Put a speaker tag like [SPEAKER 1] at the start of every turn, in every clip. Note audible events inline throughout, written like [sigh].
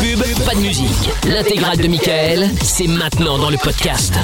[SPEAKER 1] pub, pas de musique. L'intégrale de Michael, c'est maintenant dans le podcast.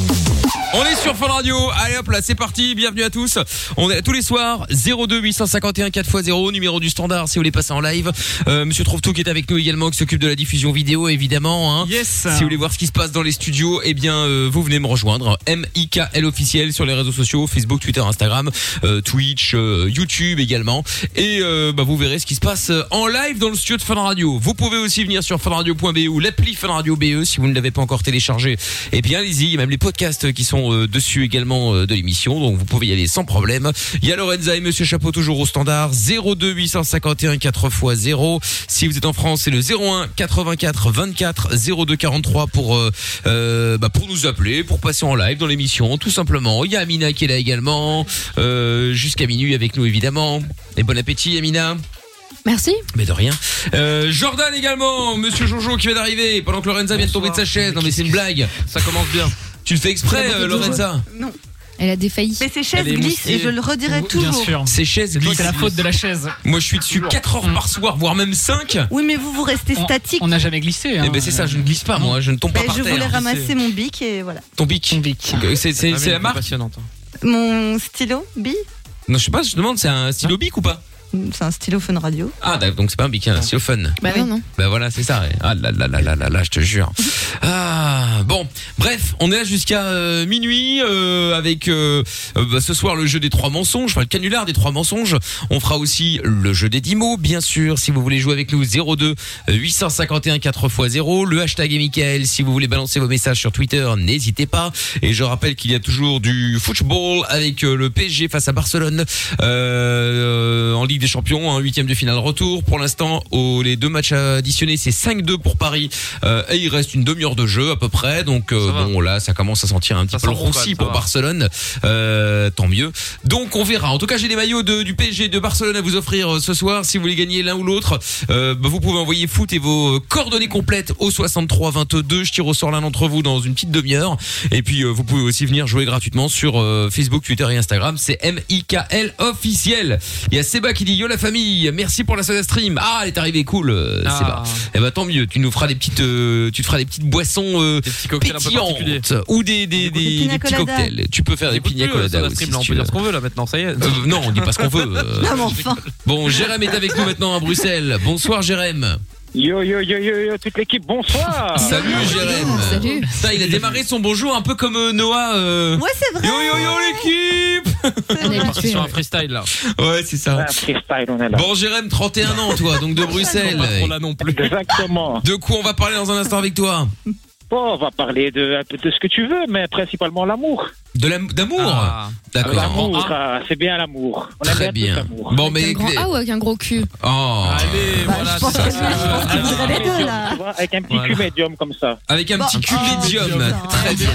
[SPEAKER 2] On est sur Fun Radio. Allez hop là, c'est parti. Bienvenue à tous. On est là tous les soirs 02 851 4x0 numéro du standard si vous voulez passer en live. Euh, Monsieur Trouve tout qui est avec nous également qui s'occupe de la diffusion vidéo évidemment hein.
[SPEAKER 3] Yes.
[SPEAKER 2] Si vous voulez voir ce qui se passe dans les studios, eh bien euh, vous venez me rejoindre MIKL officiel sur les réseaux sociaux Facebook, Twitter, Instagram, euh, Twitch, euh, YouTube également et euh, bah, vous verrez ce qui se passe euh, en live dans le studio de Fun Radio. Vous pouvez aussi venir sur funradio.be ou l'appli Fun Radio BE si vous ne l'avez pas encore téléchargé. Et bien allez-y, il y a même les podcasts qui sont euh, dessus également euh, de l'émission, donc vous pouvez y aller sans problème. Il y a Lorenza et Monsieur Chapeau toujours au standard 02 851 4x0. Si vous êtes en France, c'est le 01 84 24 02 43 pour euh, euh, bah, pour nous appeler, pour passer en live dans l'émission, tout simplement. Il y a Amina qui est là également euh, jusqu'à minuit avec nous évidemment. Et bon appétit Amina.
[SPEAKER 4] Merci.
[SPEAKER 2] Mais de rien. Euh, Jordan également, Monsieur Jojo qui vient d'arriver pendant que Lorenza vient de tomber de sa chaise. Non mais c'est une blague. Ça commence bien. Tu le fais exprès, euh, Lorenza.
[SPEAKER 5] Non.
[SPEAKER 4] Elle a défailli.
[SPEAKER 5] Mais ses chaises
[SPEAKER 2] Elle est
[SPEAKER 5] glissent
[SPEAKER 2] moussée.
[SPEAKER 5] et je le redirai toujours.
[SPEAKER 2] Ces chaises glissent.
[SPEAKER 5] c'est la faute de la Mm.
[SPEAKER 2] chaise. Moi, je suis dessus 4 heures par soir, voire même 5.
[SPEAKER 5] Oui, hein. mais vous, vous restez statique.
[SPEAKER 2] On n'a jamais glissé. Eh ben, c'est ça, je ne glisse pas, moi. Je ne tombe pas
[SPEAKER 5] Ben,
[SPEAKER 2] par
[SPEAKER 5] je
[SPEAKER 2] terre.
[SPEAKER 5] voulais
[SPEAKER 6] hein.
[SPEAKER 5] ramasser mon bic et voilà.
[SPEAKER 2] Ton bic. Euh, C'est, c'est- c'est la marque
[SPEAKER 5] Mon stylo, bi,
[SPEAKER 2] Non, je sais pas, je te demande, c'est un
[SPEAKER 5] Hein
[SPEAKER 2] stylo bic ou pas
[SPEAKER 5] c'est un stylo fun radio.
[SPEAKER 2] Ah, d'accord, donc c'est pas un bic, c'est un stylo fun.
[SPEAKER 5] Bah non, [laughs] non.
[SPEAKER 2] Bah voilà, c'est ça. ouais. Ah là là là là là là, je te jure. Ah bon, bref, on est là jusqu'à euh, minuit euh, avec euh, euh, bah, ce soir le jeu des trois mensonges, enfin le canular des trois mensonges. On fera aussi le jeu des dix mots, bien sûr. Si vous voulez jouer avec nous, 02 851 4 x 0, le hashtag est Michael. Si vous voulez balancer vos messages sur Twitter, n'hésitez pas. Et je rappelle qu'il y a toujours du football avec euh, le PSG face à Barcelone euh, en Ligue des Champions, un huitième de finale retour. Pour l'instant, au- les deux matchs additionnés, c'est 5-2 pour Paris. Euh, et il reste une demi-heure de jeu à peu près. Donc euh, bon, là, ça commence à sentir un petit peu le
[SPEAKER 6] sent bon,
[SPEAKER 2] roussi
[SPEAKER 6] quand même, ça
[SPEAKER 2] pour
[SPEAKER 6] va.
[SPEAKER 2] Barcelone. Euh, tant mieux. Donc on verra. En tout cas, j'ai des maillots de- du PSG de Barcelone à vous offrir euh, ce soir. Si vous voulez gagner l'un ou l'autre, euh, bah, vous pouvez envoyer foot et vos euh, coordonnées complètes au 63 22. Je tire au sort l'un d'entre vous dans une petite demi-heure. Et puis euh, vous pouvez aussi venir jouer gratuitement sur euh, Facebook, Twitter et Instagram. C'est MIKL officiel. Il y a Seba qui dit Yo la famille, merci pour la soda stream. Ah, elle est arrivée cool. euh,
[SPEAKER 6] Ah.
[SPEAKER 2] Seba. Eh ben tant mieux. Tu nous feras des petites, euh, tu te feras des petites boissons euh,
[SPEAKER 6] cocktails un peu
[SPEAKER 2] pétillantes
[SPEAKER 6] particuliers.
[SPEAKER 2] ou des des, des-
[SPEAKER 6] pina
[SPEAKER 2] des petits
[SPEAKER 6] colada.
[SPEAKER 2] cocktails. Tu peux faire des
[SPEAKER 6] Écoute
[SPEAKER 2] pina
[SPEAKER 6] plus, euh, sur
[SPEAKER 2] colada
[SPEAKER 6] la
[SPEAKER 2] aussi.
[SPEAKER 6] stream,
[SPEAKER 2] si
[SPEAKER 6] là, on
[SPEAKER 2] tu
[SPEAKER 6] peut
[SPEAKER 2] veux.
[SPEAKER 6] dire ce qu'on veut là maintenant, ça y est.
[SPEAKER 2] Euh, non, on dit pas ce
[SPEAKER 6] [laughs]
[SPEAKER 2] qu'on veut. euh.
[SPEAKER 6] Non, mais enfin.
[SPEAKER 2] Bon, Jérém est avec nous maintenant à Bruxelles. Bonsoir Jérém.
[SPEAKER 7] Yo yo yo yo yo toute l'équipe, bonsoir
[SPEAKER 2] Salut Jérém. Salut. Ça, il a démarré son bonjour un peu comme euh, Noah. euh,
[SPEAKER 5] Ouais, c'est vrai.
[SPEAKER 2] Yo yo yo
[SPEAKER 6] [laughs]
[SPEAKER 2] l'équipe.
[SPEAKER 6] On est parti sur un freestyle là.
[SPEAKER 2] Ouais, c'est ça.
[SPEAKER 7] Ah,
[SPEAKER 2] Bon Jérém, 31 ans toi, donc de Bruxelles.
[SPEAKER 6] Pas trop là Ah, non plus.
[SPEAKER 7] Exactement.
[SPEAKER 2] De quoi on va parler dans un instant avec toi
[SPEAKER 7] Bon, on va parler de, de ce que tu veux, mais principalement l'amour.
[SPEAKER 2] De l'am- d'amour D'accord.
[SPEAKER 7] L'amour, ah, c'est bien l'amour. On aime
[SPEAKER 2] Très
[SPEAKER 7] tous
[SPEAKER 2] bien.
[SPEAKER 7] l'amour.
[SPEAKER 2] Bon mais
[SPEAKER 4] Grand A ou Ah avec un gros cul
[SPEAKER 2] oh.
[SPEAKER 7] Voilà, c'est ça.
[SPEAKER 4] tu voudrais les deux, là.
[SPEAKER 7] Tu vois, Avec un petit
[SPEAKER 2] Voilà.
[SPEAKER 7] cul médium comme ça.
[SPEAKER 2] Avec Bah, un petit cul médium. Très bien.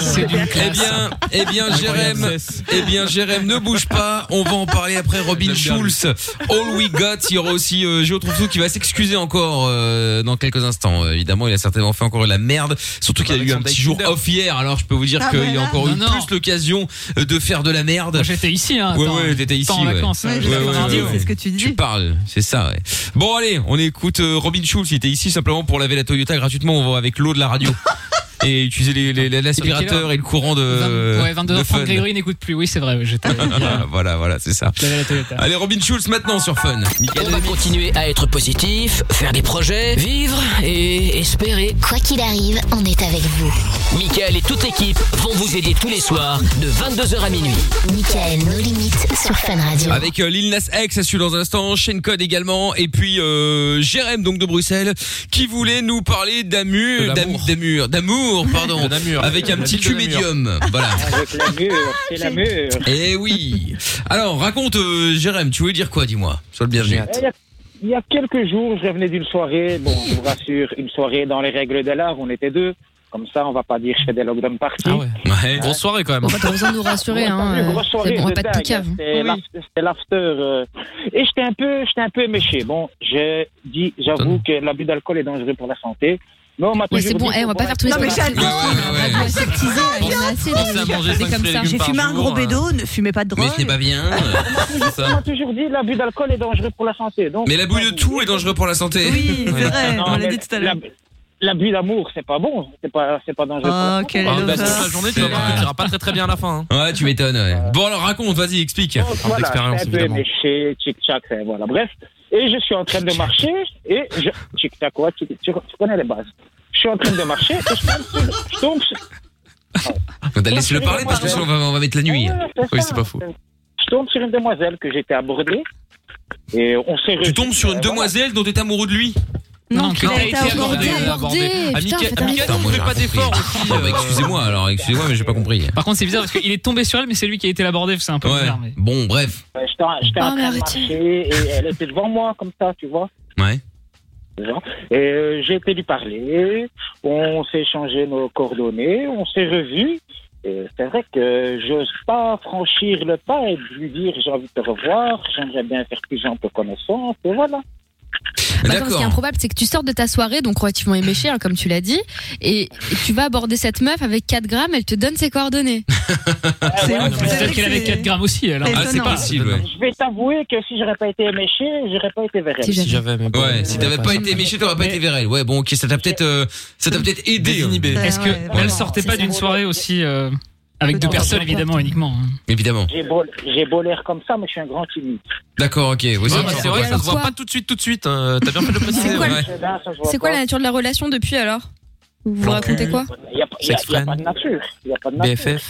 [SPEAKER 7] C'est d'une
[SPEAKER 2] Eh bien, eh bien, Jérém, eh bien, Jérém, ne bouge pas. On va en parler après. Robin Schulz, All We Got. Il y aura aussi euh, Géo Trouve-Tout qui va s'excuser encore euh, dans quelques instants. Euh, Évidemment, il a certainement fait encore de la merde. Surtout qu'il a
[SPEAKER 6] Avec
[SPEAKER 2] eu
[SPEAKER 6] son
[SPEAKER 2] un petit
[SPEAKER 6] date
[SPEAKER 2] jour
[SPEAKER 6] Tinder.
[SPEAKER 2] off hier. Alors, je peux vous dire
[SPEAKER 6] Ah,
[SPEAKER 2] qu'il
[SPEAKER 6] voilà.
[SPEAKER 2] a encore eu
[SPEAKER 6] Non, non.
[SPEAKER 2] plus l'occasion euh, de faire de la merde.
[SPEAKER 6] J'étais ici, hein.
[SPEAKER 2] Ouais,
[SPEAKER 6] attends.
[SPEAKER 2] ouais, t'étais ici.
[SPEAKER 6] T'es en
[SPEAKER 2] ouais.
[SPEAKER 6] vacances, hein,
[SPEAKER 2] Ouais,
[SPEAKER 6] j'étais
[SPEAKER 2] ouais,
[SPEAKER 6] en
[SPEAKER 2] ouais,
[SPEAKER 6] Normandie,
[SPEAKER 2] ouais.
[SPEAKER 6] c'est ce
[SPEAKER 5] tu
[SPEAKER 2] parles, c'est ça, ouais. Bon, allez, on écoute euh, Robin Schulz. Il était ici simplement pour laver la Toyota gratuitement on va avec l'eau de
[SPEAKER 6] [laughs]
[SPEAKER 2] la radio. et utiliser les- les- les- l'aspirateur et le courant de.
[SPEAKER 6] Ouais, 22
[SPEAKER 2] de
[SPEAKER 6] h
[SPEAKER 2] fun.
[SPEAKER 6] Franck Grégory n'écoute plus. Oui, c'est vrai, ouais, j'étais.
[SPEAKER 2] [laughs] voilà, voilà, c'est ça. [laughs] Allez, Robin Schulz maintenant sur Fun.
[SPEAKER 1] On va continuer à être positif, faire des projets, vivre et espérer.
[SPEAKER 8] Quoi qu'il arrive, on est avec vous.
[SPEAKER 1] Michael et toute l'équipe vont vous aider tous les soirs de 22h à minuit.
[SPEAKER 8] Michael, nos limites sur Fun Radio.
[SPEAKER 2] Avec euh, Lil Nas X, à suivre dans un instant, Shane Code également, et puis euh, Jérém, donc de Bruxelles, qui voulait nous parler d'amu- d'am- d'amour, d'amour, pardon, avec un
[SPEAKER 6] La
[SPEAKER 2] petit
[SPEAKER 6] ville de
[SPEAKER 2] cul
[SPEAKER 6] Namur.
[SPEAKER 2] médium. Voilà.
[SPEAKER 7] Avec Ah, l'amour, c'est l'amour.
[SPEAKER 2] Eh oui. Alors, raconte, euh, Jérém, tu voulais dire quoi, dis-moi Sois le bienvenu.
[SPEAKER 7] Eh, Il y, a, il y a quelques jours, je revenais d'une soirée. Bon, je vous rassure, une soirée dans les règles de l'art, on était deux. Comme ça, on va pas dire je fais des lockdown parties.
[SPEAKER 2] Ah Ouais.
[SPEAKER 6] Grosse soirée quand même.
[SPEAKER 4] Bon, bah,
[SPEAKER 6] [laughs]
[SPEAKER 4] t'as besoin de nous rassurer,
[SPEAKER 7] Ouais,
[SPEAKER 4] hein.
[SPEAKER 7] t'as vu,
[SPEAKER 4] euh,
[SPEAKER 7] grosse soirée,
[SPEAKER 4] c'est bon, on va
[SPEAKER 7] de
[SPEAKER 4] pas de
[SPEAKER 7] dingue, hein.
[SPEAKER 4] cave. hein.
[SPEAKER 7] c'était l'af- C'était l'after. euh, et j'étais un peu, j'étais un peu éméché. Bon, j'ai dit, j'avoue que l'abus d'alcool est dangereux pour la santé. Non, on m'a
[SPEAKER 4] Ouais,
[SPEAKER 7] toujours
[SPEAKER 4] c'est bon,
[SPEAKER 7] dit
[SPEAKER 4] eh, on va
[SPEAKER 7] qu'on
[SPEAKER 4] pas faire tous les
[SPEAKER 5] Non, mais
[SPEAKER 4] sports.
[SPEAKER 5] j'adore.
[SPEAKER 2] Ouais, ouais, ouais.
[SPEAKER 4] On va aseptiser, on a assez
[SPEAKER 6] Pensez à manger
[SPEAKER 4] des-
[SPEAKER 6] cinq
[SPEAKER 4] C'est comme
[SPEAKER 6] fruits et
[SPEAKER 4] ça.
[SPEAKER 6] légumes
[SPEAKER 5] J'ai
[SPEAKER 6] par
[SPEAKER 5] fumé un
[SPEAKER 6] jour,
[SPEAKER 5] gros
[SPEAKER 6] hein.
[SPEAKER 5] bédo, ne fumez pas de drogue.
[SPEAKER 2] Mais ce n'est pas bien. c'est
[SPEAKER 7] On
[SPEAKER 2] ça.
[SPEAKER 7] m'a toujours dit l'abus d'alcool est dangereux pour la santé. Donc,
[SPEAKER 2] Mais l'abus de tout est dangereux pour la santé.
[SPEAKER 5] Oui, c'est vrai,
[SPEAKER 7] Non,
[SPEAKER 5] on l'a
[SPEAKER 7] mais
[SPEAKER 5] dit tout à l'heure.
[SPEAKER 7] l'ab- L'abus d'amour, c'est pas bon. C'est pas, c'est pas dangereux. pour la
[SPEAKER 5] Oh,
[SPEAKER 7] santé.
[SPEAKER 5] quel
[SPEAKER 6] Ah, bah,
[SPEAKER 5] lover.
[SPEAKER 6] toute la journée, tu vas voir que tu iras pas très très bien à la fin. hein.
[SPEAKER 2] Ouais, tu m'étonnes. ouais. Bon, alors raconte, vas-y, explique.
[SPEAKER 7] Donc,
[SPEAKER 6] Par
[SPEAKER 7] Euh, voilà,
[SPEAKER 6] d'expérience,
[SPEAKER 7] c'est un peu
[SPEAKER 6] évidemment.
[SPEAKER 7] méché, tchic-tchac, c'est- euh, voilà, bref. Et je suis en train de marcher, et je... Tchic-tchac, quoi, tu, tu- tu connais les bases. Je suis en train de marcher, et je tombe sur... Je tombe sur...
[SPEAKER 2] T'as laissé le parler parce que sinon on va, on va mettre la nuit.
[SPEAKER 7] Ouais, c'est
[SPEAKER 2] Oui,
[SPEAKER 7] ça.
[SPEAKER 2] c'est pas faux.
[SPEAKER 7] Je tombe sur une demoiselle que j'étais abordée, et on s'est...
[SPEAKER 2] Tu
[SPEAKER 7] revu.
[SPEAKER 2] tombes sur une
[SPEAKER 7] Euh, voilà.
[SPEAKER 2] demoiselle dont t'es amoureux de lui
[SPEAKER 5] Non,
[SPEAKER 6] Non,
[SPEAKER 5] qu'il
[SPEAKER 6] non,
[SPEAKER 5] a été
[SPEAKER 6] t'as été
[SPEAKER 5] abordé.
[SPEAKER 4] abordé. abordé. Putain,
[SPEAKER 6] Amical,
[SPEAKER 4] faites un
[SPEAKER 6] amical,
[SPEAKER 4] effort.
[SPEAKER 6] Ah, on fait pas
[SPEAKER 2] j'ai rien
[SPEAKER 6] d'effort
[SPEAKER 2] compris.
[SPEAKER 6] aussi.
[SPEAKER 2] Bon, bah,
[SPEAKER 6] euh,
[SPEAKER 2] excusez-moi alors, excusez-moi, mais j'ai pas compris.
[SPEAKER 6] Par contre, c'est bizarre parce qu'il est tombé sur elle, mais c'est lui qui a été l'abordé. C'est un peu
[SPEAKER 2] Ouais.
[SPEAKER 6] bizarre. mais-
[SPEAKER 2] Bon, bref.
[SPEAKER 7] Euh, J'étais en j'étais
[SPEAKER 3] Oh,
[SPEAKER 4] Ah,
[SPEAKER 7] en
[SPEAKER 4] mais
[SPEAKER 7] train de
[SPEAKER 4] arrêtez.
[SPEAKER 7] marcher, et elle était devant moi, comme ça, tu vois.
[SPEAKER 2] Ouais.
[SPEAKER 7] Genre. Et euh, j'ai été lui parler, on s'est échangé nos coordonnées, on s'est revus. Et
[SPEAKER 9] Euh,
[SPEAKER 7] c'est vrai que j'ose pas franchir le pas et lui dire j'ai envie de te revoir, j'aimerais bien faire plus un peu connaissance, et voilà.
[SPEAKER 4] Bah, attends, ce qui est
[SPEAKER 2] D'accord.
[SPEAKER 4] improbable, c'est que tu sors de ta soirée, donc relativement éméchée, hein, comme tu l'as dit, et, et tu vas aborder cette meuf avec 4 grammes, elle te donne ses coordonnées.
[SPEAKER 6] Ah, non,
[SPEAKER 5] C'est ouf,
[SPEAKER 6] mais
[SPEAKER 5] c'est
[SPEAKER 6] C'est-à-dire
[SPEAKER 5] vrai
[SPEAKER 6] qu'elle
[SPEAKER 5] que
[SPEAKER 6] avait
[SPEAKER 5] c'est-
[SPEAKER 6] 4 grammes aussi, elle. hein.
[SPEAKER 5] Ah,
[SPEAKER 2] Ah, c'est
[SPEAKER 5] Étonnant.
[SPEAKER 2] possible, ouais.
[SPEAKER 7] Je vais t'avouer que si j'aurais pas été éméché, j'aurais pas été vers
[SPEAKER 4] Si
[SPEAKER 7] elle.
[SPEAKER 4] j'avais-
[SPEAKER 2] Ouais, si t'avais pas été méché, t'aurais pas
[SPEAKER 6] Mais-
[SPEAKER 2] été vers elle. Ouais, bon, ok, ça t'a peut-être, euh, ça t'a peut-être aidé.
[SPEAKER 5] Ouais,
[SPEAKER 6] Est-ce
[SPEAKER 5] Bah ouais,
[SPEAKER 6] que elle
[SPEAKER 5] vraiment,
[SPEAKER 6] sortait
[SPEAKER 5] c'est
[SPEAKER 6] pas
[SPEAKER 5] ça.
[SPEAKER 6] d'une soirée aussi euh, avec
[SPEAKER 5] Non,
[SPEAKER 6] deux
[SPEAKER 5] ça
[SPEAKER 6] personnes
[SPEAKER 5] va pas.
[SPEAKER 6] évidemment uniquement hein.
[SPEAKER 2] Évidemment.
[SPEAKER 7] J'ai beau, j'ai beau l'air comme ça, mais je suis un grand timide.
[SPEAKER 2] D'accord, ok. Ouais,
[SPEAKER 4] Ouais,
[SPEAKER 2] ça,
[SPEAKER 4] bah,
[SPEAKER 2] j'entends
[SPEAKER 4] c'est vrai,
[SPEAKER 2] pas.
[SPEAKER 4] ça se voit pas
[SPEAKER 6] tout de suite, tout de suite. T'as bien fait de
[SPEAKER 4] préciser,
[SPEAKER 6] préciser.
[SPEAKER 4] quoi,
[SPEAKER 2] Ouais.
[SPEAKER 7] C'est là, Ah, ça se voit
[SPEAKER 4] C'est quoi
[SPEAKER 7] pas.
[SPEAKER 4] la nature de la relation depuis alors Vous vous racontez quoi
[SPEAKER 7] Il n'y a, il y a- il y a
[SPEAKER 6] Sex
[SPEAKER 7] pas de nature. Il y a pas de nature.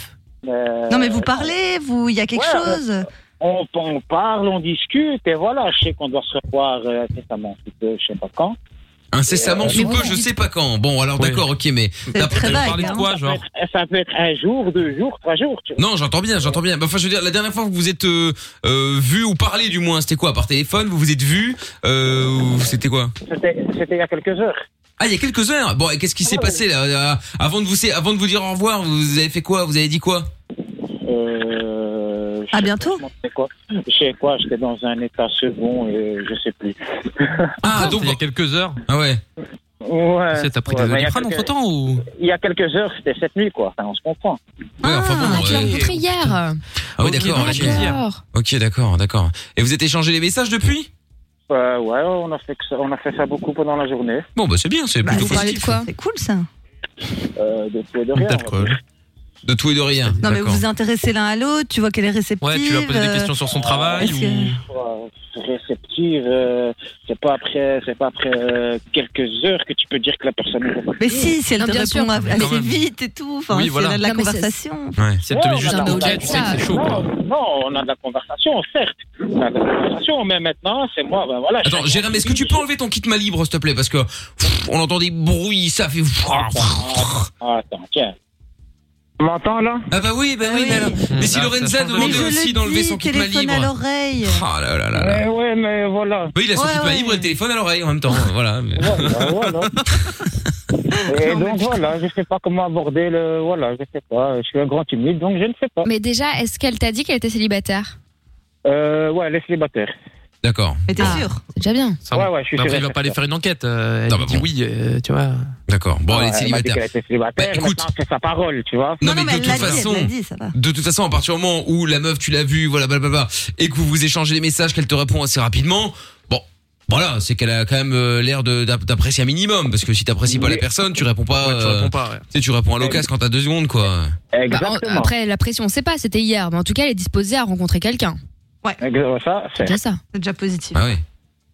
[SPEAKER 7] Euh,
[SPEAKER 5] Non, mais vous parlez, vous, il y a quelque
[SPEAKER 7] Ouais,
[SPEAKER 5] chose.
[SPEAKER 7] on, on parle, on discute, et voilà, je sais qu'on doit se revoir euh, incessamment, sous peu, je sais pas quand.
[SPEAKER 2] Incessamment sous
[SPEAKER 4] Mais
[SPEAKER 2] peu,
[SPEAKER 4] vous-
[SPEAKER 2] je sais pas quand. Bon, alors
[SPEAKER 6] Ouais.
[SPEAKER 2] d'accord, ok, mais
[SPEAKER 5] C'est très
[SPEAKER 6] Vous
[SPEAKER 5] vague.
[SPEAKER 6] parlez de
[SPEAKER 5] hein.
[SPEAKER 6] quoi,
[SPEAKER 7] Ça
[SPEAKER 6] genre
[SPEAKER 7] peut, être, ça peut être un jour, deux jours, trois jours. Tu...
[SPEAKER 2] non, j'entends bien, j'entends bien. Bah, Enfin, je veux dire, la dernière fois que vous vous êtes euh, euh, vu ou parlé, du moins, c'était quoi Par téléphone, vous vous êtes vu euh, ou C'était quoi
[SPEAKER 7] C'était c'était il y a quelques heures.
[SPEAKER 2] Ah, il y a quelques heures. Bon, et qu'est-ce qui
[SPEAKER 5] Ah,
[SPEAKER 2] s'est passé là euh, Avant de vous avant de vous dire au revoir, vous avez fait quoi Vous avez dit quoi
[SPEAKER 7] Euh, je
[SPEAKER 5] À
[SPEAKER 7] sais
[SPEAKER 5] bientôt.
[SPEAKER 7] pas, je sais quoi. Je sais quoi, j'étais dans un état second et je sais plus.
[SPEAKER 2] Ah, donc
[SPEAKER 6] Il y a quelques heures.
[SPEAKER 2] ah ouais.
[SPEAKER 7] Ouais.
[SPEAKER 6] C'est- T'as pris
[SPEAKER 7] Ouais,
[SPEAKER 6] des
[SPEAKER 7] mais il y a
[SPEAKER 6] doliprane
[SPEAKER 7] quelques-
[SPEAKER 6] entre temps ou
[SPEAKER 7] Il y a quelques heures, c'était cette nuit, quoi. Enfin, on se comprend.
[SPEAKER 2] Ouais, enfin bon,
[SPEAKER 4] Ah, tu l'as
[SPEAKER 2] ouais.
[SPEAKER 4] rencontré hier
[SPEAKER 2] Ah oui,
[SPEAKER 6] Ok,
[SPEAKER 2] d'accord.
[SPEAKER 6] bon,
[SPEAKER 2] ok.
[SPEAKER 6] ok. hier.
[SPEAKER 4] D'accord.
[SPEAKER 2] Ok, d'accord, d'accord.
[SPEAKER 5] Ah,
[SPEAKER 2] Et vous êtes échangé les messages depuis
[SPEAKER 7] Euh, ouais, on a, fait que ça, on a fait ça beaucoup pendant la journée.
[SPEAKER 2] Bon, bah c'est bien, c'est
[SPEAKER 5] Bah,
[SPEAKER 2] plutôt
[SPEAKER 4] Vous parlez de
[SPEAKER 2] positif.
[SPEAKER 4] quoi
[SPEAKER 5] C'est cool ça.
[SPEAKER 7] Euh, de tout et de rien.
[SPEAKER 2] De tout et de rien.
[SPEAKER 5] Non, mais vous
[SPEAKER 2] d'accord.
[SPEAKER 5] vous intéressez l'un à l'autre, tu vois qu'elle est réceptive.
[SPEAKER 6] Ouais, tu lui as posé des
[SPEAKER 5] euh,
[SPEAKER 6] questions sur son travail
[SPEAKER 5] est-ce que-
[SPEAKER 6] ou
[SPEAKER 7] Euh, réceptive, euh, c'est pas après, c'est pas après euh, quelques heures que tu peux dire que la personne est
[SPEAKER 5] Mais si, si elle
[SPEAKER 4] Non,
[SPEAKER 5] te
[SPEAKER 4] bien
[SPEAKER 5] répond
[SPEAKER 4] sûr.
[SPEAKER 5] à-
[SPEAKER 6] Mais quand
[SPEAKER 5] assez
[SPEAKER 6] même.
[SPEAKER 5] vite et tout, enfin,
[SPEAKER 6] Oui,
[SPEAKER 5] c'est
[SPEAKER 6] voilà.
[SPEAKER 5] la- la
[SPEAKER 4] Non, mais c'est-
[SPEAKER 5] conversation.
[SPEAKER 2] Ouais.
[SPEAKER 6] si elle
[SPEAKER 7] Oh,
[SPEAKER 6] te met juste
[SPEAKER 4] Non,
[SPEAKER 6] une
[SPEAKER 7] bah,
[SPEAKER 4] mais
[SPEAKER 6] coquette, tu sais que c'est chaud
[SPEAKER 7] Non,
[SPEAKER 6] quoi.
[SPEAKER 7] non, on a de la conversation, certes. On a de la conversation, mais maintenant, c'est moi, ben voilà.
[SPEAKER 2] Attends, Jérém, est-ce que tu peux enlever ton kit ma libre, s'il te plaît Parce que pff, on entend des bruits, ça
[SPEAKER 5] [laughs]
[SPEAKER 2] fait.
[SPEAKER 7] Ah, Attends, tiens. Tu m'entends, là
[SPEAKER 2] Ah bah oui, bah oui,
[SPEAKER 5] Ah oui.
[SPEAKER 2] mais alors. Mais si
[SPEAKER 6] Ah,
[SPEAKER 2] Lorenza
[SPEAKER 6] ça change de
[SPEAKER 5] Mais
[SPEAKER 2] demandait
[SPEAKER 5] je
[SPEAKER 6] monde.
[SPEAKER 2] aussi
[SPEAKER 5] le
[SPEAKER 2] d'enlever son
[SPEAKER 5] dis,
[SPEAKER 2] kit ma
[SPEAKER 5] téléphone à
[SPEAKER 2] libre.
[SPEAKER 5] l'oreille.
[SPEAKER 2] Ah là là là là.
[SPEAKER 7] Ouais, ouais, mais voilà.
[SPEAKER 2] Oui, il a son
[SPEAKER 5] Ouais,
[SPEAKER 2] kit ma
[SPEAKER 5] ouais. bah
[SPEAKER 2] libre et le téléphone à l'oreille en même temps. voilà. mais-
[SPEAKER 7] Voilà,
[SPEAKER 2] [laughs]
[SPEAKER 7] voilà. Et donc, voilà, je sais pas comment aborder le. Voilà, je sais pas. Je suis un grand timide, donc je ne sais pas.
[SPEAKER 4] Mais déjà, est-ce qu'elle t'a dit qu'elle était célibataire
[SPEAKER 7] Euh, ouais, laisse les célibataire.
[SPEAKER 2] D'accord,
[SPEAKER 5] Mais t'es
[SPEAKER 4] Ah.
[SPEAKER 5] sûr
[SPEAKER 4] C'est déjà bien.
[SPEAKER 6] Ça
[SPEAKER 7] Ouais,
[SPEAKER 6] va.
[SPEAKER 7] ouais, je suis
[SPEAKER 6] Mais Bah, Après, il va
[SPEAKER 7] célibataire.
[SPEAKER 6] pas aller faire une enquête. euh, Elle
[SPEAKER 2] Non,
[SPEAKER 6] lui
[SPEAKER 2] bah
[SPEAKER 6] dit
[SPEAKER 2] bon.
[SPEAKER 6] oui, euh, tu vois.
[SPEAKER 2] d'accord. Bon, elle
[SPEAKER 7] Ouais, elle
[SPEAKER 2] est
[SPEAKER 7] m'a dit
[SPEAKER 2] célibataire.
[SPEAKER 7] qu'elle était célibataire.
[SPEAKER 2] Bah, écoute.
[SPEAKER 7] Maintenant, c'est sa parole, tu vois.
[SPEAKER 2] Non, mais, de
[SPEAKER 5] elle
[SPEAKER 2] toute
[SPEAKER 5] l'a dit,
[SPEAKER 2] façon.
[SPEAKER 5] elle l'a dit, ça va.
[SPEAKER 2] De toute façon, à partir du moment où la meuf, tu l'as vue, voilà, blablabla, et que vous vous échangez les messages, qu'elle te répond assez rapidement, bon, voilà, c'est qu'elle a quand même euh, l'air de- d'app- d'apprécier un minimum, parce que si t'apprécies pas la personne, tu réponds pas,
[SPEAKER 6] Ouais, tu
[SPEAKER 2] euh,
[SPEAKER 6] réponds pas. ouais.
[SPEAKER 2] tu sais, tu réponds à l'occasion quand t'as deux secondes, quoi.
[SPEAKER 4] Bah, en-
[SPEAKER 7] Exactement.
[SPEAKER 4] après, la pression, on sait pas, c'était hier, mais en tout cas, elle est disposée à rencontrer quelqu'un.
[SPEAKER 7] Exa- Ça,
[SPEAKER 4] C'est
[SPEAKER 7] c'est.
[SPEAKER 4] déjà ça.
[SPEAKER 5] C'est déjà positif.
[SPEAKER 2] Ah ouais.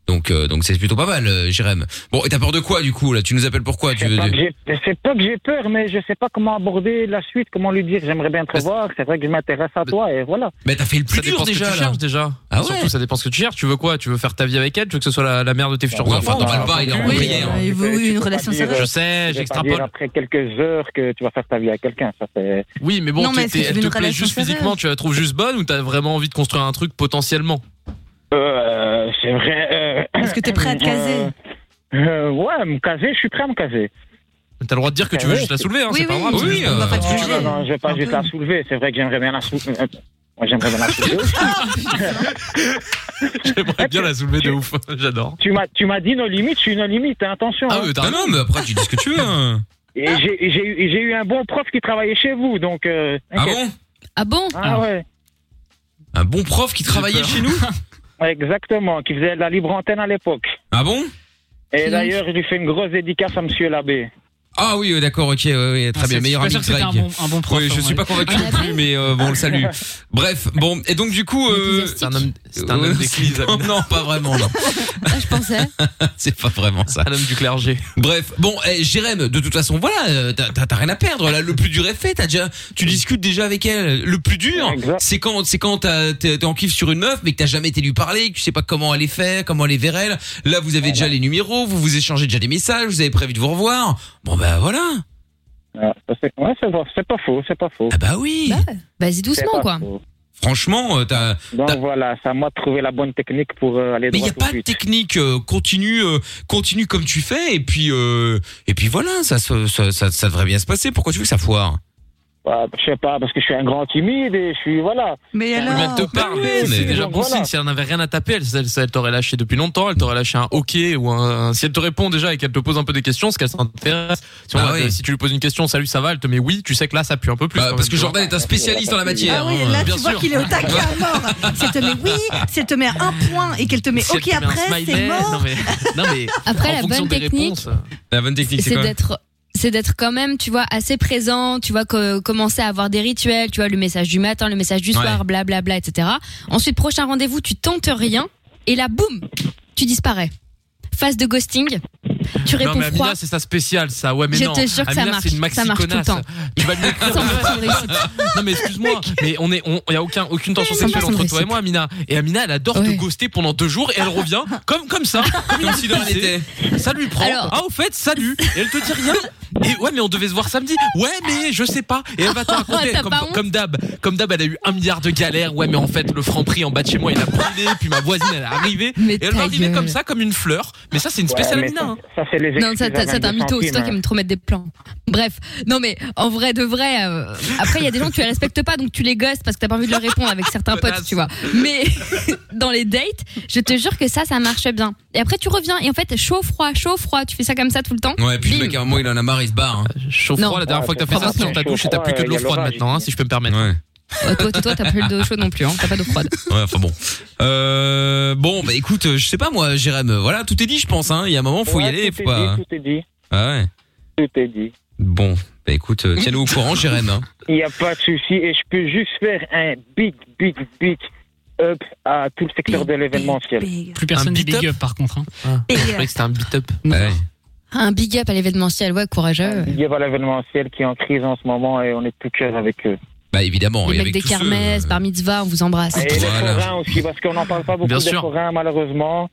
[SPEAKER 2] Donc, euh, donc c'est plutôt pas mal, euh, Jérém. Bon, et t'as peur de quoi, du coup, là? Tu nous appelles pourquoi? Tu
[SPEAKER 7] C'est
[SPEAKER 2] veux
[SPEAKER 7] pas,
[SPEAKER 2] de-
[SPEAKER 7] que j'ai- c'est pas que j'ai peur, mais je sais pas comment aborder la suite, comment lui dire j'aimerais bien te revoir, c'est vrai que je m'intéresse à toi, et voilà.
[SPEAKER 2] Mais t'as fait le plus
[SPEAKER 6] Ça dépend
[SPEAKER 2] dur,
[SPEAKER 6] ce que tu
[SPEAKER 2] déjà, là.
[SPEAKER 6] cherches déjà.
[SPEAKER 2] Ah ouais
[SPEAKER 6] Surtout, ça dépend ce que tu cherches. Tu veux quoi Tu veux faire ta vie avec elle Tu veux que ce soit la, la mère de tes futurs
[SPEAKER 2] Ouais,
[SPEAKER 6] enfants
[SPEAKER 2] enfin,
[SPEAKER 6] Tu
[SPEAKER 2] normal
[SPEAKER 6] vois,
[SPEAKER 2] pas,
[SPEAKER 6] enfin,
[SPEAKER 2] il est en
[SPEAKER 6] oui.
[SPEAKER 2] prière.
[SPEAKER 5] Ah,
[SPEAKER 2] hein.
[SPEAKER 5] il
[SPEAKER 7] Tu
[SPEAKER 5] vaut
[SPEAKER 7] peux- tu
[SPEAKER 5] une
[SPEAKER 7] peux pas
[SPEAKER 5] relation
[SPEAKER 7] dire,
[SPEAKER 5] sérieuse.
[SPEAKER 6] Je
[SPEAKER 7] euh, tu
[SPEAKER 6] sais,
[SPEAKER 7] peux pas dire
[SPEAKER 6] j'extrapole.
[SPEAKER 7] après quelques heures que tu vas faire ta vie à quelqu'un, ça fait.
[SPEAKER 6] Oui, mais bon,
[SPEAKER 5] Non,
[SPEAKER 6] tu-
[SPEAKER 5] mais est-ce que
[SPEAKER 6] t'es-
[SPEAKER 5] c'est
[SPEAKER 6] elle te
[SPEAKER 5] une
[SPEAKER 6] plaît
[SPEAKER 5] relation
[SPEAKER 6] juste
[SPEAKER 5] sérieuse
[SPEAKER 6] physiquement, tu la trouves juste bonne ou t'as vraiment envie de construire un truc potentiellement
[SPEAKER 7] Euh, c'est vrai. euh,
[SPEAKER 5] Est-ce que t'es prêt
[SPEAKER 7] [laughs]
[SPEAKER 5] à te caser
[SPEAKER 7] euh, euh, ouais, me caser, je suis prêt à me caser.
[SPEAKER 6] T'as le droit de dire que tu
[SPEAKER 7] Ah
[SPEAKER 6] veux
[SPEAKER 7] ouais.
[SPEAKER 6] juste la soulever, hein,
[SPEAKER 5] Oui,
[SPEAKER 6] c'est pas
[SPEAKER 5] oui,
[SPEAKER 6] grave.
[SPEAKER 2] oui,
[SPEAKER 6] c'est juste,
[SPEAKER 2] euh,
[SPEAKER 5] on va pas te
[SPEAKER 7] Non,
[SPEAKER 5] juger.
[SPEAKER 7] non, je vais pas
[SPEAKER 5] Un
[SPEAKER 7] juste
[SPEAKER 5] peu.
[SPEAKER 7] la soulever, c'est vrai que j'aimerais bien la soulever. Moi, j'aimerais bien la soulever
[SPEAKER 2] [laughs]
[SPEAKER 7] aussi.
[SPEAKER 6] J'aimerais bien la soulever de ouf. [laughs] J'adore.
[SPEAKER 7] tu m'as, tu m'as dit nos limites, je suis nos limites, hein, attention.
[SPEAKER 6] Ah
[SPEAKER 7] hein.
[SPEAKER 6] oui, t'as
[SPEAKER 2] Ah
[SPEAKER 6] raison.
[SPEAKER 2] non, mais après, tu dis ce que tu veux. hein.
[SPEAKER 7] Et j'ai, et j'ai eu- et j'ai eu un bon prof qui travaillait chez vous, donc. euh,
[SPEAKER 2] Ah
[SPEAKER 7] t'inquiète.
[SPEAKER 2] bon
[SPEAKER 4] Ah bon
[SPEAKER 7] Ah ouais,
[SPEAKER 2] Un bon prof qui travaillait
[SPEAKER 6] peur.
[SPEAKER 2] chez nous
[SPEAKER 7] Ouais, [laughs] exactement, qui faisait de la libre antenne à l'époque.
[SPEAKER 2] Ah bon
[SPEAKER 7] Et
[SPEAKER 4] Mmh.
[SPEAKER 7] d'ailleurs, je lui fais une grosse dédicace à Monsieur l'abbé.
[SPEAKER 2] Ah oui, euh, d'accord, ok, ouais, ouais, très
[SPEAKER 3] Ah,
[SPEAKER 2] bien.
[SPEAKER 3] c'est-
[SPEAKER 2] Meilleur
[SPEAKER 3] je
[SPEAKER 2] ami
[SPEAKER 3] suis
[SPEAKER 2] de
[SPEAKER 3] pas sûr que
[SPEAKER 2] Greg.
[SPEAKER 3] c'était un bon, un bon prof.
[SPEAKER 2] Oui, je
[SPEAKER 3] en
[SPEAKER 2] suis
[SPEAKER 3] vrai.
[SPEAKER 2] pas convaincu
[SPEAKER 4] Ah,
[SPEAKER 2] non plus, mais euh, bon, on le
[SPEAKER 4] [laughs]
[SPEAKER 2] salue. Bref, bon, et donc du coup, euh,
[SPEAKER 4] Ecclésiastique.
[SPEAKER 6] C'est un homme, c'est un
[SPEAKER 2] [laughs]
[SPEAKER 6] homme
[SPEAKER 2] euh,
[SPEAKER 6] d'église,
[SPEAKER 2] c'est-
[SPEAKER 6] un
[SPEAKER 2] Non, pas vraiment, non.
[SPEAKER 4] [laughs] Ah, Je pensais.
[SPEAKER 2] [laughs] C'est pas vraiment ça.
[SPEAKER 6] homme du clergé.
[SPEAKER 2] Bref, bon, eh, Jérém, de toute façon, voilà, euh, t'as- t'as t'as rien à perdre. Là, le plus dur est fait. T'as déjà, tu discutes déjà avec elle. Le plus dur,
[SPEAKER 7] Exact.
[SPEAKER 2] c'est quand, c'est quand t'as- t'es t'es en kiff sur une meuf, mais que t'as jamais été lui parler, que tu sais pas comment elle est faite, comment elle est vers elle. Là, vous avez déjà les numéros, vous vous échangez déjà des messages, vous avez prévu de vous revoir. Bon bah voilà.
[SPEAKER 7] Ouais, Ah, ça, c'est, ouais, c'est vrai, c'est pas faux, c'est pas faux.
[SPEAKER 2] Ah bah oui.
[SPEAKER 4] Bah, Vas-y
[SPEAKER 7] C'est
[SPEAKER 4] doucement
[SPEAKER 7] pas
[SPEAKER 4] quoi.
[SPEAKER 7] faux.
[SPEAKER 2] Franchement, euh, t'as.
[SPEAKER 7] Donc
[SPEAKER 2] T'as-
[SPEAKER 7] voilà, c'est à moi de trouver la bonne technique pour euh, aller
[SPEAKER 2] Mais il
[SPEAKER 7] droit
[SPEAKER 2] y a
[SPEAKER 7] au
[SPEAKER 2] pas de
[SPEAKER 7] but.
[SPEAKER 2] technique. euh, Continue, euh, continue comme tu fais, et puis euh, et puis voilà, ça, se- ça ça ça devrait bien se passer. Pourquoi tu veux que ça foire
[SPEAKER 7] Bah, je sais pas, parce que je suis un grand timide et je suis. Voilà.
[SPEAKER 6] Le
[SPEAKER 5] Mais
[SPEAKER 6] mec
[SPEAKER 5] alors
[SPEAKER 6] te parle.
[SPEAKER 2] oui,
[SPEAKER 6] bah c'est
[SPEAKER 2] mais-
[SPEAKER 6] déjà
[SPEAKER 7] donc
[SPEAKER 6] bon
[SPEAKER 7] voilà.
[SPEAKER 6] signe. Si elle n'avait rien à taper, elle, elle- elle t'aurait lâché depuis longtemps. Elle t'aurait lâché un OK ou un. Si elle te répond déjà et qu'elle te pose un peu des questions, c'est qu'elle s'intéresse. Si, on va-
[SPEAKER 2] Ah oui.
[SPEAKER 6] si tu lui poses une question, salut, ça va, elle te met oui, tu sais que là, ça pue un peu plus.
[SPEAKER 2] Bah,
[SPEAKER 6] quand même,
[SPEAKER 2] Parce que
[SPEAKER 6] tu vois.
[SPEAKER 2] Jordan est un spécialiste en la matière.
[SPEAKER 5] Ah oui,
[SPEAKER 2] hein,
[SPEAKER 5] là,
[SPEAKER 2] bien
[SPEAKER 5] tu vois
[SPEAKER 2] sûr.
[SPEAKER 5] qu'il [laughs] est
[SPEAKER 6] [laughs]
[SPEAKER 5] au taquet à mort. Si elle te met oui, si elle te met un point et qu'elle te met
[SPEAKER 6] Si elle
[SPEAKER 5] OK
[SPEAKER 6] te met un
[SPEAKER 5] après, c'est
[SPEAKER 6] smiley,
[SPEAKER 5] mort.
[SPEAKER 6] Non, mais. Non, mais
[SPEAKER 4] Après,
[SPEAKER 6] en
[SPEAKER 4] la
[SPEAKER 6] fonction
[SPEAKER 4] bonne
[SPEAKER 6] des
[SPEAKER 4] technique,
[SPEAKER 6] réponses, euh.
[SPEAKER 2] La bonne technique, c'est
[SPEAKER 4] c'est
[SPEAKER 2] quoi
[SPEAKER 4] d'être c'est d'être quand même tu vois assez présent tu vois que, commencer à avoir des rituels tu vois le message du matin le message du
[SPEAKER 2] Ouais.
[SPEAKER 4] soir blablabla etc ensuite prochain rendez-vous tu tentes rien et là boum tu disparais phase de ghosting tu
[SPEAKER 6] Non
[SPEAKER 4] réponds
[SPEAKER 6] mais
[SPEAKER 4] froid
[SPEAKER 6] Amina c'est sa spéciale ça ouais mais
[SPEAKER 4] Je
[SPEAKER 6] non.
[SPEAKER 4] te jure que ça
[SPEAKER 6] Amina,
[SPEAKER 4] marche.
[SPEAKER 6] c'est une maxi
[SPEAKER 4] Ça marche tout le
[SPEAKER 6] connasse.
[SPEAKER 4] temps.
[SPEAKER 6] Tu vas lui écrire.
[SPEAKER 4] 100% de réussite.
[SPEAKER 6] [laughs] non mais excuse-moi mais on est on y a aucun aucune tension sexuelle
[SPEAKER 4] 100% de
[SPEAKER 6] entre toi et
[SPEAKER 4] réussite.
[SPEAKER 6] moi Amina et Amina elle adore te
[SPEAKER 4] Ouais.
[SPEAKER 6] ghoster pendant deux jours et elle
[SPEAKER 4] [laughs]
[SPEAKER 6] revient comme comme ça
[SPEAKER 2] Comme si de rien n'était.
[SPEAKER 6] ça lui prend
[SPEAKER 4] Alors-
[SPEAKER 6] ah au fait salut et elle te dit rien et ouais mais on devait se voir samedi ouais mais je sais pas et elle va te
[SPEAKER 4] [laughs]
[SPEAKER 6] raconter
[SPEAKER 4] T'as
[SPEAKER 6] comme
[SPEAKER 4] pas honte
[SPEAKER 6] comme d'hab comme d'hab elle a eu un milliard de galères ouais mais en fait le franc prix en bas de chez moi il a brûlé puis ma voisine elle est arrivée
[SPEAKER 4] Mais
[SPEAKER 6] et elle
[SPEAKER 4] ta
[SPEAKER 6] va arriver
[SPEAKER 4] gueule.
[SPEAKER 6] comme ça comme une fleur mais ça c'est une
[SPEAKER 7] Ouais,
[SPEAKER 6] spéciale
[SPEAKER 7] mais
[SPEAKER 6] Amina hein.
[SPEAKER 7] ça, ça, c'est les
[SPEAKER 4] Non,
[SPEAKER 7] excuses
[SPEAKER 4] ça,
[SPEAKER 7] à
[SPEAKER 4] t'as- ça, t'as un
[SPEAKER 7] 22
[SPEAKER 4] mytho, c'est toi qui
[SPEAKER 6] euh.
[SPEAKER 7] centimes,
[SPEAKER 4] aimes trop mettre des plans. Bref, non mais en vrai de vrai, euh, après il y a des gens que tu les respectes pas, donc tu les ghostes parce que t'as pas envie de leur répondre avec certains potes,
[SPEAKER 6] Connasse.
[SPEAKER 4] tu vois. Mais [laughs] dans les dates, je te jure que ça, ça marche bien. Et après tu reviens et en fait chaud froid, chaud froid, tu fais ça comme ça tout le
[SPEAKER 2] [laughs]
[SPEAKER 4] temps.
[SPEAKER 2] Ouais, puis le
[SPEAKER 4] Bim.
[SPEAKER 2] mec, à un moment, il en a marre, il se barre. hein.
[SPEAKER 6] Chaud
[SPEAKER 4] Non.
[SPEAKER 6] froid, Euh, la dernière
[SPEAKER 7] Ouais,
[SPEAKER 6] fois que t'as fait ça, c'était dans ta
[SPEAKER 7] chaud
[SPEAKER 6] douche et t'as
[SPEAKER 7] froid,
[SPEAKER 6] plus que de l'eau
[SPEAKER 7] il y a
[SPEAKER 6] froide
[SPEAKER 7] l'orage
[SPEAKER 6] maintenant, hein, si je peux me permettre.
[SPEAKER 2] Ouais.
[SPEAKER 4] Euh, toi, toi, toi, t'as plus le dos chaud non plus, hein. t'as pas d'eau froide.
[SPEAKER 2] Ouais, enfin bon. Euh, bon, bah écoute, euh, je sais pas moi, Jérém, euh, voilà, tout est dit, je pense, hein. Il y a un moment, faut y
[SPEAKER 7] Ouais,
[SPEAKER 2] aller,
[SPEAKER 7] tout
[SPEAKER 2] faut
[SPEAKER 7] est
[SPEAKER 2] pas.
[SPEAKER 7] dit, Tout est dit.
[SPEAKER 2] Ah ouais.
[SPEAKER 7] Tout est dit.
[SPEAKER 2] Bon, bah écoute, euh, tiens-nous au courant, Jérém. Hein.
[SPEAKER 7] Il n'y a pas de souci et je peux juste faire un big, big, big up à tout le secteur de l'événementiel.
[SPEAKER 5] Big,
[SPEAKER 3] Plus personne dit
[SPEAKER 6] beat-up.
[SPEAKER 3] big up par contre. hein.
[SPEAKER 4] Ah.
[SPEAKER 6] Je croyais
[SPEAKER 5] big.
[SPEAKER 6] que c'était un beat-up.
[SPEAKER 3] Non.
[SPEAKER 2] Ouais.
[SPEAKER 4] Un big up à l'événementiel, ouais, courageux.
[SPEAKER 7] Il y a l'événementiel qui est en crise en ce moment et on est tout cœur avec eux.
[SPEAKER 2] Bah évidemment,
[SPEAKER 4] Les
[SPEAKER 2] et
[SPEAKER 4] mecs
[SPEAKER 2] avec
[SPEAKER 4] des
[SPEAKER 2] tous ceux,
[SPEAKER 4] kermesses,
[SPEAKER 2] euh,
[SPEAKER 4] par mitzvah, on vous
[SPEAKER 3] Ah,
[SPEAKER 4] embrasse.
[SPEAKER 7] Et les
[SPEAKER 2] Voilà.
[SPEAKER 7] forains aussi, parce qu'on n'en parle pas beaucoup
[SPEAKER 6] Bien
[SPEAKER 7] des
[SPEAKER 6] sûr.
[SPEAKER 7] forains malheureusement.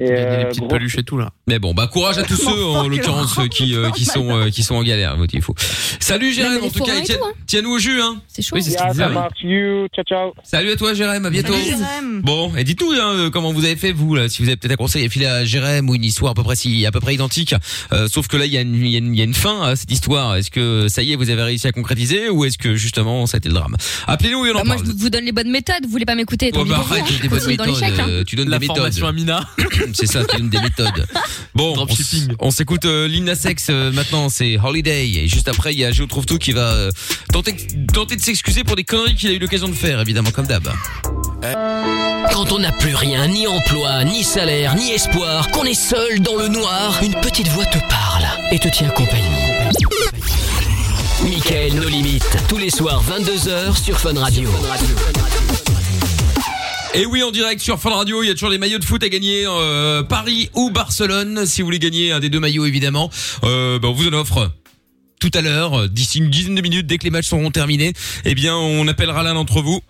[SPEAKER 7] Et,
[SPEAKER 6] Il y a
[SPEAKER 7] euh,
[SPEAKER 6] des petites
[SPEAKER 7] gros-
[SPEAKER 6] peluches et tout là.
[SPEAKER 2] Mais bon, bah courage à tous ceux, en l'occurrence, euh, qui, euh, qui, sont, euh, qui sont en galère, il faut. Salut
[SPEAKER 4] Non,
[SPEAKER 2] Jérém,
[SPEAKER 4] mais les
[SPEAKER 2] en tout cas,
[SPEAKER 4] forains
[SPEAKER 2] et
[SPEAKER 4] et
[SPEAKER 2] tiens-
[SPEAKER 4] tout, hein.
[SPEAKER 2] tiens-nous au jus, hein.
[SPEAKER 4] C'est chaud.
[SPEAKER 6] Oui, c'est ce qu'il
[SPEAKER 7] Yeah,
[SPEAKER 6] disait.
[SPEAKER 7] ça
[SPEAKER 6] oui.
[SPEAKER 7] marche, you. Ciao, ciao.
[SPEAKER 2] Salut à toi, Jérém, à bientôt.
[SPEAKER 5] Salut, Jérém.
[SPEAKER 2] Bon, et dites-nous hein, euh, comment vous avez fait vous là, si vous avez peut-être un conseil à filer à Jérém ou une histoire à peu près si à peu près identique, Euh, sauf que là il y, a une- il y a une- il y a une fin à cette histoire. Est-ce que ça y est vous avez réussi à concrétiser ou est-ce que justement ça a été le drame Appelez-nous et on
[SPEAKER 4] Bah,
[SPEAKER 2] en
[SPEAKER 4] moi,
[SPEAKER 2] parle.
[SPEAKER 4] je vous donne les bonnes méthodes. Vous voulez pas m'écouter tant
[SPEAKER 2] Ouais,
[SPEAKER 4] pis
[SPEAKER 2] bah,
[SPEAKER 4] pour vous,
[SPEAKER 2] arrête,
[SPEAKER 4] hein.
[SPEAKER 2] des bonnes
[SPEAKER 4] Continue dans
[SPEAKER 2] méthodes.
[SPEAKER 4] l'échec, hein.
[SPEAKER 2] euh, tu donnes
[SPEAKER 6] La
[SPEAKER 2] des méthodes.
[SPEAKER 6] formation Amina.
[SPEAKER 2] [coughs] C'est ça, tu donnes des méthodes. Bon, on s-
[SPEAKER 6] Dropshipping.
[SPEAKER 2] on s'écoute euh, Lina Sex euh, maintenant, c'est Holiday. Et juste après, il y a Géo Trouve Tout qui va euh, tenter, tenter de s'excuser pour des conneries qu'il a eu l'occasion de faire, évidemment, comme d'hab.
[SPEAKER 1] Quand on n'a plus rien, ni emploi, ni salaire, ni espoir, qu'on est seul dans le noir, une petite voix te parle et te tient compagnie. Michael, nos limites, tous les soirs 22h sur Fun Radio.
[SPEAKER 2] Et oui, en direct sur Fun Radio, il y a toujours des maillots de foot à gagner, euh, Paris ou Barcelone. Si vous voulez gagner un des deux maillots, évidemment, euh, bah, on vous en offre. Tout à l'heure, euh, d'ici une dizaine de minutes, dès que les matchs seront terminés, eh bien, on appellera l'un d'entre vous.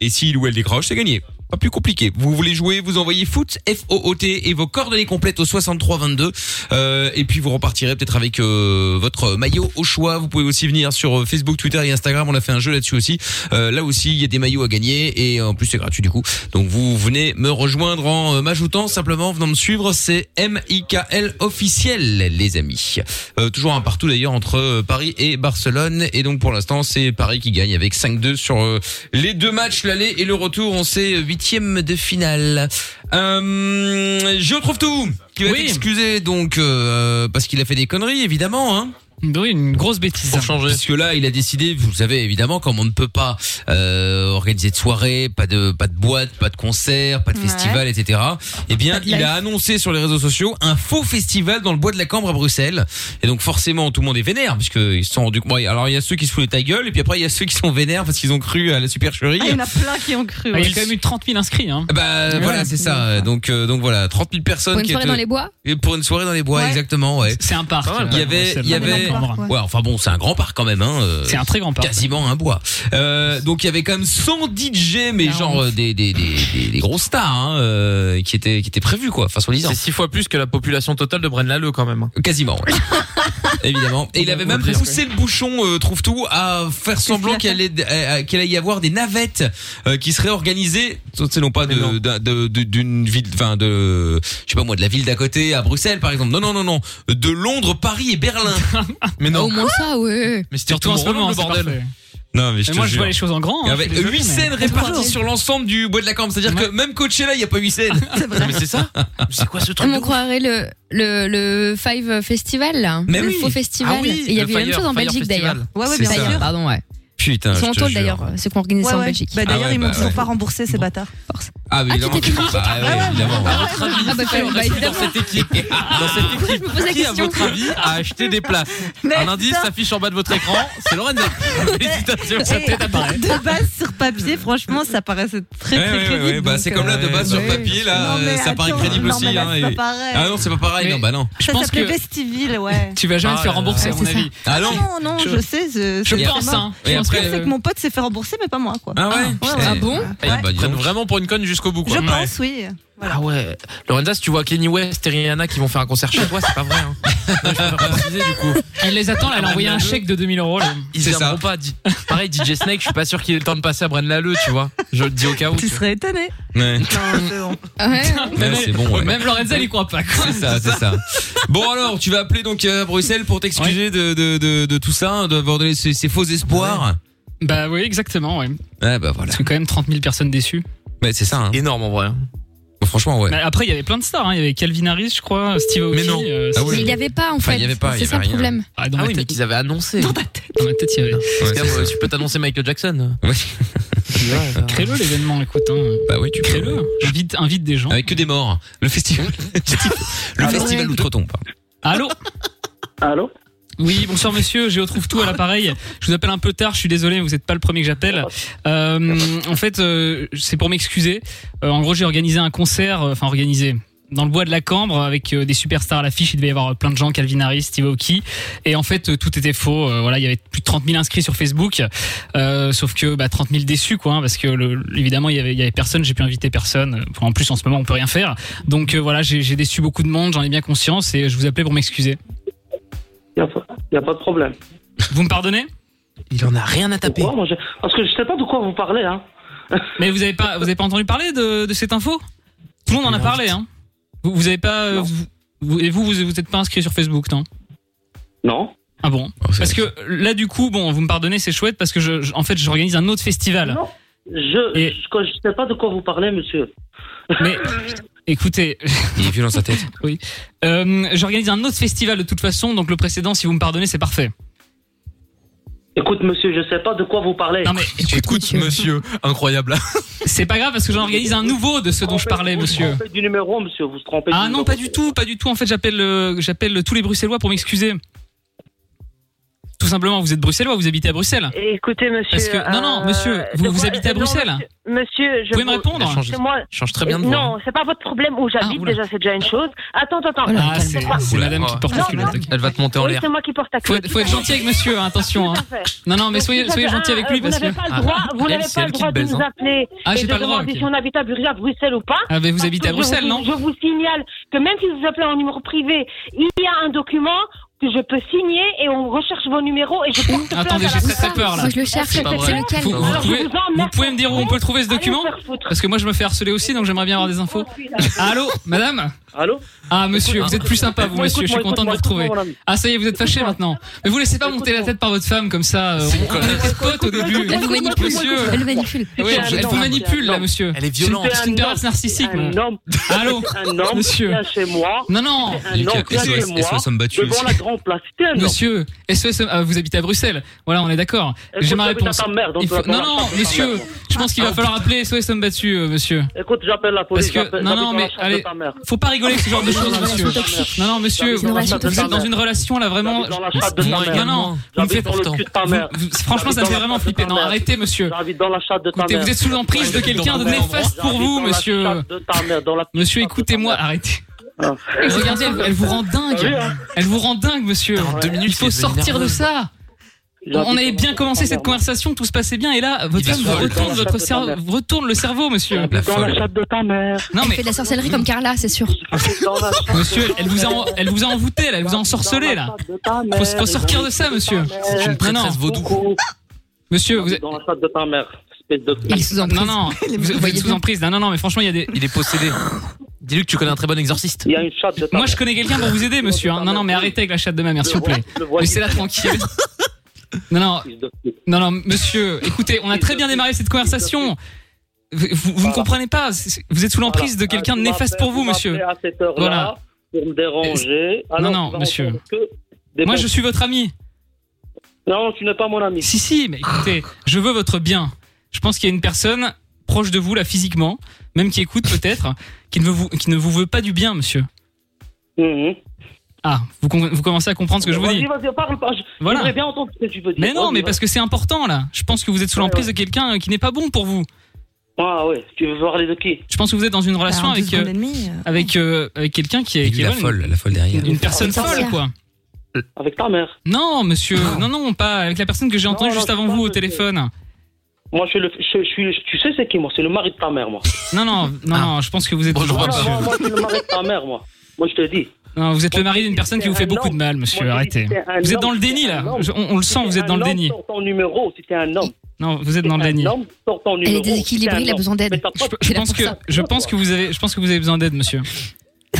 [SPEAKER 2] Et s'il ou elle décroche, c'est gagné. Pas plus compliqué. Vous voulez jouer, vous envoyez foot, F-O-O-T, et vos coordonnées complètes au 6322. Euh, et puis vous repartirez peut-être avec euh, votre maillot au choix. Vous pouvez aussi venir sur euh, Facebook, Twitter et Instagram. On a fait un jeu là-dessus aussi. Euh, là aussi, il y a des maillots à gagner et euh, en plus c'est gratuit du coup. Donc vous venez me rejoindre en euh, m'ajoutant simplement, en venant me suivre. C'est M-I-K-L officiel, les amis. Euh, toujours un partout d'ailleurs entre euh, Paris et Barcelone. Et donc pour l'instant, c'est Paris qui gagne avec 5-2 sur euh, les deux matchs, l'aller et le retour. On sait huitième de finale. Euh, je retrouve tout. Qui va
[SPEAKER 3] Oui.
[SPEAKER 2] s'excuser donc euh, parce qu'il a fait des conneries évidemment. Hein.
[SPEAKER 3] Oui, une grosse bêtise.
[SPEAKER 2] Pour changer. Puisque là, il a décidé, vous le savez évidemment, comme on ne peut pas euh, organiser de soirée, pas de pas de boîte, pas de concert, pas de
[SPEAKER 10] Ouais.
[SPEAKER 2] festival, etc. Eh bien,
[SPEAKER 10] Pas de
[SPEAKER 2] il
[SPEAKER 10] live.
[SPEAKER 2] a annoncé sur les réseaux sociaux un faux festival dans le bois de la Cambre à Bruxelles. Et donc forcément, tout le monde est vénère parce que ils se sont rendus. Bon, alors il y a ceux qui se foutent de ta gueule et puis après il y a ceux qui sont vénères parce qu'ils ont cru à la supercherie.
[SPEAKER 5] Ah, il y en a plein qui ont cru.
[SPEAKER 2] Ah, il y a
[SPEAKER 5] ouais.
[SPEAKER 2] quand même eu
[SPEAKER 3] 30 000 inscrits. Hein.
[SPEAKER 2] Bah voilà, c'est ça. Donc euh, donc voilà, 30 000 personnes
[SPEAKER 4] Pour une
[SPEAKER 2] qui
[SPEAKER 4] soirée
[SPEAKER 2] étaient-
[SPEAKER 4] dans les bois
[SPEAKER 2] et pour une soirée dans les bois,
[SPEAKER 4] Ouais.
[SPEAKER 2] exactement, ouais.
[SPEAKER 3] C'est un parc.
[SPEAKER 2] Il y
[SPEAKER 3] euh,
[SPEAKER 2] avait,
[SPEAKER 3] Bruxelles,
[SPEAKER 2] il y
[SPEAKER 3] dans le
[SPEAKER 2] avait,
[SPEAKER 3] Grand Parc,
[SPEAKER 2] ouais.
[SPEAKER 3] ouais.
[SPEAKER 2] Enfin bon, c'est un grand parc quand même, hein. euh,
[SPEAKER 3] C'est un très grand parc.
[SPEAKER 2] Quasiment un bois. Euh, donc il y avait quand même 100 DJ, mais genre euh, des, des, des, des, des gros stars, hein, euh, qui étaient, qui étaient prévus quoi, façon disant.
[SPEAKER 6] C'est six fois plus que la population totale de Braine-l'Alleud quand même. hein.
[SPEAKER 2] Quasiment.
[SPEAKER 6] [laughs]
[SPEAKER 2] ouais. Évidemment. Et il avait même poussé le bouchon, euh, trouve tout, à faire semblant qu'il allait, euh, qu'il allait y avoir des navettes euh, qui seraient organisées, tu sais, non pas de- d'un- de- de- d'une ville, enfin de, je sais pas moi, de la ville d'à côté à Bruxelles par exemple. Non, non, non, non, de Londres, Paris
[SPEAKER 3] [laughs]
[SPEAKER 2] et Berlin. Mais non.
[SPEAKER 4] Au moins ça, ouais.
[SPEAKER 2] Mais
[SPEAKER 3] Surtout en ce moment,
[SPEAKER 2] le
[SPEAKER 3] c'est
[SPEAKER 2] bordel.
[SPEAKER 3] parfait.
[SPEAKER 2] Non, mais
[SPEAKER 3] Mais moi, je vois les choses en grand, hein,
[SPEAKER 2] Avec
[SPEAKER 3] je suis
[SPEAKER 2] 8
[SPEAKER 3] désolé, mais-
[SPEAKER 2] scènes réparties sur l'ensemble du bois de la cambre. C'est-à-dire que même Coachella, il n'y a pas 8
[SPEAKER 4] [laughs]
[SPEAKER 2] scènes. Mais c'est ça C'est quoi ce
[SPEAKER 4] On croirait le, le, le Five Festival, là.
[SPEAKER 2] Mais
[SPEAKER 4] le
[SPEAKER 2] oui.
[SPEAKER 4] faux festival.
[SPEAKER 2] Ah oui,
[SPEAKER 4] Et il y
[SPEAKER 2] le
[SPEAKER 4] avait la même
[SPEAKER 2] Fire-
[SPEAKER 4] chose en
[SPEAKER 2] Fire
[SPEAKER 4] Belgique,
[SPEAKER 2] Festival.
[SPEAKER 4] d'ailleurs.
[SPEAKER 2] Ouais, ouais, C'est bien
[SPEAKER 4] D'ailleurs,
[SPEAKER 2] sûr.
[SPEAKER 4] Pardon, ouais.
[SPEAKER 2] Putain,
[SPEAKER 4] Ils sont
[SPEAKER 2] je
[SPEAKER 4] en
[SPEAKER 2] te
[SPEAKER 4] taule,
[SPEAKER 2] jure.
[SPEAKER 4] d'ailleurs, ceux qui ont organisé
[SPEAKER 5] Ouais,
[SPEAKER 4] ça en
[SPEAKER 5] ouais.
[SPEAKER 4] Belgique.
[SPEAKER 5] Bah, d'ailleurs,
[SPEAKER 2] Ah ouais,
[SPEAKER 5] ils m'ont
[SPEAKER 2] bah
[SPEAKER 5] toujours
[SPEAKER 2] ouais.
[SPEAKER 5] pas remboursé ces bâtards.
[SPEAKER 2] Ah, mais évidemment. Ah, ouais, évidemment.
[SPEAKER 4] Ah,
[SPEAKER 3] [laughs]
[SPEAKER 4] bah,
[SPEAKER 6] Qui,
[SPEAKER 4] bah,
[SPEAKER 6] dans cette équipe, dans cette équipe
[SPEAKER 4] me pose la
[SPEAKER 6] qui à
[SPEAKER 4] question.
[SPEAKER 6] votre avis a acheté des
[SPEAKER 4] [laughs]
[SPEAKER 6] places
[SPEAKER 5] Mais
[SPEAKER 6] Un indice
[SPEAKER 5] ça-
[SPEAKER 6] s'affiche en bas de votre écran, c'est Lorenza. [laughs] Félicitations,
[SPEAKER 5] Et de base sur papier, franchement, ça paraissait très
[SPEAKER 2] Ouais,
[SPEAKER 5] très
[SPEAKER 2] ouais,
[SPEAKER 5] crédible.
[SPEAKER 2] ouais, bah,
[SPEAKER 5] donc,
[SPEAKER 2] c'est comme là de
[SPEAKER 6] ouais,
[SPEAKER 2] base
[SPEAKER 6] bah
[SPEAKER 2] sur
[SPEAKER 6] oui.
[SPEAKER 2] papier là,
[SPEAKER 5] Non, mais
[SPEAKER 2] euh, ça paraît
[SPEAKER 5] attends,
[SPEAKER 2] crédible
[SPEAKER 5] non,
[SPEAKER 2] aussi.
[SPEAKER 5] mais là,
[SPEAKER 2] hein,
[SPEAKER 5] c'est
[SPEAKER 2] et-
[SPEAKER 5] pas pareil.
[SPEAKER 2] Ah non, c'est pas pareil.
[SPEAKER 3] Mais-
[SPEAKER 2] Non, bah non.
[SPEAKER 3] Je
[SPEAKER 5] Ça
[SPEAKER 3] pense
[SPEAKER 5] s'appelait
[SPEAKER 3] que
[SPEAKER 5] Vestiville, ouais.
[SPEAKER 3] tu vas jamais
[SPEAKER 6] Ah,
[SPEAKER 3] te faire rembourser,
[SPEAKER 6] ouais,
[SPEAKER 3] à mon
[SPEAKER 4] c'est ça.
[SPEAKER 3] avis.
[SPEAKER 2] Ah non.
[SPEAKER 5] Non, non, je, sais. Je,
[SPEAKER 3] Je
[SPEAKER 5] c'est
[SPEAKER 3] pense,
[SPEAKER 5] vraiment-
[SPEAKER 3] hein.
[SPEAKER 2] Et
[SPEAKER 3] Je pense
[SPEAKER 2] après,
[SPEAKER 5] Le truc,
[SPEAKER 3] que-
[SPEAKER 5] c'est que mon pote s'est fait rembourser, mais pas moi, quoi.
[SPEAKER 2] Ah ouais.
[SPEAKER 5] Ah, ouais,
[SPEAKER 2] putain.
[SPEAKER 4] Ah bon
[SPEAKER 6] Ils
[SPEAKER 2] bah, dis
[SPEAKER 6] prennent
[SPEAKER 2] donc.
[SPEAKER 6] vraiment pour une conne jusqu'au bout.
[SPEAKER 5] Je
[SPEAKER 6] Quoi.
[SPEAKER 5] pense, oui. Voilà.
[SPEAKER 6] Ah ouais. Lorenza, si tu vois Kenny West et Rihanna qui vont faire un concert chez toi, c'est pas vrai. Hein. Non, je préfère préciser, du coup.
[SPEAKER 3] Elle les attend,
[SPEAKER 2] Ah,
[SPEAKER 3] elle a
[SPEAKER 2] bah,
[SPEAKER 3] envoyé un chèque de 2000 euros. là.
[SPEAKER 6] Ils
[SPEAKER 2] [laughs] C'est
[SPEAKER 6] viendront
[SPEAKER 2] ça.
[SPEAKER 6] pas. Di- Pareil, DJ Snake, je suis pas sûr qu'il ait le temps de passer à Braine-l'Alleud, tu vois. Je le dis au cas où.
[SPEAKER 5] Tu serais étonné.
[SPEAKER 2] Ouais.
[SPEAKER 5] Non, c'est [laughs] bon.
[SPEAKER 4] Ouais.
[SPEAKER 2] Ouais, c'est bon. ouais.
[SPEAKER 3] Même Lorenza, [laughs] elle y croit pas. quoi.
[SPEAKER 2] C'est ça, c'est ça. Bon alors, tu vas appeler donc à Bruxelles pour t'excuser de, de, de, de tout ça, d'avoir donné ces, ces faux espoirs.
[SPEAKER 3] Bah oui, exactement, ouais.
[SPEAKER 2] Ouais, bah voilà.
[SPEAKER 3] Parce que quand même 30 000 personnes déçues.
[SPEAKER 2] Mais c'est ça. Hein.
[SPEAKER 6] Énorme en vrai.
[SPEAKER 2] Bon, Franchement, ouais.
[SPEAKER 3] Mais après, il y avait plein de stars. hein. Il y avait Calvin Harris, je crois, Steve Aoki.
[SPEAKER 2] Mais non.
[SPEAKER 3] euh,
[SPEAKER 2] Ah
[SPEAKER 3] c'est-
[SPEAKER 2] ouais.
[SPEAKER 4] Mais il n'y avait pas, en
[SPEAKER 2] Enfin,
[SPEAKER 4] fait.
[SPEAKER 2] il y avait pas, il y
[SPEAKER 4] C'est ça
[SPEAKER 2] avait
[SPEAKER 4] le
[SPEAKER 2] rien.
[SPEAKER 4] problème.
[SPEAKER 3] Ah, dans,
[SPEAKER 6] Ah
[SPEAKER 3] ma
[SPEAKER 6] oui, mais
[SPEAKER 3] tête,
[SPEAKER 6] qu'ils avaient annoncé.
[SPEAKER 3] dans ma tête, il y avait.
[SPEAKER 2] Ouais,
[SPEAKER 6] Parce que,
[SPEAKER 2] c'est
[SPEAKER 6] euh,
[SPEAKER 2] ça.
[SPEAKER 6] tu peux t'annoncer Michael Jackson.
[SPEAKER 2] Ouais.
[SPEAKER 3] Crée-le, l'événement, écoute. hein.
[SPEAKER 2] Ah. Bah oui, tu peux.
[SPEAKER 3] Crée-le. Invite, invite des gens.
[SPEAKER 2] Avec que des morts. Le Ah festival. le festival d'outre-tombe.
[SPEAKER 3] Allô
[SPEAKER 7] Allô
[SPEAKER 3] Oui, bonsoir monsieur, j'ai retrouve tout à l'appareil. Je vous appelle un peu tard, je suis désolé, vous n'êtes pas le premier que j'appelle. Euh, en fait, euh, c'est pour m'excuser. Euh, en gros, j'ai organisé un concert, euh, enfin organisé, dans le bois de la Cambre avec euh, des superstars à l'affiche. Il devait y avoir euh, plein de gens, Calvin Harris, Steve Aoki. Et en fait, euh, tout était faux. Euh, voilà, il y avait plus de 30 000 inscrits sur Facebook. Euh, sauf que bah, 30 000 déçus, quoi, hein, parce que le- évidemment, il y avait, il y avait personne, j'ai pu inviter personne. Enfin, en plus, en ce moment, on peut rien faire. Donc euh, voilà, j'ai j'ai déçu beaucoup de monde, j'en ai bien conscience et je vous appelais pour m'excuser.
[SPEAKER 7] Il n'y a, pas de problème.
[SPEAKER 3] Vous me pardonnez
[SPEAKER 6] Il en a rien à taper.
[SPEAKER 7] Pourquoi Moi, je- Parce que je sais pas de quoi vous parlez. Hein.
[SPEAKER 3] [laughs] Mais vous avez pas, vous avez pas entendu parler de, de cette info Tout le monde en a parlé, hein Vous, vous avez pas, euh, vous, vous- et vous, vous, vous êtes pas inscrit sur Facebook, non
[SPEAKER 7] Non
[SPEAKER 3] Ah bon
[SPEAKER 6] Oh,
[SPEAKER 3] Parce que là, du coup, bon, vous me pardonnez, c'est chouette parce que je, je- en fait, j'organise un autre festival.
[SPEAKER 7] Non. Je
[SPEAKER 3] Et-
[SPEAKER 7] je- je sais pas de quoi vous parlez, monsieur. [laughs]
[SPEAKER 3] Mais écoutez, [laughs]
[SPEAKER 2] Il est vieux dans sa tête.
[SPEAKER 3] euh, j'organise un autre festival de toute façon, donc le précédent, si vous me pardonnez, c'est parfait.
[SPEAKER 7] Écoute, monsieur, je sais pas de quoi vous parlez.
[SPEAKER 3] Non mais
[SPEAKER 6] Écoute, monsieur, incroyable.
[SPEAKER 3] c'est pas grave parce que j'en organise un nouveau de ce dont je parlais,
[SPEAKER 7] Vous vous
[SPEAKER 3] monsieur.
[SPEAKER 7] trompez du numéro, monsieur. Vous vous trompez
[SPEAKER 3] Ah non,
[SPEAKER 7] du numéro.
[SPEAKER 3] pas du tout, pas du tout. En fait, j'appelle, euh, j'appelle tous les Bruxellois pour m'excuser. Tout simplement, vous êtes bruxellois, vous habitez à Bruxelles.
[SPEAKER 10] Écoutez, monsieur.
[SPEAKER 3] Parce que- non, non, monsieur, vous-
[SPEAKER 10] je
[SPEAKER 3] vous
[SPEAKER 10] vois-
[SPEAKER 3] habitez à
[SPEAKER 10] non,
[SPEAKER 3] Bruxelles
[SPEAKER 10] Monsieur, monsieur, je
[SPEAKER 3] Vous pouvez me répondre Elle change-
[SPEAKER 10] C'est moi.
[SPEAKER 6] change très bien de voix,
[SPEAKER 10] Non, c'est pas votre problème où j'habite déjà, c'est déjà une chose. Attends, attends, attends.
[SPEAKER 3] Ah, c'est
[SPEAKER 10] pas-
[SPEAKER 3] c'est madame qui porte la culotte.
[SPEAKER 6] Elle va te monter en
[SPEAKER 10] Oui,
[SPEAKER 6] l'air.
[SPEAKER 10] c'est moi qui porte ta
[SPEAKER 3] Faut
[SPEAKER 10] clé.
[SPEAKER 3] être, faut être gentil avec monsieur, hein, attention. hein. Non, non, mais
[SPEAKER 10] Donc,
[SPEAKER 3] soyez,
[SPEAKER 10] tout ça,
[SPEAKER 3] soyez
[SPEAKER 10] c'est-
[SPEAKER 3] gentil
[SPEAKER 10] ah,
[SPEAKER 3] avec
[SPEAKER 10] euh,
[SPEAKER 3] lui parce
[SPEAKER 10] Vous
[SPEAKER 3] que.
[SPEAKER 10] n'avez pas le droit, vous
[SPEAKER 6] elle,
[SPEAKER 10] n'avez
[SPEAKER 6] c'est
[SPEAKER 10] pas
[SPEAKER 6] elle
[SPEAKER 10] le
[SPEAKER 6] qui
[SPEAKER 10] droit
[SPEAKER 6] te
[SPEAKER 10] de
[SPEAKER 6] baise,
[SPEAKER 10] nous
[SPEAKER 6] hein.
[SPEAKER 10] appeler
[SPEAKER 3] Ah,
[SPEAKER 10] et
[SPEAKER 3] j'ai
[SPEAKER 10] de
[SPEAKER 3] pas le droit,
[SPEAKER 10] demander
[SPEAKER 3] ok.
[SPEAKER 10] si on habite à Bruxelles, à Bruxelles ou pas.
[SPEAKER 3] Ah, mais vous
[SPEAKER 10] Parce
[SPEAKER 3] habitez à
[SPEAKER 10] que je
[SPEAKER 3] Bruxelles,
[SPEAKER 10] vous-
[SPEAKER 3] non
[SPEAKER 10] Je vous signale que même si vous appelez en numéro privé, il y a un document que je peux signer et on recherche vos numéros et je porte plainte
[SPEAKER 3] Attendez,
[SPEAKER 10] à
[SPEAKER 3] j'ai
[SPEAKER 10] la
[SPEAKER 3] très très peur là.
[SPEAKER 4] Moi, je le cherche.
[SPEAKER 6] C'est pas
[SPEAKER 4] C'est
[SPEAKER 6] vrai.
[SPEAKER 4] lequel
[SPEAKER 3] Vous,
[SPEAKER 6] Non.
[SPEAKER 3] vous
[SPEAKER 10] Alors, je
[SPEAKER 3] pouvez,
[SPEAKER 10] vous emmerde.
[SPEAKER 3] vous pouvez me dire où on peut trouver ce
[SPEAKER 10] Allez vous
[SPEAKER 3] document
[SPEAKER 10] faire foutre.
[SPEAKER 3] Parce que moi je me fais harceler aussi donc j'aimerais bien avoir des infos. Allô, madame
[SPEAKER 7] Allô
[SPEAKER 3] Ah, monsieur, vous êtes plus sympa vous,
[SPEAKER 7] Moi,
[SPEAKER 3] monsieur, je suis
[SPEAKER 7] écoute-moi,
[SPEAKER 3] content de vous
[SPEAKER 7] écoute-moi,
[SPEAKER 3] retrouver.
[SPEAKER 7] écoute-moi, mon ami.
[SPEAKER 3] Ah, ça y est, vous êtes fâché
[SPEAKER 7] Écoute-moi.
[SPEAKER 3] maintenant. Mais vous laissez pas monter la
[SPEAKER 7] Écoute-moi.
[SPEAKER 3] tête par votre femme comme ça. euh, on- On était potes au début.
[SPEAKER 4] Elle vous manipule.
[SPEAKER 3] Monsieur.
[SPEAKER 4] Elle vous manipule.
[SPEAKER 3] Oui,
[SPEAKER 7] Écoute-moi.
[SPEAKER 3] elle vous manipule là,
[SPEAKER 7] Non.
[SPEAKER 3] monsieur.
[SPEAKER 6] Elle est violente.
[SPEAKER 3] C'est une perverse narcissique. mon-
[SPEAKER 7] Un homme,
[SPEAKER 3] Allô
[SPEAKER 7] un homme,
[SPEAKER 3] Monsieur.
[SPEAKER 7] vient chez moi.
[SPEAKER 3] Non, non
[SPEAKER 7] Un homme, vient chez
[SPEAKER 2] SOS,
[SPEAKER 7] moi.
[SPEAKER 2] SOS, sommes battus
[SPEAKER 7] Devant
[SPEAKER 2] aussi.
[SPEAKER 7] la grande place. T'es un homme.
[SPEAKER 3] Monsieur, SOS, euh, vous habitez à Bruxelles. Voilà, on est d'accord.
[SPEAKER 7] Écoute,
[SPEAKER 3] J'ai ma
[SPEAKER 7] j'habite à
[SPEAKER 3] réponse.
[SPEAKER 7] ta mère, donc
[SPEAKER 3] Il faut-
[SPEAKER 7] tu vas pas
[SPEAKER 3] Non,
[SPEAKER 7] la
[SPEAKER 3] non,
[SPEAKER 7] taper, ta
[SPEAKER 3] monsieur,
[SPEAKER 7] mère.
[SPEAKER 3] je pense qu'il va falloir appeler SOS homme battu, euh, monsieur.
[SPEAKER 7] Écoute, j'appelle la police.
[SPEAKER 3] Parce que-
[SPEAKER 7] j'appelle-
[SPEAKER 3] non,
[SPEAKER 7] j'habite
[SPEAKER 3] non,
[SPEAKER 7] dans
[SPEAKER 3] mais
[SPEAKER 7] la chambre de
[SPEAKER 3] allez,
[SPEAKER 7] ta mère.
[SPEAKER 3] Faut pas rigoler avec ce genre de
[SPEAKER 7] J'habite
[SPEAKER 3] choses,
[SPEAKER 7] dans la
[SPEAKER 3] monsieur.
[SPEAKER 7] chambre de ta mère.
[SPEAKER 3] Non, non, monsieur,
[SPEAKER 7] J'habite dans la
[SPEAKER 3] vous
[SPEAKER 7] chambre de
[SPEAKER 3] vous
[SPEAKER 7] ta
[SPEAKER 3] êtes dans
[SPEAKER 7] mère.
[SPEAKER 3] une relation là vraiment.
[SPEAKER 7] J'habite dans la chambre de
[SPEAKER 3] Vous- Non,
[SPEAKER 7] ta mère.
[SPEAKER 3] non, vous me
[SPEAKER 7] J'habite
[SPEAKER 3] faites
[SPEAKER 7] dans le cul de ta
[SPEAKER 3] vous-
[SPEAKER 7] mère.
[SPEAKER 3] vous- Franchement, ça
[SPEAKER 7] J'habite
[SPEAKER 3] devient
[SPEAKER 7] dans la
[SPEAKER 3] vraiment
[SPEAKER 7] chambre de
[SPEAKER 3] flipper.
[SPEAKER 7] ta
[SPEAKER 3] Non,
[SPEAKER 7] mère.
[SPEAKER 3] arrêtez, monsieur.
[SPEAKER 7] J'habite dans la chatte de ta
[SPEAKER 3] Écoutez,
[SPEAKER 7] mère.
[SPEAKER 3] vous êtes sous l'emprise de
[SPEAKER 6] J'habite dans
[SPEAKER 3] quelqu'un
[SPEAKER 6] la
[SPEAKER 3] de
[SPEAKER 6] merde.
[SPEAKER 3] néfaste pour
[SPEAKER 7] J'habite
[SPEAKER 3] vous,
[SPEAKER 7] dans la
[SPEAKER 3] monsieur.
[SPEAKER 7] chatte de ta mère, dans la petite
[SPEAKER 3] Monsieur,
[SPEAKER 7] chatte de ta
[SPEAKER 3] écoutez-moi,
[SPEAKER 7] mère.
[SPEAKER 3] arrêtez.
[SPEAKER 7] Ah. hein.
[SPEAKER 3] Et regardez, elle, elle vous rend dingue. Elle vous rend dingue, monsieur.
[SPEAKER 6] deux minutes,
[SPEAKER 3] Il faut
[SPEAKER 6] il devient
[SPEAKER 3] sortir de
[SPEAKER 6] nerveux.
[SPEAKER 3] ça. On avait bien commencé cette conversation, tout se passait bien, et là, votre
[SPEAKER 6] Il est
[SPEAKER 3] femme vous
[SPEAKER 6] folle.
[SPEAKER 3] retourne,
[SPEAKER 7] Dans la
[SPEAKER 3] votre
[SPEAKER 7] chatte de
[SPEAKER 3] cerveau-
[SPEAKER 7] ta
[SPEAKER 3] vous retourne le cerveau, monsieur.
[SPEAKER 6] La
[SPEAKER 7] Dans la
[SPEAKER 6] folle.
[SPEAKER 7] chatte de ta mère.
[SPEAKER 3] Non,
[SPEAKER 4] Elle
[SPEAKER 3] mais
[SPEAKER 4] fait de la sorcellerie comme Carla, c'est sûr.
[SPEAKER 7] Dans la chatte
[SPEAKER 3] monsieur,
[SPEAKER 7] de ta
[SPEAKER 3] elle vous a,
[SPEAKER 7] mère.
[SPEAKER 3] en- elle vous a envoûté, là, elle vous a ensorcelé, là. Faut, faut sortir de ça, monsieur.
[SPEAKER 6] C'est une
[SPEAKER 3] Non, non,
[SPEAKER 6] prêtresse vaudou.
[SPEAKER 7] [laughs]
[SPEAKER 3] monsieur, vous êtes.
[SPEAKER 7] Ah Dans la chatte de ta mère. Espèce de.
[SPEAKER 4] Il est sous emprise.
[SPEAKER 3] Non, [laughs] non, vous, vous êtes sous emprise. Non, non, non, mais franchement, il y a des.
[SPEAKER 6] Il est possédé. Eh, Dis-lui que tu connais un très bon exorciste.
[SPEAKER 7] Il y a une chatte de ta
[SPEAKER 3] Moi,
[SPEAKER 7] mère.
[SPEAKER 3] je connais quelqu'un pour vous aider, monsieur. hein. Non, non, mais arrêtez avec la chatte de ma mère, s'il vous plaît.
[SPEAKER 7] Le voici,
[SPEAKER 3] Laissez-la tranquille. Non, non,
[SPEAKER 7] fils de pute.
[SPEAKER 3] non, non, monsieur, écoutez, on a très bien démarré cette conversation. Vous, vous- vous ne
[SPEAKER 7] Voilà.
[SPEAKER 3] comprenez pas. c'est- c'est- Vous êtes sous l'emprise de
[SPEAKER 7] Voilà.
[SPEAKER 3] quelqu'un de
[SPEAKER 7] Ah, tu
[SPEAKER 3] néfaste pour vous,
[SPEAKER 7] m'appelles- tu
[SPEAKER 3] monsieur.
[SPEAKER 7] m'appelles À cette heure-là,
[SPEAKER 3] Voilà.
[SPEAKER 7] pour me déranger. Alors,
[SPEAKER 3] non,
[SPEAKER 7] tu vas
[SPEAKER 3] monsieur.
[SPEAKER 7] entendre que des
[SPEAKER 3] Moi,
[SPEAKER 7] bons-
[SPEAKER 3] je suis votre ami.
[SPEAKER 7] Non, tu n'es pas mon ami.
[SPEAKER 3] Si, si, mais écoutez, je veux votre bien. Je pense qu'il y a une personne proche de vous, là, physiquement, même qui écoute peut-être, qui, ne vous- qui ne vous veut pas du bien, monsieur.
[SPEAKER 7] Mhm.
[SPEAKER 3] Ah, vous, com- vous commencez à comprendre ce que je vous
[SPEAKER 7] Vas-y,
[SPEAKER 3] dis.
[SPEAKER 7] vas-y, parle pas. Je
[SPEAKER 3] Voilà.
[SPEAKER 7] voudrais bien entendre ce que tu veux dire.
[SPEAKER 3] Mais non,
[SPEAKER 7] Vas-y,
[SPEAKER 3] mais
[SPEAKER 7] vas-y.
[SPEAKER 3] parce que c'est important là. Je pense que vous êtes sous
[SPEAKER 7] Ouais,
[SPEAKER 3] l'emprise de quelqu'un euh, qui n'est pas bon pour vous.
[SPEAKER 7] Ah ouais, tu veux parler de qui
[SPEAKER 3] Je pense que vous êtes dans une relation
[SPEAKER 5] Bah, en deux
[SPEAKER 3] avec euh,
[SPEAKER 5] secondes et demie, euh,
[SPEAKER 3] avec euh, avec quelqu'un qui est, qui est
[SPEAKER 2] la
[SPEAKER 3] voilà,
[SPEAKER 2] folle, la folle derrière.
[SPEAKER 3] une, une personne
[SPEAKER 4] Une
[SPEAKER 3] folle
[SPEAKER 4] sorcière.
[SPEAKER 3] quoi.
[SPEAKER 7] Avec ta mère.
[SPEAKER 3] Non, monsieur,
[SPEAKER 5] Ah.
[SPEAKER 3] non non, pas avec la personne que j'ai
[SPEAKER 7] Non,
[SPEAKER 3] entendue
[SPEAKER 7] non,
[SPEAKER 3] juste
[SPEAKER 7] c'est
[SPEAKER 3] avant
[SPEAKER 7] pas
[SPEAKER 3] vous au
[SPEAKER 7] monsieur.
[SPEAKER 3] téléphone.
[SPEAKER 7] Moi, je suis le. Je, je suis le- tu sais, c'est qui, moi C'est le mari de ta mère, moi.
[SPEAKER 3] Non non, non
[SPEAKER 6] Ah.
[SPEAKER 3] non, je pense que vous êtes
[SPEAKER 6] Bonjour,
[SPEAKER 3] toujours
[SPEAKER 7] Moi, moi,
[SPEAKER 6] monsieur.
[SPEAKER 7] moi, je suis le mari de ta mère, moi. Moi, je te dis.
[SPEAKER 3] Non, Hein, vous êtes le mari d'une personne qui vous fait beaucoup de mal, monsieur.
[SPEAKER 7] Moi,
[SPEAKER 3] Arrêtez.
[SPEAKER 7] c'est un
[SPEAKER 3] Vous êtes
[SPEAKER 7] homme,
[SPEAKER 3] dans le déni
[SPEAKER 7] c'est
[SPEAKER 3] là.
[SPEAKER 7] un homme.
[SPEAKER 3] Je- on, on le sent, vous êtes dans le déni.
[SPEAKER 7] Sors ton numéro si t'es un homme.
[SPEAKER 3] Non, vous êtes dans le
[SPEAKER 7] T'es un
[SPEAKER 3] déni.
[SPEAKER 7] homme, sors ton
[SPEAKER 4] Elle est
[SPEAKER 7] numéro.
[SPEAKER 4] déséquilibrée,
[SPEAKER 7] si
[SPEAKER 4] il
[SPEAKER 7] t'es un
[SPEAKER 4] Oh, a
[SPEAKER 7] homme.
[SPEAKER 4] besoin
[SPEAKER 7] Mais
[SPEAKER 4] d'aide.
[SPEAKER 7] t'as
[SPEAKER 3] Je,
[SPEAKER 7] pas-
[SPEAKER 3] je
[SPEAKER 4] là
[SPEAKER 3] pense
[SPEAKER 4] pour
[SPEAKER 3] que
[SPEAKER 4] ça.
[SPEAKER 3] je pense que vous avez je pense que vous avez besoin d'aide, monsieur.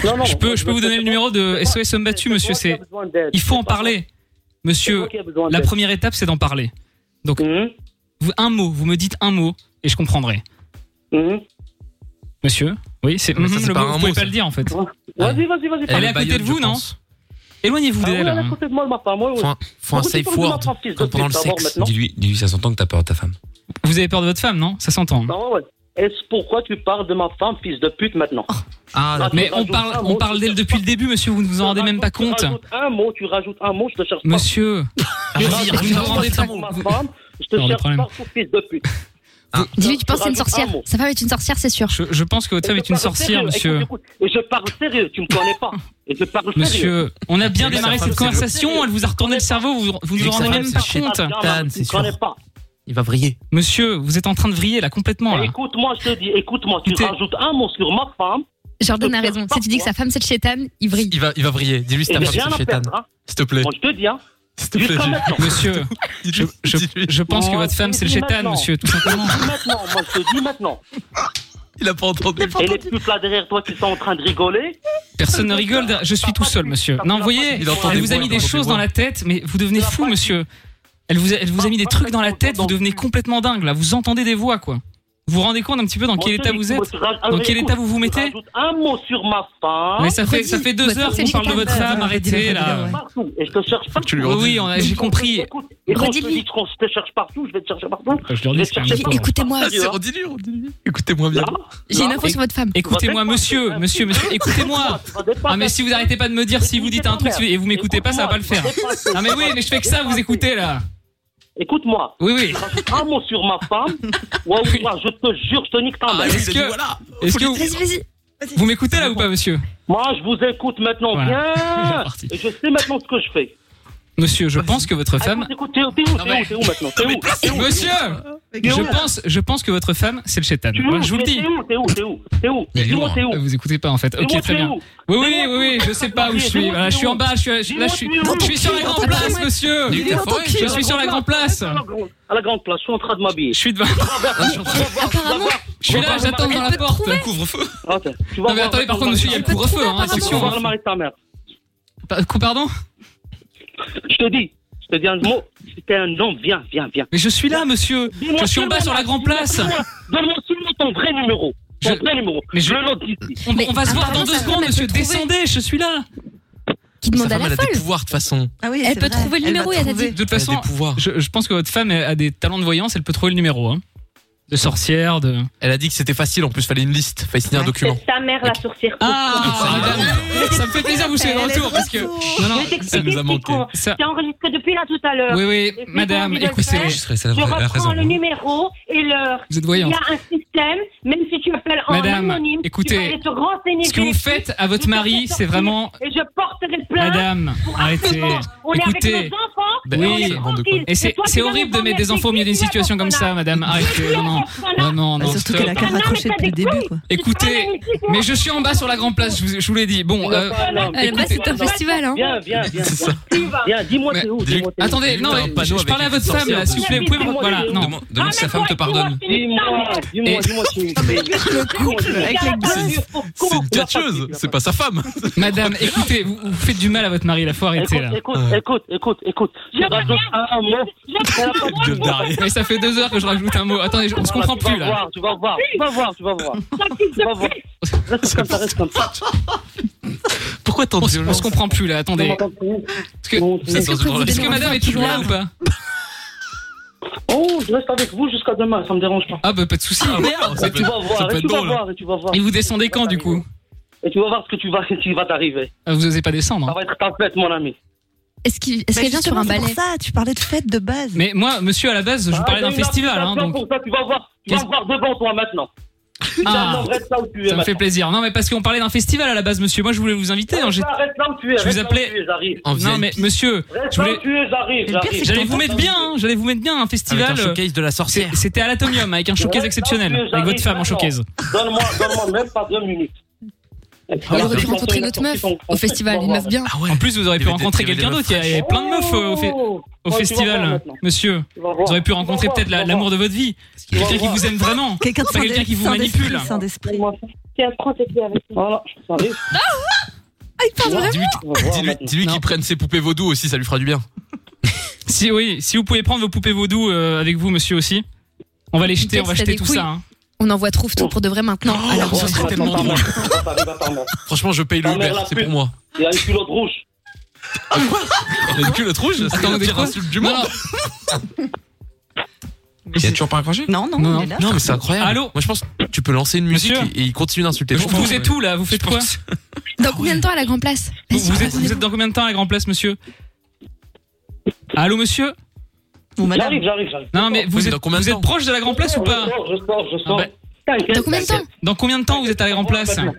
[SPEAKER 7] Non, non,
[SPEAKER 3] Je peux je peux vous donner le numéro de SOS Homme Battu, monsieur.
[SPEAKER 7] toi qui as
[SPEAKER 3] C'est
[SPEAKER 7] besoin d'aide.
[SPEAKER 3] il faut en
[SPEAKER 7] C'est pas
[SPEAKER 3] parler,
[SPEAKER 7] toi. C'est
[SPEAKER 3] monsieur.
[SPEAKER 7] toi qui as besoin
[SPEAKER 3] La
[SPEAKER 7] d'aide.
[SPEAKER 3] première étape, c'est d'en parler.
[SPEAKER 7] Hum,
[SPEAKER 3] Vous, un mot, vous me dites un mot et je comprendrai.
[SPEAKER 7] hum.
[SPEAKER 3] Monsieur Oui, c'est
[SPEAKER 6] Mais ça,
[SPEAKER 3] mhm,
[SPEAKER 6] c'est
[SPEAKER 3] le
[SPEAKER 6] pas
[SPEAKER 3] mot,
[SPEAKER 6] un
[SPEAKER 3] vous
[SPEAKER 6] mot,
[SPEAKER 3] pouvez
[SPEAKER 6] ça.
[SPEAKER 3] pas le dire en fait.
[SPEAKER 7] Vas-y, vas-y, vas-y.
[SPEAKER 3] Elle est à
[SPEAKER 6] Bayonne,
[SPEAKER 3] côté de vous,
[SPEAKER 6] je
[SPEAKER 3] non
[SPEAKER 6] pense.
[SPEAKER 3] Éloignez-vous
[SPEAKER 7] Ah ouais,
[SPEAKER 3] d'elle.
[SPEAKER 7] elle est à
[SPEAKER 3] hein.
[SPEAKER 7] côté de moi, ma femme. ouais, ouais.
[SPEAKER 6] Faut un, faut un
[SPEAKER 7] Pourquoi tu
[SPEAKER 6] safe
[SPEAKER 7] parles de ma
[SPEAKER 6] word
[SPEAKER 7] femme, fils de
[SPEAKER 6] comme pendant le
[SPEAKER 7] pute, d'abord,
[SPEAKER 6] sexe.
[SPEAKER 7] maintenant
[SPEAKER 2] Dis-lui, dis-lui, ça s'entend que t'as peur de ta femme.
[SPEAKER 3] Vous avez peur de votre femme, non Ça s'entend. hein.
[SPEAKER 7] Non, Ah ouais. Est-ce pourquoi tu parles de ma femme, fils de pute, maintenant
[SPEAKER 4] Oh.
[SPEAKER 6] Ah, d'accord.
[SPEAKER 3] Mais
[SPEAKER 7] tu
[SPEAKER 3] on
[SPEAKER 7] rajoutes
[SPEAKER 3] parle,
[SPEAKER 7] un
[SPEAKER 3] on
[SPEAKER 7] mot,
[SPEAKER 3] parle
[SPEAKER 7] tu
[SPEAKER 3] d'elle
[SPEAKER 7] cherches
[SPEAKER 3] depuis
[SPEAKER 7] pas.
[SPEAKER 3] le début, monsieur. Vous ne vous en rendez même pas compte.
[SPEAKER 7] Tu rajoutes un mot, tu rajoutes un mot, je te cherche pas.
[SPEAKER 3] Monsieur, vous
[SPEAKER 6] Vas-y,
[SPEAKER 3] ne vous
[SPEAKER 6] rajoute
[SPEAKER 3] rendez pas
[SPEAKER 6] un
[SPEAKER 7] Ma
[SPEAKER 3] compte.
[SPEAKER 7] femme, je te
[SPEAKER 3] Non, le
[SPEAKER 7] cherche
[SPEAKER 3] problème.
[SPEAKER 7] pas, pour fils de pute.
[SPEAKER 2] Ah.
[SPEAKER 4] Dis-lui, tu penses que c'est une
[SPEAKER 7] rajoutes un
[SPEAKER 4] sorcière.
[SPEAKER 7] mot.
[SPEAKER 4] Sa femme est une sorcière, c'est sûr.
[SPEAKER 3] Je, je pense que votre femme
[SPEAKER 7] Et
[SPEAKER 3] est
[SPEAKER 7] je
[SPEAKER 3] une
[SPEAKER 7] parle
[SPEAKER 3] sorcière,
[SPEAKER 7] sérieux,
[SPEAKER 3] monsieur.
[SPEAKER 7] écoute, écoute, Et je parle sérieux, tu me connais pas. Et je parle sérieux.
[SPEAKER 3] Monsieur, on a bien
[SPEAKER 6] Dis-lui que
[SPEAKER 3] démarré
[SPEAKER 6] sa femme,
[SPEAKER 3] cette
[SPEAKER 6] c'est le-
[SPEAKER 3] conversation. Elle vous a retourné le cerveau. Vous vous
[SPEAKER 6] Dis-lui
[SPEAKER 3] ne vous
[SPEAKER 6] que sa
[SPEAKER 3] rendez
[SPEAKER 6] femme,
[SPEAKER 3] même
[SPEAKER 6] c'est
[SPEAKER 3] pas
[SPEAKER 6] chez-
[SPEAKER 3] compte.
[SPEAKER 6] Dan, c'est
[SPEAKER 7] Tu me connais
[SPEAKER 6] sûr.
[SPEAKER 7] pas.
[SPEAKER 6] Il va vriller.
[SPEAKER 3] Monsieur, vous êtes en train de vriller là complètement là.
[SPEAKER 7] Eh, Écoute-moi, je te dis, écoute-moi, tu
[SPEAKER 3] Écoutez.
[SPEAKER 7] rajoutes un mot sur ma femme,
[SPEAKER 4] Jordan a raison. Si tu dis que sa femme c'est le chétane, il brille.
[SPEAKER 6] Il va, il va vriller. Dis-lui
[SPEAKER 7] et
[SPEAKER 6] c'est
[SPEAKER 7] j'ai
[SPEAKER 6] ta femme,
[SPEAKER 7] rien
[SPEAKER 6] c'est
[SPEAKER 7] à
[SPEAKER 6] chétane.
[SPEAKER 7] perdre. hein.
[SPEAKER 6] S'il te plaît.
[SPEAKER 7] Moi, je te dis, hein.
[SPEAKER 6] S'il te
[SPEAKER 7] Jusqu'à
[SPEAKER 6] plaît.
[SPEAKER 7] maintenant. [laughs]
[SPEAKER 3] Monsieur, je, je, je pense que
[SPEAKER 7] Non,
[SPEAKER 3] votre femme c'est le
[SPEAKER 7] dis-lui
[SPEAKER 3] chétan,
[SPEAKER 7] maintenant.
[SPEAKER 3] monsieur, tout
[SPEAKER 7] [laughs]
[SPEAKER 3] simplement.
[SPEAKER 7] Je te dis maintenant, moi, je te dis maintenant.
[SPEAKER 6] Il a pas entendu.
[SPEAKER 7] Et les putes là derrière toi qui sont en train de rigoler,
[SPEAKER 3] Personne ne rigole, je suis tout seul, monsieur. Non, vous voyez,
[SPEAKER 6] Il entend
[SPEAKER 3] elle
[SPEAKER 6] des
[SPEAKER 3] vous a
[SPEAKER 6] voix,
[SPEAKER 3] mis
[SPEAKER 6] il
[SPEAKER 3] des
[SPEAKER 6] entend des
[SPEAKER 3] choses
[SPEAKER 6] voix.
[SPEAKER 3] dans la tête, mais vous devenez fou, monsieur. Elle vous, a, elle vous a mis des trucs dans la tête, vous devenez complètement dingue, là. Vous entendez des voix, quoi. Vous vous rendez compte un petit peu dans quel état vous êtes Dans quel état vous vous mettez
[SPEAKER 7] Un mot sur ma femme.
[SPEAKER 3] Mais ça fait, ça fait deux heures qu'on parle de votre femme, arrêtez là.
[SPEAKER 7] Partout. Et je te cherche partout.
[SPEAKER 3] lui redis. Oui, on a- j'ai compris.
[SPEAKER 7] Écoute, Et quand je te
[SPEAKER 4] Redis-lui.
[SPEAKER 7] dis qu'on te cherche partout, je vais te chercher partout.
[SPEAKER 3] Je leur dis ce
[SPEAKER 7] Je
[SPEAKER 3] que
[SPEAKER 7] vais
[SPEAKER 3] je
[SPEAKER 7] te chercher
[SPEAKER 3] pense.
[SPEAKER 7] partout.
[SPEAKER 4] Écoutez-moi,
[SPEAKER 7] Sérieux, hein.
[SPEAKER 6] Redis-lui, redis-lui. Écoutez-moi bien.
[SPEAKER 4] j'ai une info
[SPEAKER 3] Et-
[SPEAKER 4] sur votre femme.
[SPEAKER 7] Bah,
[SPEAKER 3] Écoutez-moi, monsieur, monsieur, monsieur, écoutez-moi.
[SPEAKER 7] Tu vas dépasser-
[SPEAKER 3] Ah mais si vous arrêtez pas de me dire si vous dites un truc et vous m'écoutez pas, ça va pas le faire. Ah mais oui, mais je fais que ça, vous écoutez là.
[SPEAKER 7] Écoute-moi.
[SPEAKER 3] Oui oui.
[SPEAKER 7] Rajoute Un mot sur ma femme. Ouais, ouais, ouais, je te jure, je te nique ta mère.
[SPEAKER 3] Ah, Est-ce que, est-ce que vous,
[SPEAKER 4] Vas-y, vas-y.
[SPEAKER 3] vous m'écoutez là ou pas, monsieur
[SPEAKER 7] Moi, je vous écoute
[SPEAKER 3] [laughs]
[SPEAKER 7] maintenant
[SPEAKER 3] Voilà. C'est
[SPEAKER 7] bien.
[SPEAKER 3] parti.
[SPEAKER 7] Et je sais maintenant ce que
[SPEAKER 3] Ah,
[SPEAKER 7] je fais.
[SPEAKER 3] Monsieur, je pense que votre femme.
[SPEAKER 7] Écoute, écoute, t'es où, t'es où,
[SPEAKER 3] Non,
[SPEAKER 7] t'es
[SPEAKER 3] mais-
[SPEAKER 7] où, t'es où maintenant T'es où
[SPEAKER 3] Monsieur, je pense, je pense que votre femme, c'est le chétan.
[SPEAKER 7] Tu es
[SPEAKER 3] Moi,
[SPEAKER 7] où
[SPEAKER 3] bah, je vous le
[SPEAKER 7] T'es-
[SPEAKER 3] dis.
[SPEAKER 7] T'es où T'es où T'es où T'es où
[SPEAKER 2] Il est
[SPEAKER 7] Dis-moi,
[SPEAKER 2] lourd,
[SPEAKER 7] t'es où
[SPEAKER 3] Vous écoutez pas en fait. Ok,
[SPEAKER 7] Dis-moi,
[SPEAKER 3] très
[SPEAKER 7] t'es
[SPEAKER 3] bien.
[SPEAKER 7] où
[SPEAKER 3] Oui, oui, oui, oui, je sais pas où je suis. Voilà, je suis en bas, je suis, à- là, je suis, je suis sur la grande place, monsieur.
[SPEAKER 2] Il est en tant
[SPEAKER 3] Je suis sur la grande place.
[SPEAKER 7] À la grande- à la grande place, je suis en train de m'habiller.
[SPEAKER 3] Je suis devant.
[SPEAKER 4] Apparemment,
[SPEAKER 3] Je suis là, j'attends devant la porte.
[SPEAKER 2] Couvre-feu.
[SPEAKER 7] Attends, tu
[SPEAKER 3] Non
[SPEAKER 7] vas
[SPEAKER 3] mais
[SPEAKER 7] voir-
[SPEAKER 3] attendez, par contre, monsieur, il y a le couvre-feu, hein,
[SPEAKER 7] Tu vas
[SPEAKER 3] attention.
[SPEAKER 7] voir le
[SPEAKER 3] hein.
[SPEAKER 7] mari de ta mère.
[SPEAKER 3] Pa- cou- Pardon
[SPEAKER 7] Je te dis, je te dis un mot. Si t'es un homme, viens, viens, viens.
[SPEAKER 3] Mais je suis là, monsieur.
[SPEAKER 7] Dis-moi
[SPEAKER 3] Je suis en bas
[SPEAKER 7] seulement-
[SPEAKER 3] sur la grande place.
[SPEAKER 7] Donne-moi- Donne-moi seulement ton vrai numéro. Ton
[SPEAKER 3] Je-
[SPEAKER 7] vrai numéro.
[SPEAKER 3] mais je-
[SPEAKER 7] le note d'ici.
[SPEAKER 3] On,
[SPEAKER 4] Mais
[SPEAKER 3] on va se voir dans
[SPEAKER 4] apparemment,
[SPEAKER 3] deux
[SPEAKER 4] sa femme,
[SPEAKER 3] secondes,
[SPEAKER 4] elle
[SPEAKER 3] monsieur.
[SPEAKER 4] peut trouver.
[SPEAKER 3] Descendez, je suis là.
[SPEAKER 4] qui demande à
[SPEAKER 6] femme,
[SPEAKER 4] la
[SPEAKER 6] elle a des
[SPEAKER 4] folle.
[SPEAKER 6] pouvoirs de toute façon.
[SPEAKER 5] Ah oui, c'est
[SPEAKER 4] Elle peut
[SPEAKER 5] vrai.
[SPEAKER 4] trouver le numéro,
[SPEAKER 5] va
[SPEAKER 4] elle a
[SPEAKER 5] trouver.
[SPEAKER 3] De toute
[SPEAKER 6] Elle a
[SPEAKER 3] façon,
[SPEAKER 6] des pouvoirs.
[SPEAKER 3] je, je pense que votre femme a des talents de voyance, elle peut trouver le numéro. Hein. De sorcière, de.
[SPEAKER 6] Elle a dit que c'était facile, en plus, fallait une liste, fallait signer un
[SPEAKER 5] Ouais.
[SPEAKER 6] document.
[SPEAKER 10] C'est ta mère la sorcière.
[SPEAKER 3] Ah,
[SPEAKER 6] Ah.
[SPEAKER 10] [laughs]
[SPEAKER 3] mesdames, ça me fait plaisir que vous soyez de
[SPEAKER 5] Elle est
[SPEAKER 3] retour
[SPEAKER 5] de
[SPEAKER 3] parce que.
[SPEAKER 5] retour.
[SPEAKER 3] Non, non,
[SPEAKER 10] Je vais t'expliquer
[SPEAKER 6] nous a
[SPEAKER 10] ce qui
[SPEAKER 6] manqué.
[SPEAKER 10] compte.
[SPEAKER 3] ça.
[SPEAKER 10] T'es enregistré depuis là tout à l'heure.
[SPEAKER 3] Oui, oui,
[SPEAKER 10] Et puis,
[SPEAKER 3] madame,
[SPEAKER 10] quand on dit de le
[SPEAKER 3] écoutez.
[SPEAKER 10] faire,
[SPEAKER 2] c'est
[SPEAKER 10] Je
[SPEAKER 2] la
[SPEAKER 10] reprends
[SPEAKER 2] raison.
[SPEAKER 10] le numéro et l'heure.
[SPEAKER 3] Vous êtes
[SPEAKER 10] Il y
[SPEAKER 3] voyante.
[SPEAKER 10] a un système, même si tu appelles en
[SPEAKER 3] Madame,
[SPEAKER 10] anonyme,
[SPEAKER 3] écoutez,
[SPEAKER 10] tu vas aller te renseigner
[SPEAKER 3] Ce que vous
[SPEAKER 10] dessus.
[SPEAKER 3] faites à votre mari, c'est vraiment.
[SPEAKER 10] Et je porterai plainte.
[SPEAKER 3] Madame,
[SPEAKER 10] pour
[SPEAKER 3] arrêtez.
[SPEAKER 10] harcèlement. On est
[SPEAKER 3] Écoutez.
[SPEAKER 10] avec nos enfants.
[SPEAKER 6] Ben,
[SPEAKER 10] et
[SPEAKER 3] oui.
[SPEAKER 10] on est
[SPEAKER 3] Ça
[SPEAKER 6] rend de
[SPEAKER 10] tranquille.
[SPEAKER 3] Et c'est
[SPEAKER 10] toi, tu
[SPEAKER 3] c'est
[SPEAKER 10] vas
[SPEAKER 3] horrible
[SPEAKER 10] nous
[SPEAKER 3] de mettre des
[SPEAKER 10] emmerder.
[SPEAKER 3] enfants au milieu d'une
[SPEAKER 10] Dis-lui à
[SPEAKER 3] situation
[SPEAKER 10] ton
[SPEAKER 3] comme ça,
[SPEAKER 10] connard.
[SPEAKER 3] madame. Arrêtez, non, non, non, non,
[SPEAKER 5] Bah,
[SPEAKER 3] non,
[SPEAKER 5] surtout
[SPEAKER 3] stop.
[SPEAKER 5] qu'elle a qu'à raccrocher depuis le début. Quoi.
[SPEAKER 3] Écoutez, mais je suis en bas sur la grande place, je vous, je vous l'ai dit. Bon, euh,
[SPEAKER 4] Euh, Là-bas, c'est un festival, hein.
[SPEAKER 7] Viens, viens, viens.
[SPEAKER 6] C'est ça.
[SPEAKER 10] Tu vas.
[SPEAKER 7] Viens, dis-moi
[SPEAKER 3] Mais-
[SPEAKER 7] t'es où, dis-moi t'es où.
[SPEAKER 3] attendez, non,
[SPEAKER 6] T'as un
[SPEAKER 3] mais je,
[SPEAKER 6] panneau
[SPEAKER 3] je
[SPEAKER 6] avec
[SPEAKER 3] parlais à
[SPEAKER 6] une
[SPEAKER 3] votre femme,
[SPEAKER 6] sorcière
[SPEAKER 3] là, s'il vous plaît, vous pouvez me... Voilà, non.
[SPEAKER 6] Ah,
[SPEAKER 2] Demande demande si sa femme te pardonne.
[SPEAKER 7] Dis-moi, dis-moi,
[SPEAKER 3] Et-
[SPEAKER 7] dis-moi tu
[SPEAKER 5] avec la
[SPEAKER 6] C'est une catcheuse, c'est pas sa femme.
[SPEAKER 3] Madame, écoutez, vous, vous faites du mal à votre mari, là, faut arrêter,
[SPEAKER 7] Écoute,
[SPEAKER 3] là.
[SPEAKER 7] écoute, écoute, écoute, écoute. Je rajoute un mot.
[SPEAKER 6] Gueule d'arrêt.
[SPEAKER 3] Mais ça fait deux heures que je rajoute un mot. Attendez, je- on se
[SPEAKER 7] Voilà,
[SPEAKER 3] comprend
[SPEAKER 7] tu vas
[SPEAKER 3] plus, là.
[SPEAKER 7] voir, Tu vas voir, tu vas voir, tu vas voir. Tu vas voir. Reste comme ça, reste comme ça.
[SPEAKER 6] Pourquoi tant de
[SPEAKER 3] On se, on
[SPEAKER 6] violence
[SPEAKER 3] se comprend plus, là, attendez. Parce que,
[SPEAKER 7] Parce
[SPEAKER 6] Ça, c'est drôle.
[SPEAKER 3] est-ce que madame est toujours là ou pas
[SPEAKER 7] Oh, je reste avec vous jusqu'à demain, ça me dérange pas.
[SPEAKER 3] Ah, bah, pas de soucis.
[SPEAKER 6] Merde, ça
[SPEAKER 7] Et
[SPEAKER 6] peut
[SPEAKER 7] tu
[SPEAKER 6] être-
[SPEAKER 7] vas
[SPEAKER 6] ça
[SPEAKER 7] voir,
[SPEAKER 6] peut
[SPEAKER 7] et
[SPEAKER 6] être
[SPEAKER 7] tu vas
[SPEAKER 6] drôle. hein.
[SPEAKER 7] voir, et tu vas voir.
[SPEAKER 3] Et vous descendez quand, du coup
[SPEAKER 7] Et tu vas voir ce que tu vas, ce qui va t'arriver.
[SPEAKER 3] Ah, Vous n'osez pas descendre.
[SPEAKER 7] Ça
[SPEAKER 3] hein.
[SPEAKER 7] va être ta fête, mon ami.
[SPEAKER 4] Est-ce qu'il- est-ce
[SPEAKER 5] Bah,
[SPEAKER 4] qu'elle vient sur
[SPEAKER 5] justement,
[SPEAKER 4] un
[SPEAKER 5] c'est pour
[SPEAKER 4] balai
[SPEAKER 5] ça, tu parlais de fête de base.
[SPEAKER 3] Mais moi, monsieur, à la base, je
[SPEAKER 7] Ah,
[SPEAKER 3] vous parlais d'un festival, hein, donc...
[SPEAKER 7] Pour toi, tu vas voir, tu vas
[SPEAKER 3] Qu'est-ce-
[SPEAKER 7] voir devant toi maintenant.
[SPEAKER 3] Ah,
[SPEAKER 7] Reste là où tu es
[SPEAKER 3] ça me fait
[SPEAKER 7] maintenant.
[SPEAKER 3] plaisir. Non, mais parce qu'on parlait d'un festival à la base, monsieur. Moi, je voulais vous inviter. hein, j'ai-
[SPEAKER 7] Reste là où tu es.
[SPEAKER 3] Je vous
[SPEAKER 7] reste là où
[SPEAKER 3] appelais-
[SPEAKER 7] tu es, J'arrive.
[SPEAKER 6] En
[SPEAKER 3] Non,
[SPEAKER 6] VIP.
[SPEAKER 3] mais monsieur,
[SPEAKER 7] Reste
[SPEAKER 3] je
[SPEAKER 7] là où
[SPEAKER 3] voulais...
[SPEAKER 7] tu es, j'arrive.
[SPEAKER 5] pire,
[SPEAKER 7] j'arrive.
[SPEAKER 5] c'est que
[SPEAKER 3] J'allais vous mettre bien, hein, j'allais vous mettre bien un
[SPEAKER 6] Avec un
[SPEAKER 3] festival. euh,
[SPEAKER 6] showcase de la
[SPEAKER 3] C'est-
[SPEAKER 6] sorcière.
[SPEAKER 3] C'était à l'atomium avec un showcase
[SPEAKER 7] Ouais,
[SPEAKER 3] exceptionnel
[SPEAKER 7] non, mais
[SPEAKER 3] avec votre femme en
[SPEAKER 7] j'arrive
[SPEAKER 3] showcase.
[SPEAKER 7] Donne-moi, donne-moi même pas deux minutes.
[SPEAKER 4] Elle aurait pu rencontrer une autre meuf au festival, une meuf bien.
[SPEAKER 6] Ah ouais.
[SPEAKER 3] En plus, vous auriez
[SPEAKER 6] Il y
[SPEAKER 3] pu
[SPEAKER 6] avait des-
[SPEAKER 3] rencontrer
[SPEAKER 6] il y avait des
[SPEAKER 3] quelqu'un
[SPEAKER 6] meufs
[SPEAKER 3] d'autre. Il y avait
[SPEAKER 6] fraîches.
[SPEAKER 3] plein de meufs euh, au, fe- au
[SPEAKER 7] Oh, tu vas voir
[SPEAKER 3] festival,
[SPEAKER 7] maintenant.
[SPEAKER 3] monsieur.
[SPEAKER 7] Tu vas voir.
[SPEAKER 3] Vous auriez pu
[SPEAKER 7] Tu vas
[SPEAKER 3] rencontrer
[SPEAKER 7] voir,
[SPEAKER 3] peut-être la-
[SPEAKER 7] tu vas
[SPEAKER 3] l'amour de votre vie,
[SPEAKER 7] vas
[SPEAKER 3] quelqu'un qui
[SPEAKER 7] voir.
[SPEAKER 3] vous aime vraiment.
[SPEAKER 5] Quelqu'un de
[SPEAKER 3] C'est pas
[SPEAKER 5] sain
[SPEAKER 3] quelqu'un qui vous
[SPEAKER 5] sain d'esprit,
[SPEAKER 3] manipule.
[SPEAKER 5] sain d'esprit.
[SPEAKER 7] voir.
[SPEAKER 10] Tiens, prends tes clés avec toi.
[SPEAKER 7] Voilà, ça arrive.
[SPEAKER 4] Ah, il parle vraiment
[SPEAKER 6] Dis-lui
[SPEAKER 7] On va voir
[SPEAKER 6] dis-lui-
[SPEAKER 7] maintenant.
[SPEAKER 6] dis-lui
[SPEAKER 3] Non.
[SPEAKER 6] qu'il prenne ses poupées vaudou aussi, ça lui fera du bien.
[SPEAKER 3] [laughs] Si oui, si vous pouvez prendre vos poupées vaudou euh, avec vous, monsieur aussi. On va les jeter, on va
[SPEAKER 4] Peut-être
[SPEAKER 3] jeter
[SPEAKER 4] si t'as
[SPEAKER 3] tout
[SPEAKER 4] des
[SPEAKER 3] ça. hein.
[SPEAKER 4] On envoie trouve tout pour de vrai maintenant.
[SPEAKER 6] Oh,
[SPEAKER 4] Alors,
[SPEAKER 6] ça serait tellement
[SPEAKER 7] Attends,
[SPEAKER 6] drôle.
[SPEAKER 7] attends, t'arrives à ta mère.
[SPEAKER 6] Franchement, je paye
[SPEAKER 7] Ta
[SPEAKER 6] le
[SPEAKER 7] mère
[SPEAKER 6] Uber,
[SPEAKER 7] Ah, l'a
[SPEAKER 6] c'est
[SPEAKER 7] pue.
[SPEAKER 6] pour moi.
[SPEAKER 7] Il y a une culotte rouge.
[SPEAKER 3] Ah,
[SPEAKER 6] Elle a une culotte rouge, c'est
[SPEAKER 3] Attendez,
[SPEAKER 6] la pire
[SPEAKER 3] quoi
[SPEAKER 6] insulte du
[SPEAKER 3] Non,
[SPEAKER 6] monde.
[SPEAKER 3] non.
[SPEAKER 2] Il a toujours pas accroché
[SPEAKER 5] Non, non,
[SPEAKER 3] Non,
[SPEAKER 5] on est là.
[SPEAKER 6] Non, mais c'est incroyable.
[SPEAKER 3] Allô
[SPEAKER 6] Moi, je pense que tu peux lancer une musique
[SPEAKER 3] Monsieur
[SPEAKER 6] et et il continue d'insulter.
[SPEAKER 3] Vous,
[SPEAKER 6] Je pense,
[SPEAKER 3] vous êtes
[SPEAKER 6] ouais.
[SPEAKER 3] où là Vous faites
[SPEAKER 6] Je
[SPEAKER 3] quoi
[SPEAKER 6] pense.
[SPEAKER 4] Dans combien de temps à la Grand Place
[SPEAKER 3] vous,
[SPEAKER 4] Vas-y,
[SPEAKER 3] vous êtes, vous
[SPEAKER 4] raconte-nous.
[SPEAKER 3] êtes dans combien de temps à la Grand Place, monsieur Allô, monsieur
[SPEAKER 5] Ou madame.
[SPEAKER 7] J'arrive, j'arrive, j'arrive.
[SPEAKER 3] Non, mais vous
[SPEAKER 6] êtes
[SPEAKER 3] êtes,
[SPEAKER 6] dans combien de
[SPEAKER 3] vous êtes
[SPEAKER 6] temps
[SPEAKER 3] proche de la Grand Place ou pas
[SPEAKER 7] Je sors, je sors, je sors.
[SPEAKER 3] Ah bah,
[SPEAKER 7] T'inquiète,
[SPEAKER 4] Dans combien de temps
[SPEAKER 7] t'inquiète.
[SPEAKER 3] Dans combien de temps vous êtes à la Grand Place
[SPEAKER 7] Maintenant.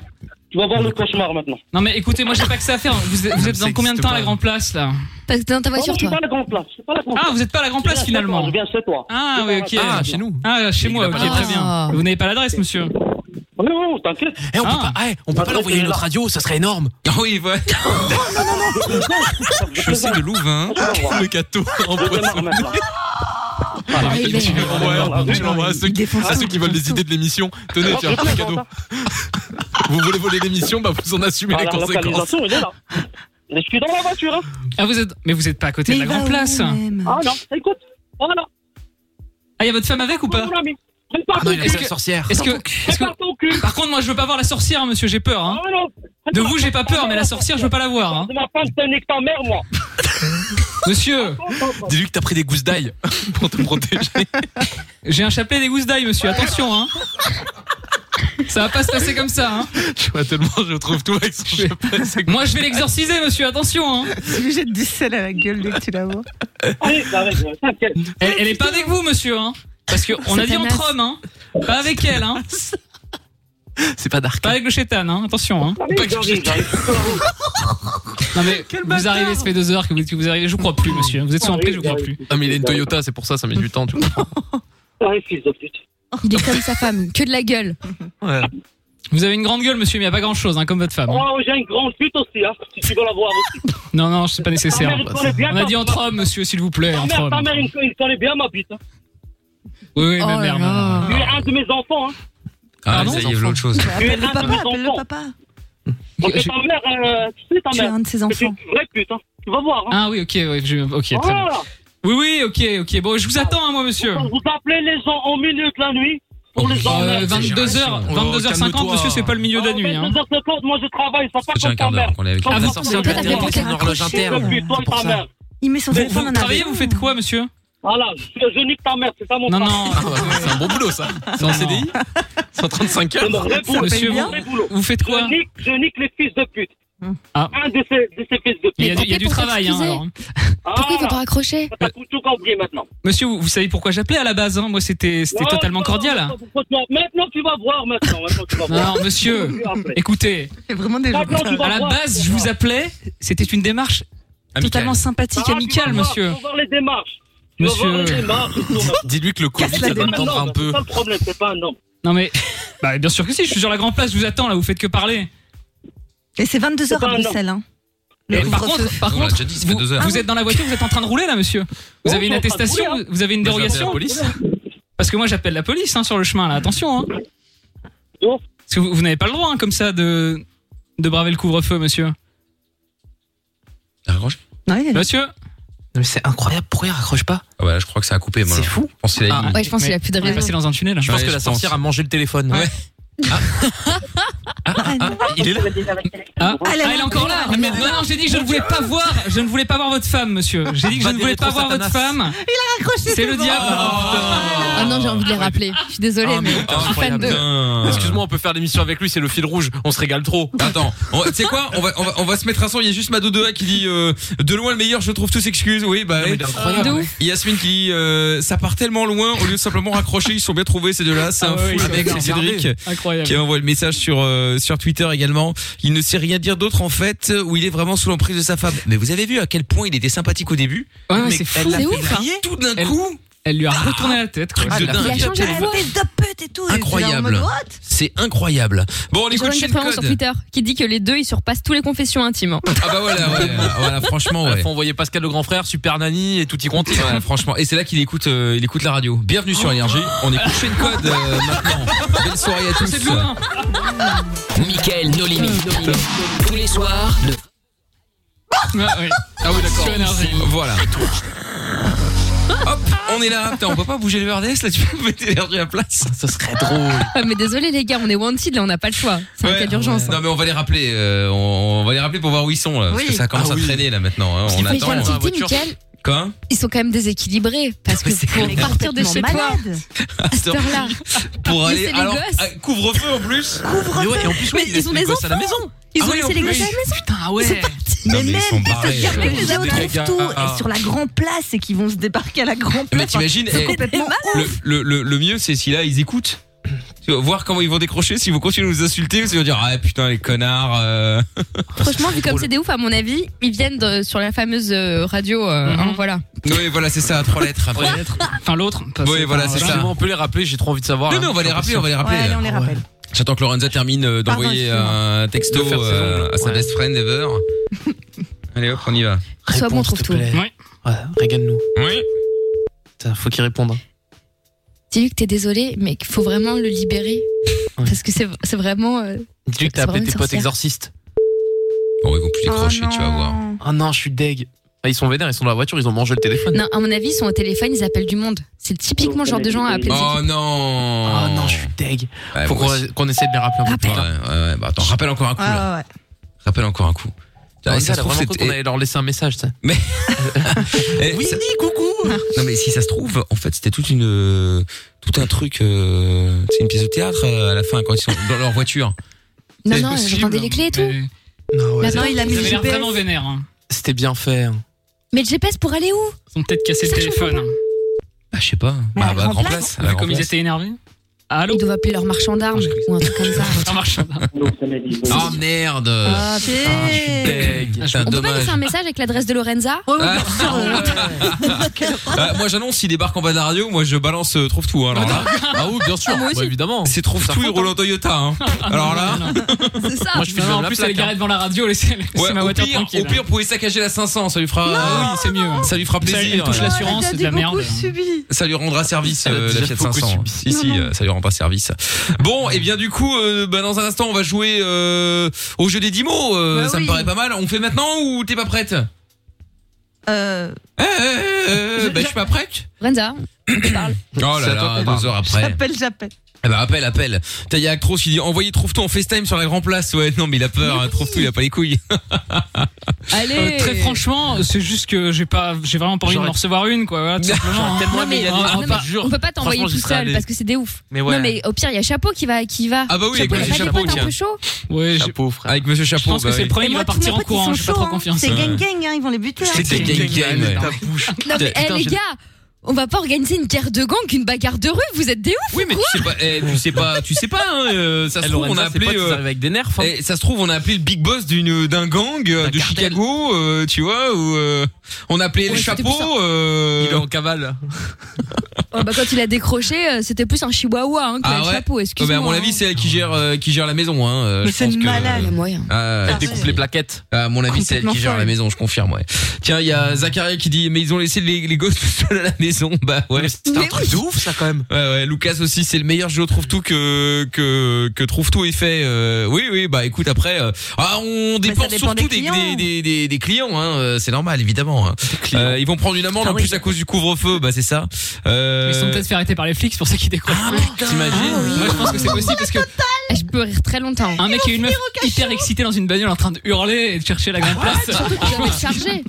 [SPEAKER 7] Tu vas voir le cauchemar maintenant.
[SPEAKER 3] Non mais écoutez, moi j'ai pas que ça à faire. Vous êtes, vous êtes
[SPEAKER 6] Ça
[SPEAKER 3] dans combien de
[SPEAKER 6] existe
[SPEAKER 3] temps à la
[SPEAKER 6] pas.
[SPEAKER 3] Grand Place là
[SPEAKER 4] Parce que t'es dans ta
[SPEAKER 7] Oh, je
[SPEAKER 4] voiture,
[SPEAKER 7] suis
[SPEAKER 4] toi.
[SPEAKER 7] pas à la grande place. Je suis pas à la grande
[SPEAKER 3] Ah,
[SPEAKER 7] place.
[SPEAKER 3] vous êtes pas à la Grand Place
[SPEAKER 7] Je viens chez toi,
[SPEAKER 3] finalement.
[SPEAKER 7] Je viens chez toi.
[SPEAKER 3] Ah oui, ok.
[SPEAKER 6] Ah, chez nous.
[SPEAKER 3] Ah, chez
[SPEAKER 6] Il
[SPEAKER 3] moi,
[SPEAKER 6] a
[SPEAKER 3] ok,
[SPEAKER 6] pas Ah.
[SPEAKER 3] très
[SPEAKER 4] d'adresse.
[SPEAKER 3] bien. Vous n'avez pas l'adresse, monsieur
[SPEAKER 7] Oh, Non, non, t'inquiète.
[SPEAKER 6] Eh, on peut
[SPEAKER 3] Ah.
[SPEAKER 6] pas, eh, on peut pas
[SPEAKER 7] Adresse
[SPEAKER 6] l'envoyer à une
[SPEAKER 7] là.
[SPEAKER 6] autre radio, ça serait énorme.
[SPEAKER 3] [laughs]
[SPEAKER 2] Ah
[SPEAKER 7] [laughs]
[SPEAKER 2] oui, ouais.
[SPEAKER 5] [laughs]
[SPEAKER 2] Chaussée de Louvain.
[SPEAKER 3] Ah,
[SPEAKER 6] [laughs] Le gâteau en
[SPEAKER 7] Je démarre
[SPEAKER 6] poisson.
[SPEAKER 7] maintenant.
[SPEAKER 4] Ah, il est-
[SPEAKER 6] Tu l'envoies,
[SPEAKER 7] Il
[SPEAKER 6] tu l'envoies à
[SPEAKER 5] défonce
[SPEAKER 6] ceux qui,
[SPEAKER 5] tout,
[SPEAKER 6] à ceux qui
[SPEAKER 5] il
[SPEAKER 6] veulent
[SPEAKER 5] défonce
[SPEAKER 6] les
[SPEAKER 5] tout.
[SPEAKER 6] idées de l'émission.
[SPEAKER 3] Ah,
[SPEAKER 6] Tenez, tiens, un cadeau.
[SPEAKER 7] hein.
[SPEAKER 6] Vous voulez voler l'émission, bah vous en assumez
[SPEAKER 7] Ah,
[SPEAKER 6] les
[SPEAKER 7] La
[SPEAKER 6] conséquences.
[SPEAKER 7] localisation, il est là. Je suis dans la voiture. hein.
[SPEAKER 3] Ah, vous êtes. Mais vous êtes pas à côté de
[SPEAKER 5] Mais
[SPEAKER 3] la
[SPEAKER 5] il va
[SPEAKER 3] Grand
[SPEAKER 5] où,
[SPEAKER 3] Place
[SPEAKER 5] même
[SPEAKER 7] Ah non, écoute. Voilà.
[SPEAKER 3] Ah, y a votre femme avec ou pas
[SPEAKER 7] Mon ami.
[SPEAKER 10] Mais par
[SPEAKER 3] non,
[SPEAKER 10] ton
[SPEAKER 3] il a
[SPEAKER 10] cul.
[SPEAKER 3] fait la sorcière. Est-ce que- est-ce que-
[SPEAKER 10] Par ton cul.
[SPEAKER 3] Par contre, moi, je veux pas voir la sorcière, hein, monsieur, j'ai peur. hein.
[SPEAKER 10] Ah non,
[SPEAKER 3] De vous, j'ai pas peur, mais la sorcière, je veux pas la voir. hein.
[SPEAKER 10] de ma femme, c'est un ex ta mère, moi. [laughs]
[SPEAKER 3] Monsieur,
[SPEAKER 6] Dis-lui que t'as pris des gousses d'ail [laughs] pour te protéger.
[SPEAKER 3] j'ai un chapelet des gousses d'ail, monsieur, attention. Hein. Ça va pas se passer comme ça. Hein.
[SPEAKER 6] tu vois tellement, je trouve tout avec son chapelet. c'est que-
[SPEAKER 3] Moi, je vais l'exorciser, monsieur, attention. Hein.
[SPEAKER 5] Tu lui jettes du sel à la gueule dès que tu la vois.
[SPEAKER 10] Allez, arrête, ouais, t'inquiète.
[SPEAKER 3] Elle, elle est pas avec vous, monsieur. Hein. Parce que on a dit
[SPEAKER 4] Satanas.
[SPEAKER 3] entre hommes, hein. pas avec elle, hein.
[SPEAKER 6] [laughs] C'est pas dark.
[SPEAKER 3] pas avec le chétan, hein. attention. Hein.
[SPEAKER 10] Allez, j'arrive, j'arrive.
[SPEAKER 3] [laughs] Non mais vous arrivez, ça fait deux heures que vous, que vous arrivez, je vous crois plus, monsieur. Vous êtes sur un prix, je vous crois plus.
[SPEAKER 6] Ah, mais il a une Toyota, c'est pour ça, ça met du temps, tu comprends.
[SPEAKER 10] J'arrive, fils de pute.
[SPEAKER 4] Il est comme sa femme, [laughs] que de la gueule.
[SPEAKER 6] Ouais.
[SPEAKER 3] Vous avez une grande gueule, monsieur, mais il n'y a pas grand chose, hein, comme votre femme. hein.
[SPEAKER 10] Oh, j'ai une grande pute aussi, hein, si tu veux la voir aussi.
[SPEAKER 3] Non, non, c'est pas
[SPEAKER 10] Ta
[SPEAKER 3] nécessaire.
[SPEAKER 10] mère, elle connaît bien
[SPEAKER 3] On a
[SPEAKER 10] ta-
[SPEAKER 3] dit entre hommes, monsieur, s'il vous
[SPEAKER 7] Ah,
[SPEAKER 3] plaît,
[SPEAKER 10] Ta
[SPEAKER 3] entre
[SPEAKER 10] mère, ta
[SPEAKER 3] hommes.
[SPEAKER 10] mère, il il connaît bien ma bite. hein.
[SPEAKER 3] Oui, oui, ma
[SPEAKER 4] Oh
[SPEAKER 3] mère.
[SPEAKER 4] là
[SPEAKER 3] ma mère.
[SPEAKER 4] là.
[SPEAKER 10] Tu es un de mes enfants, hein.
[SPEAKER 2] Ah,
[SPEAKER 3] Pardon,
[SPEAKER 2] ça y est, l'autre chose.
[SPEAKER 5] Bah,
[SPEAKER 3] [laughs]
[SPEAKER 5] Appelle le
[SPEAKER 10] un de
[SPEAKER 5] papa,
[SPEAKER 10] mes
[SPEAKER 5] appelle le
[SPEAKER 10] enfants.
[SPEAKER 5] papa.
[SPEAKER 10] Parce que
[SPEAKER 3] Je-
[SPEAKER 10] ta mère, euh, tu sais, ta
[SPEAKER 5] Tu es
[SPEAKER 10] mère,
[SPEAKER 5] un de ses
[SPEAKER 10] c'est
[SPEAKER 5] enfants.
[SPEAKER 10] une vraie pute, hein. Tu vas voir, hein.
[SPEAKER 3] Ah oui, ok, oui, je- ok, très bien.
[SPEAKER 10] Voilà.
[SPEAKER 3] Oui, oui, ok, ok. Bon, je vous attends, hein, moi, monsieur. Oh,
[SPEAKER 10] Quand vous appelez les gens au milieu de la nuit, pour les
[SPEAKER 3] euh,
[SPEAKER 10] emmerder.
[SPEAKER 3] 22h,
[SPEAKER 6] Oh,
[SPEAKER 3] 22h50,
[SPEAKER 6] calme-toi.
[SPEAKER 3] monsieur, c'est pas le milieu de la nuit. Hein.
[SPEAKER 10] 22h50, moi je travaille, ça
[SPEAKER 2] Ça fait
[SPEAKER 10] pas
[SPEAKER 2] déjà
[SPEAKER 10] comme
[SPEAKER 2] un
[SPEAKER 10] ta
[SPEAKER 2] quart
[SPEAKER 10] mère.
[SPEAKER 2] d'heure qu'on est avec
[SPEAKER 10] Ah,
[SPEAKER 2] elle.
[SPEAKER 10] vous-
[SPEAKER 6] La
[SPEAKER 10] vous-
[SPEAKER 6] sorcière
[SPEAKER 4] vous-
[SPEAKER 6] vient
[SPEAKER 4] vous-
[SPEAKER 6] avec
[SPEAKER 4] vous-
[SPEAKER 6] une horloge interne.
[SPEAKER 10] Depuis toi et
[SPEAKER 6] C'est pour
[SPEAKER 10] ta
[SPEAKER 6] ça.
[SPEAKER 10] mère.
[SPEAKER 5] Il met son
[SPEAKER 10] Mais
[SPEAKER 5] téléphone
[SPEAKER 3] Vous
[SPEAKER 5] dans la
[SPEAKER 3] travaillez, vous faites quoi, monsieur
[SPEAKER 10] Voilà, je, je nique ta mère, c'est ça mon
[SPEAKER 3] Non,
[SPEAKER 10] travail.
[SPEAKER 3] non,
[SPEAKER 10] [laughs]
[SPEAKER 6] Ah ouais, C'est un bon boulot, ça. C'est en
[SPEAKER 3] Non.
[SPEAKER 6] CDI 135 heures
[SPEAKER 10] C'est mon vrai boulot.
[SPEAKER 3] Monsieur,
[SPEAKER 10] c'est
[SPEAKER 3] vous,
[SPEAKER 10] mon vrai boulot.
[SPEAKER 3] vous faites quoi
[SPEAKER 10] Je nique, je nique les fils de pute.
[SPEAKER 3] Ah.
[SPEAKER 10] Un de ces, de ces fils de
[SPEAKER 3] Il y a
[SPEAKER 10] pute.
[SPEAKER 3] du, il y a du
[SPEAKER 4] Pour
[SPEAKER 3] travail, hein,
[SPEAKER 4] t'excuser.
[SPEAKER 3] alors.
[SPEAKER 10] Ah,
[SPEAKER 4] Pourquoi il faut
[SPEAKER 10] voilà.
[SPEAKER 4] pas raccrocher
[SPEAKER 10] T'as tout compris maintenant.
[SPEAKER 3] Monsieur, vous, vous savez pourquoi j'appelais à la base hein Moi, c'était c'était
[SPEAKER 10] Ouais,
[SPEAKER 3] totalement
[SPEAKER 10] non,
[SPEAKER 3] cordial.
[SPEAKER 10] non,
[SPEAKER 3] hein.
[SPEAKER 10] non, pourquoi tu vas- Maintenant tu vas voir, maintenant. Maintenant tu vas
[SPEAKER 3] Non,
[SPEAKER 10] voir.
[SPEAKER 3] non, monsieur,
[SPEAKER 10] Tu vas appeler.
[SPEAKER 3] écoutez,
[SPEAKER 5] C'est vraiment des gens.
[SPEAKER 10] Maintenant, tu vas
[SPEAKER 3] à la
[SPEAKER 10] voir,
[SPEAKER 3] base,
[SPEAKER 10] tu
[SPEAKER 3] je
[SPEAKER 10] vas
[SPEAKER 3] vous
[SPEAKER 10] voir.
[SPEAKER 3] appelais. C'était une démarche totalement
[SPEAKER 10] Ah,
[SPEAKER 3] sympathique,
[SPEAKER 10] tu vas
[SPEAKER 3] amicale,
[SPEAKER 10] voir,
[SPEAKER 3] monsieur.
[SPEAKER 10] Tu vas voir les démarches. Tu vas voir
[SPEAKER 3] Monsieur.
[SPEAKER 10] les démarches. et
[SPEAKER 6] [laughs]
[SPEAKER 10] tout, maintenant.
[SPEAKER 6] Dis-lui que le Covid,
[SPEAKER 5] Casse la
[SPEAKER 6] ça doit
[SPEAKER 10] C'est
[SPEAKER 5] démarche.
[SPEAKER 10] pas un
[SPEAKER 6] tendre un
[SPEAKER 10] homme,
[SPEAKER 6] peu.
[SPEAKER 10] C'est ça le problème, c'est pas un homme.
[SPEAKER 3] Non, mais. Bah, bien sûr que si, je suis sur la grande place, je vous attends, là, vous faites que parler.
[SPEAKER 5] Et c'est 22h
[SPEAKER 10] C'est pas
[SPEAKER 5] à
[SPEAKER 10] un
[SPEAKER 5] Bruxelles. Hein.
[SPEAKER 3] Mais
[SPEAKER 5] Le
[SPEAKER 3] par
[SPEAKER 5] couvre-feu.
[SPEAKER 3] contre, par
[SPEAKER 2] On l'a
[SPEAKER 3] contre,
[SPEAKER 2] déjà dit, ça fait
[SPEAKER 3] vous,
[SPEAKER 2] deux heures.
[SPEAKER 3] vous êtes
[SPEAKER 6] Ah
[SPEAKER 3] dans la voiture, vous êtes en train de rouler là, monsieur. Vous
[SPEAKER 10] Ouais,
[SPEAKER 3] avez une
[SPEAKER 10] on est en train de
[SPEAKER 3] attestation,
[SPEAKER 10] rouler, hein.
[SPEAKER 3] vous avez une
[SPEAKER 6] Moi, je vais appeler
[SPEAKER 3] dérogation.
[SPEAKER 6] la police.
[SPEAKER 3] Parce que moi, j'appelle la police hein, sur le chemin, là. Attention. Hein.
[SPEAKER 10] Oh.
[SPEAKER 3] Parce que vous, vous n'avez pas le droit, hein, comme ça, de, de braver le couvre-feu, monsieur.
[SPEAKER 2] Raccroche
[SPEAKER 5] Ouais,
[SPEAKER 3] Monsieur
[SPEAKER 6] Non, mais c'est incroyable, pourquoi il raccroche pas
[SPEAKER 2] Ah bah là, je crois que ça a coupé. moi,
[SPEAKER 6] C'est
[SPEAKER 2] là.
[SPEAKER 6] fou.
[SPEAKER 2] Je pense qu'il a
[SPEAKER 6] Ah,
[SPEAKER 2] une-
[SPEAKER 4] Ouais, je pense
[SPEAKER 3] Mais-
[SPEAKER 4] qu'il a plus de
[SPEAKER 3] On est
[SPEAKER 4] raison.
[SPEAKER 3] passé dans un tunnel, là.
[SPEAKER 6] Je pense
[SPEAKER 2] Ouais,
[SPEAKER 6] que la
[SPEAKER 2] je pense.
[SPEAKER 6] sorcière a mangé le téléphone.
[SPEAKER 2] Ouais.
[SPEAKER 5] Ah, non.
[SPEAKER 6] Il est là.
[SPEAKER 3] Ah, ah, elle,
[SPEAKER 5] elle est
[SPEAKER 3] est encore là
[SPEAKER 5] encore là.
[SPEAKER 3] Mais Non, non, j'ai dit que je ne voulais pas voir, je ne voulais pas voir votre femme, monsieur. J'ai dit que je
[SPEAKER 4] Bah,
[SPEAKER 6] Va
[SPEAKER 3] ne voulais
[SPEAKER 6] dire
[SPEAKER 3] pas
[SPEAKER 6] rétro
[SPEAKER 3] voir votre
[SPEAKER 6] Satanas.
[SPEAKER 3] femme.
[SPEAKER 5] Raccrochez,
[SPEAKER 3] C'est le
[SPEAKER 5] bon.
[SPEAKER 3] diable.
[SPEAKER 4] Ah non, j'ai envie de les rappeler. Je suis désolée,
[SPEAKER 6] Ah, mais
[SPEAKER 4] mais
[SPEAKER 6] putain,
[SPEAKER 4] je suis fan
[SPEAKER 6] incroyable.
[SPEAKER 4] d'eux.
[SPEAKER 3] Ah,
[SPEAKER 2] Putain.
[SPEAKER 3] ben.
[SPEAKER 6] Excuse-moi, on peut faire l'émission avec lui, c'est le fil rouge. On se régale trop.
[SPEAKER 2] Attends, on- tu sais quoi on va, on, va, on va se mettre un son. Il y a juste Mado 2 qui dit euh, de loin le meilleur. Je trouve tous excuses. Oui, bah.
[SPEAKER 6] Non, mais
[SPEAKER 2] ouais.
[SPEAKER 6] il est incroyable.
[SPEAKER 4] De ouf.
[SPEAKER 2] Il y a Yasmine qui dit, euh, ça part tellement loin. Au lieu de simplement raccrocher, ils sont bien trouvés ces deux-là. C'est un
[SPEAKER 3] Ah ouais,
[SPEAKER 2] fou
[SPEAKER 3] ils
[SPEAKER 2] le
[SPEAKER 3] sont
[SPEAKER 2] mec,
[SPEAKER 3] bien
[SPEAKER 2] c'est Cédric.
[SPEAKER 6] regardés.
[SPEAKER 2] Qui
[SPEAKER 3] Incroyable.
[SPEAKER 2] envoie le message sur euh, sur Twitter également. Il ne sait rien dire d'autre en fait où il est vraiment sous l'emprise de sa femme. Mais vous avez vu à quel point il était sympathique au début
[SPEAKER 3] Ouais, ouais,
[SPEAKER 2] Mais
[SPEAKER 3] c'est fou.
[SPEAKER 4] C'est ouf. hein.
[SPEAKER 2] Tout d'un
[SPEAKER 3] Elle-
[SPEAKER 2] coup,
[SPEAKER 3] Elle lui a retourné la tête, quoi.
[SPEAKER 2] Ah, truc
[SPEAKER 6] elle
[SPEAKER 2] de
[SPEAKER 6] a fait
[SPEAKER 4] Il a
[SPEAKER 2] dingue.
[SPEAKER 4] changé de voix.
[SPEAKER 5] Espèce de pute et tout. et
[SPEAKER 2] Incroyable.
[SPEAKER 5] tu l'as en mode, what
[SPEAKER 2] C'est incroyable. Bon, on écoute
[SPEAKER 4] Jérôme
[SPEAKER 2] Shane
[SPEAKER 4] Capron sur
[SPEAKER 2] Code.
[SPEAKER 4] Twitter qui dit que les deux ils surpassent tous les confessions intimes. hein.
[SPEAKER 2] Ah bah voilà, ouais, euh, voilà, franchement,
[SPEAKER 6] Il
[SPEAKER 2] ouais.
[SPEAKER 6] faut envoyer Pascal le grand frère, Super Nani et tout y compte.
[SPEAKER 2] Ouais, franchement, et c'est là qu'il écoute, euh, il écoute la radio. Bienvenue sur énergie On écoute Shane Code euh, maintenant. Belle soirée à tous.
[SPEAKER 3] Ah, C'est de Ah, loin.
[SPEAKER 1] Michael No Limit. Tous les soirs, de
[SPEAKER 3] Ah oui, Ah oui, d'accord. Sur énergie.
[SPEAKER 2] Voilà. Hop, on est là. Putain, on peut pas bouger le RDS là. Tu peux mettre l'énergie à la place.
[SPEAKER 6] Ça serait drôle.
[SPEAKER 4] [laughs] Ah, Mais désolé les gars, on est wanted là, on n'a pas le choix. C'est un
[SPEAKER 2] Ouais.
[SPEAKER 4] cas d'urgence. hein.
[SPEAKER 2] Non mais on va les rappeler, euh, on, on va les rappeler pour voir où ils sont là, parce
[SPEAKER 5] Oui.
[SPEAKER 2] que ça commence
[SPEAKER 6] Ah
[SPEAKER 2] à
[SPEAKER 6] oui.
[SPEAKER 2] traîner là maintenant. hein. On
[SPEAKER 4] Mais j'ai
[SPEAKER 2] attend.
[SPEAKER 4] un
[SPEAKER 6] dans la
[SPEAKER 4] petit dit,
[SPEAKER 6] voiture.
[SPEAKER 4] Mickaël,
[SPEAKER 2] Quoi
[SPEAKER 4] ils sont quand même déséquilibrés parce que
[SPEAKER 5] Ah, Mais
[SPEAKER 4] pour partir de
[SPEAKER 5] complètement
[SPEAKER 4] chez toi
[SPEAKER 5] malade.
[SPEAKER 4] à cette heure-là,
[SPEAKER 2] Pour
[SPEAKER 4] Mais
[SPEAKER 2] aller
[SPEAKER 4] c'est les
[SPEAKER 2] alors
[SPEAKER 4] gosses.
[SPEAKER 2] à- couvre-feu en plus.
[SPEAKER 6] Mais ouais, et en plus,
[SPEAKER 4] Mais
[SPEAKER 6] ouais,
[SPEAKER 4] ils
[SPEAKER 6] laisse
[SPEAKER 4] ont
[SPEAKER 6] les
[SPEAKER 4] des
[SPEAKER 6] gosses à la maison.
[SPEAKER 4] ils
[SPEAKER 2] Ah
[SPEAKER 4] ont
[SPEAKER 2] oui, en
[SPEAKER 4] laissé les
[SPEAKER 2] plus.
[SPEAKER 4] gosses à la maison.
[SPEAKER 3] Putain, ah ouais.
[SPEAKER 2] Non,
[SPEAKER 5] Mais
[SPEAKER 2] mais ils
[SPEAKER 5] même,
[SPEAKER 2] sont
[SPEAKER 5] de se
[SPEAKER 2] barrés,
[SPEAKER 5] dire que
[SPEAKER 2] euh,
[SPEAKER 5] les
[SPEAKER 6] les
[SPEAKER 5] autres
[SPEAKER 6] gars.
[SPEAKER 5] trouvent tout
[SPEAKER 6] Ah.
[SPEAKER 5] et sur la grande place et qu'ils vont se débarquer à la grande
[SPEAKER 2] Mais
[SPEAKER 5] place. hein.
[SPEAKER 2] t'imagines, eh,
[SPEAKER 5] complètement
[SPEAKER 2] le, le, le, le mieux c'est si là ils écoutent. Tu vois, Voir comment ils vont décrocher, si vous continuez de nous insulter, ils vont dire ah putain les connards.
[SPEAKER 6] [laughs]
[SPEAKER 2] euh.
[SPEAKER 4] Franchement, vu comme c'est des ouf, à mon avis, ils viennent de- sur la fameuse euh, radio. euh,
[SPEAKER 3] Mhm.
[SPEAKER 4] hein, Voilà.
[SPEAKER 2] Oui voilà c'est ça, trois lettres. Après.
[SPEAKER 3] Enfin, l'autre.
[SPEAKER 2] Oui, voilà, c'est ça.
[SPEAKER 6] Justement, on peut les rappeler, j'ai trop envie de savoir. hein,
[SPEAKER 2] Non,
[SPEAKER 6] là.
[SPEAKER 2] non, on va les rappeler, on va les
[SPEAKER 5] Ouais,
[SPEAKER 2] rappeler.
[SPEAKER 5] allez, on les rappelle.
[SPEAKER 2] J'attends que Lorenza termine euh,
[SPEAKER 5] Pardon,
[SPEAKER 2] d'envoyer
[SPEAKER 5] excuse-moi.
[SPEAKER 2] un texto
[SPEAKER 6] De faire ses
[SPEAKER 2] euh,
[SPEAKER 6] ongles.
[SPEAKER 2] à sa
[SPEAKER 6] Ouais.
[SPEAKER 2] best
[SPEAKER 6] [laughs]
[SPEAKER 2] friend ever. Allez hop, on y va.
[SPEAKER 4] Soit
[SPEAKER 6] Réponds,
[SPEAKER 4] bon, trouve
[SPEAKER 6] s'il te
[SPEAKER 4] tout.
[SPEAKER 6] plaît.
[SPEAKER 3] Ouais.
[SPEAKER 6] Ouais, régale-nous.
[SPEAKER 2] Oui.
[SPEAKER 6] Putain, Faut qu'il réponde. hein.
[SPEAKER 4] Dis-lui que t'es désolé, mais qu'il faut vraiment le libérer.
[SPEAKER 6] Ouais.
[SPEAKER 4] Parce que c'est c'est vraiment. euh,
[SPEAKER 6] Dis-lui que
[SPEAKER 4] C'est
[SPEAKER 6] t'as appelé tes
[SPEAKER 4] vraiment une
[SPEAKER 6] potes
[SPEAKER 4] sorcière.
[SPEAKER 6] exorcistes.
[SPEAKER 3] Oh
[SPEAKER 2] Bon, ils vont plus décrocher, tu vas voir.
[SPEAKER 6] Oh Ah non, je suis deg. Ah, ils sont vénères, ils sont dans la voiture, ils ont mangé le téléphone.
[SPEAKER 4] Non, à mon avis, ils sont au téléphone, ils appellent du monde. C'est typiquement le genre de gens à appeler. des
[SPEAKER 2] Oh
[SPEAKER 4] équipes.
[SPEAKER 2] non
[SPEAKER 6] Oh non, je suis deg. Faut
[SPEAKER 2] moi
[SPEAKER 6] qu'on qu'on essaie de les rappeler un peu.
[SPEAKER 2] Ouais, ouais, ouais, bah attends, rappelle encore un coup. là. Rappelle encore un coup.
[SPEAKER 6] Putain,
[SPEAKER 2] Ah,
[SPEAKER 6] ça,
[SPEAKER 2] se trouve,
[SPEAKER 6] vraiment
[SPEAKER 2] c'était-
[SPEAKER 6] qu'on allait leur laisser un message, ça.
[SPEAKER 2] Eh, ça- [laughs] Non mais si ça se trouve, en fait c'était toute une euh, tout un truc, euh, c'est une pièce de théâtre euh, à la fin quand ils sont dans leur voiture.
[SPEAKER 4] Non,
[SPEAKER 2] c'est
[SPEAKER 4] non, je
[SPEAKER 2] possible,
[SPEAKER 4] rendais les clés et tout.
[SPEAKER 3] Mais-
[SPEAKER 1] Ah
[SPEAKER 6] Non,
[SPEAKER 4] Là-bas, il a mis
[SPEAKER 3] Ils
[SPEAKER 4] le
[SPEAKER 3] avaient l'air
[SPEAKER 4] GPS.
[SPEAKER 3] vraiment vénères. hein.
[SPEAKER 6] C'était bien fait.
[SPEAKER 4] Mais le GPS pour aller où
[SPEAKER 3] Ils ont peut-être cassé le
[SPEAKER 4] Ça, je
[SPEAKER 3] téléphone.
[SPEAKER 2] Bah je sais pas.
[SPEAKER 5] Mais
[SPEAKER 6] Ah
[SPEAKER 2] Bah,
[SPEAKER 5] à
[SPEAKER 2] bah,
[SPEAKER 5] Grand
[SPEAKER 2] grand
[SPEAKER 5] Place.
[SPEAKER 2] place. à
[SPEAKER 3] Vu
[SPEAKER 2] Grand
[SPEAKER 3] comme ils
[SPEAKER 2] Place.
[SPEAKER 3] étaient énervés. Ah, Allô Oh,
[SPEAKER 4] Ils doivent appeler leur marchand d'armes ou un truc comme ça.
[SPEAKER 3] Ça marche pas.
[SPEAKER 2] Oh merde.
[SPEAKER 5] Ah, c'est.
[SPEAKER 2] Deg.
[SPEAKER 3] je-
[SPEAKER 2] Putain,
[SPEAKER 4] On peut pas
[SPEAKER 2] dommage.
[SPEAKER 4] laisser un message avec l'adresse de Lorenza
[SPEAKER 5] Ouais, ouais, bien sûr, euh, quel-
[SPEAKER 2] Bah, moi j'annonce s'il débarque en bas de la radio, moi je balance euh, trouve tout. hein, Alors là,
[SPEAKER 6] Ah oui, bien sûr, bah, évidemment.
[SPEAKER 2] c'est trouve tout et Roland Toyota. Hein. [laughs]
[SPEAKER 3] [laughs]
[SPEAKER 2] Alors là,
[SPEAKER 4] C'est ça
[SPEAKER 6] Moi, je suis
[SPEAKER 3] Non, non, en
[SPEAKER 6] la
[SPEAKER 3] plus,
[SPEAKER 6] plaque,
[SPEAKER 3] elle est garée
[SPEAKER 6] hein.
[SPEAKER 3] devant la radio, laissez laissez
[SPEAKER 2] ouais,
[SPEAKER 3] ma
[SPEAKER 2] au
[SPEAKER 3] voiture
[SPEAKER 2] pire,
[SPEAKER 3] tranquille.
[SPEAKER 2] au pire, vous pouvez saccager la 500, ça lui fera, euh,
[SPEAKER 3] oui, c'est mieux. hein.
[SPEAKER 2] ça lui fera
[SPEAKER 3] Ça, elle
[SPEAKER 2] plaisir.
[SPEAKER 3] touche l'assurance,
[SPEAKER 5] t'as
[SPEAKER 3] c'est de
[SPEAKER 5] dû
[SPEAKER 3] la
[SPEAKER 5] beaucoup
[SPEAKER 3] merde.
[SPEAKER 5] subi.
[SPEAKER 2] Ça lui rendra service
[SPEAKER 6] Elle a
[SPEAKER 2] euh,
[SPEAKER 6] déjà
[SPEAKER 2] la Fiat
[SPEAKER 6] beaucoup
[SPEAKER 2] 500.
[SPEAKER 6] subi.
[SPEAKER 2] Si si, euh, ça lui rendra service. Bon, et bien du coup, euh, bah, dans un instant, on va jouer euh, au jeu des 10 mots. euh,
[SPEAKER 5] Bah
[SPEAKER 2] ça me
[SPEAKER 5] oui.
[SPEAKER 2] paraît pas mal. On fait maintenant ou t'es pas prête
[SPEAKER 5] Euh,
[SPEAKER 2] Eh, eh, eh, eh, Bah je suis pas prête.
[SPEAKER 4] Lorenza, on te parle.
[SPEAKER 2] Oh
[SPEAKER 6] C'est à
[SPEAKER 2] là
[SPEAKER 6] toi qu'on
[SPEAKER 2] là,
[SPEAKER 6] parle.
[SPEAKER 2] deux heures après.
[SPEAKER 5] j'appelle, j'appelle.
[SPEAKER 2] Eh ben, appel, appel. Putain, Il y a Actros qui dit envoyez trouve-tout en FaceTime sur la grand place. Ouais, non, mais il a peur. hein, trouve-tout, il a pas les couilles.
[SPEAKER 4] Allez
[SPEAKER 3] Euh, très franchement, c'est juste que j'ai pas, j'ai vraiment pas envie de
[SPEAKER 6] J'aurais-
[SPEAKER 3] me recevoir une, quoi. voilà, tout
[SPEAKER 2] J'aurais
[SPEAKER 3] simplement. hein.
[SPEAKER 4] Non, mais-
[SPEAKER 6] il y a des-
[SPEAKER 4] non,
[SPEAKER 6] Ah,
[SPEAKER 4] mais
[SPEAKER 6] pas- jure.
[SPEAKER 4] on peut pas t'envoyer
[SPEAKER 6] Franchement,
[SPEAKER 4] tout
[SPEAKER 6] j'y serais
[SPEAKER 4] seul
[SPEAKER 6] allé.
[SPEAKER 4] parce que c'est des ouf.
[SPEAKER 6] Mais ouais.
[SPEAKER 4] Non mais au pire il y a Chapeau qui va qui va.
[SPEAKER 2] Ah bah oui,
[SPEAKER 4] Chapeau,
[SPEAKER 2] avec
[SPEAKER 4] il a
[SPEAKER 2] Monsieur
[SPEAKER 4] pas des potes
[SPEAKER 2] Chapeau,
[SPEAKER 4] un peu chaud.
[SPEAKER 3] Ouais, je,
[SPEAKER 6] Chapeau, frère.
[SPEAKER 2] Avec Monsieur
[SPEAKER 3] je
[SPEAKER 2] Chapeau.
[SPEAKER 3] pense que
[SPEAKER 2] bah
[SPEAKER 3] c'est
[SPEAKER 2] oui.
[SPEAKER 3] le premier,
[SPEAKER 5] Et
[SPEAKER 3] il
[SPEAKER 5] moi,
[SPEAKER 3] va
[SPEAKER 5] tous
[SPEAKER 3] partir
[SPEAKER 5] mes
[SPEAKER 3] en
[SPEAKER 5] potes, ils
[SPEAKER 3] courant,
[SPEAKER 5] sont
[SPEAKER 3] j'ai pas
[SPEAKER 5] chauds,
[SPEAKER 3] trop
[SPEAKER 5] hein.
[SPEAKER 3] confiance.
[SPEAKER 5] C'est gang gang, hein, ils vont les buter. hein.
[SPEAKER 2] C'est des
[SPEAKER 3] Putain,
[SPEAKER 2] gang
[SPEAKER 3] j'ai
[SPEAKER 2] gang. ouais.
[SPEAKER 6] Ta bouche.
[SPEAKER 4] Non mais
[SPEAKER 6] Putain,
[SPEAKER 4] eh, les
[SPEAKER 6] j'ai-
[SPEAKER 4] gars, on va pas organiser une guerre de gang, une bagarre de rue, vous êtes des ouf.
[SPEAKER 2] Oui, [laughs] mais tu sais pas, eh, tu sais pas, tu sais pas. hein, euh, ça se
[SPEAKER 6] Eh,
[SPEAKER 2] trouve, on
[SPEAKER 6] Lorenza,
[SPEAKER 2] a
[SPEAKER 6] c'est
[SPEAKER 2] appelé.
[SPEAKER 6] pas qu'ils
[SPEAKER 2] euh,
[SPEAKER 6] arrivent avec des nerfs. hein.
[SPEAKER 2] eh, ça se trouve, on a appelé le big boss d'une d'un gang euh,
[SPEAKER 6] D'un
[SPEAKER 2] de
[SPEAKER 6] cartel.
[SPEAKER 2] Chicago, euh, tu vois, ou euh, on a appelé
[SPEAKER 4] Ouais,
[SPEAKER 2] le
[SPEAKER 4] c'était
[SPEAKER 2] chapeau.
[SPEAKER 4] plus ça. Bah,
[SPEAKER 2] euh,
[SPEAKER 6] Il est en cavale.
[SPEAKER 4] Oh, bah quand il a décroché, euh, c'était plus un chihuahua hein, que
[SPEAKER 2] Ah
[SPEAKER 4] un
[SPEAKER 2] ouais
[SPEAKER 4] chapeau,
[SPEAKER 2] Oh,
[SPEAKER 4] excuse-moi.
[SPEAKER 2] bah, à mon
[SPEAKER 4] hein.
[SPEAKER 2] avis, c'est elle qui gère, euh, qui gère la maison. Hein, euh,
[SPEAKER 5] Mais
[SPEAKER 2] je
[SPEAKER 5] c'est
[SPEAKER 2] pense que-
[SPEAKER 5] malade.
[SPEAKER 4] Il y a moyen.
[SPEAKER 2] Ah,
[SPEAKER 5] Elle
[SPEAKER 2] ouais. Ah,
[SPEAKER 5] découpe
[SPEAKER 6] Coupe les plaquettes.
[SPEAKER 2] À mon avis, c'est elle
[SPEAKER 5] Complètement
[SPEAKER 2] qui gère la
[SPEAKER 5] folle.
[SPEAKER 2] maison, je confirme, ouais. Tiens, il y a Zacharia qui dit, mais ils ont laissé les, les gosses tout seuls à la maison. Bah ouais.
[SPEAKER 6] Mais C'est un
[SPEAKER 4] Mais
[SPEAKER 6] truc de ouf, ça, quand même.
[SPEAKER 2] Ouais, ouais, Lucas aussi, c'est le meilleur jeu trouve tout que que que trouve tout est fait. euh, oui, oui, bah écoute après, euh, ah on
[SPEAKER 5] Bah, ça
[SPEAKER 2] dépend
[SPEAKER 5] dépend
[SPEAKER 2] surtout
[SPEAKER 5] des
[SPEAKER 2] des
[SPEAKER 5] clients.
[SPEAKER 2] des, des, des- des clients, hein, euh, c'est normal évidemment. hein. Euh, ils vont prendre une amende en plus à cause du couvre-feu, bah c'est ça. Euh,
[SPEAKER 3] Ils se sont peut-être fait arrêter par les flics, c'est pour ça qu'ils décrochent.
[SPEAKER 2] T'imagines
[SPEAKER 3] Ah, Moi, je pense que c'est possible parce que
[SPEAKER 4] Eh, Je peux rire très longtemps.
[SPEAKER 3] un mec et une meuf hyper excités dans une bagnole en train de hurler et de chercher la grande place.
[SPEAKER 4] Surtout qu'il
[SPEAKER 3] [laughs]
[SPEAKER 4] va
[SPEAKER 2] [laughs]
[SPEAKER 4] être chargé.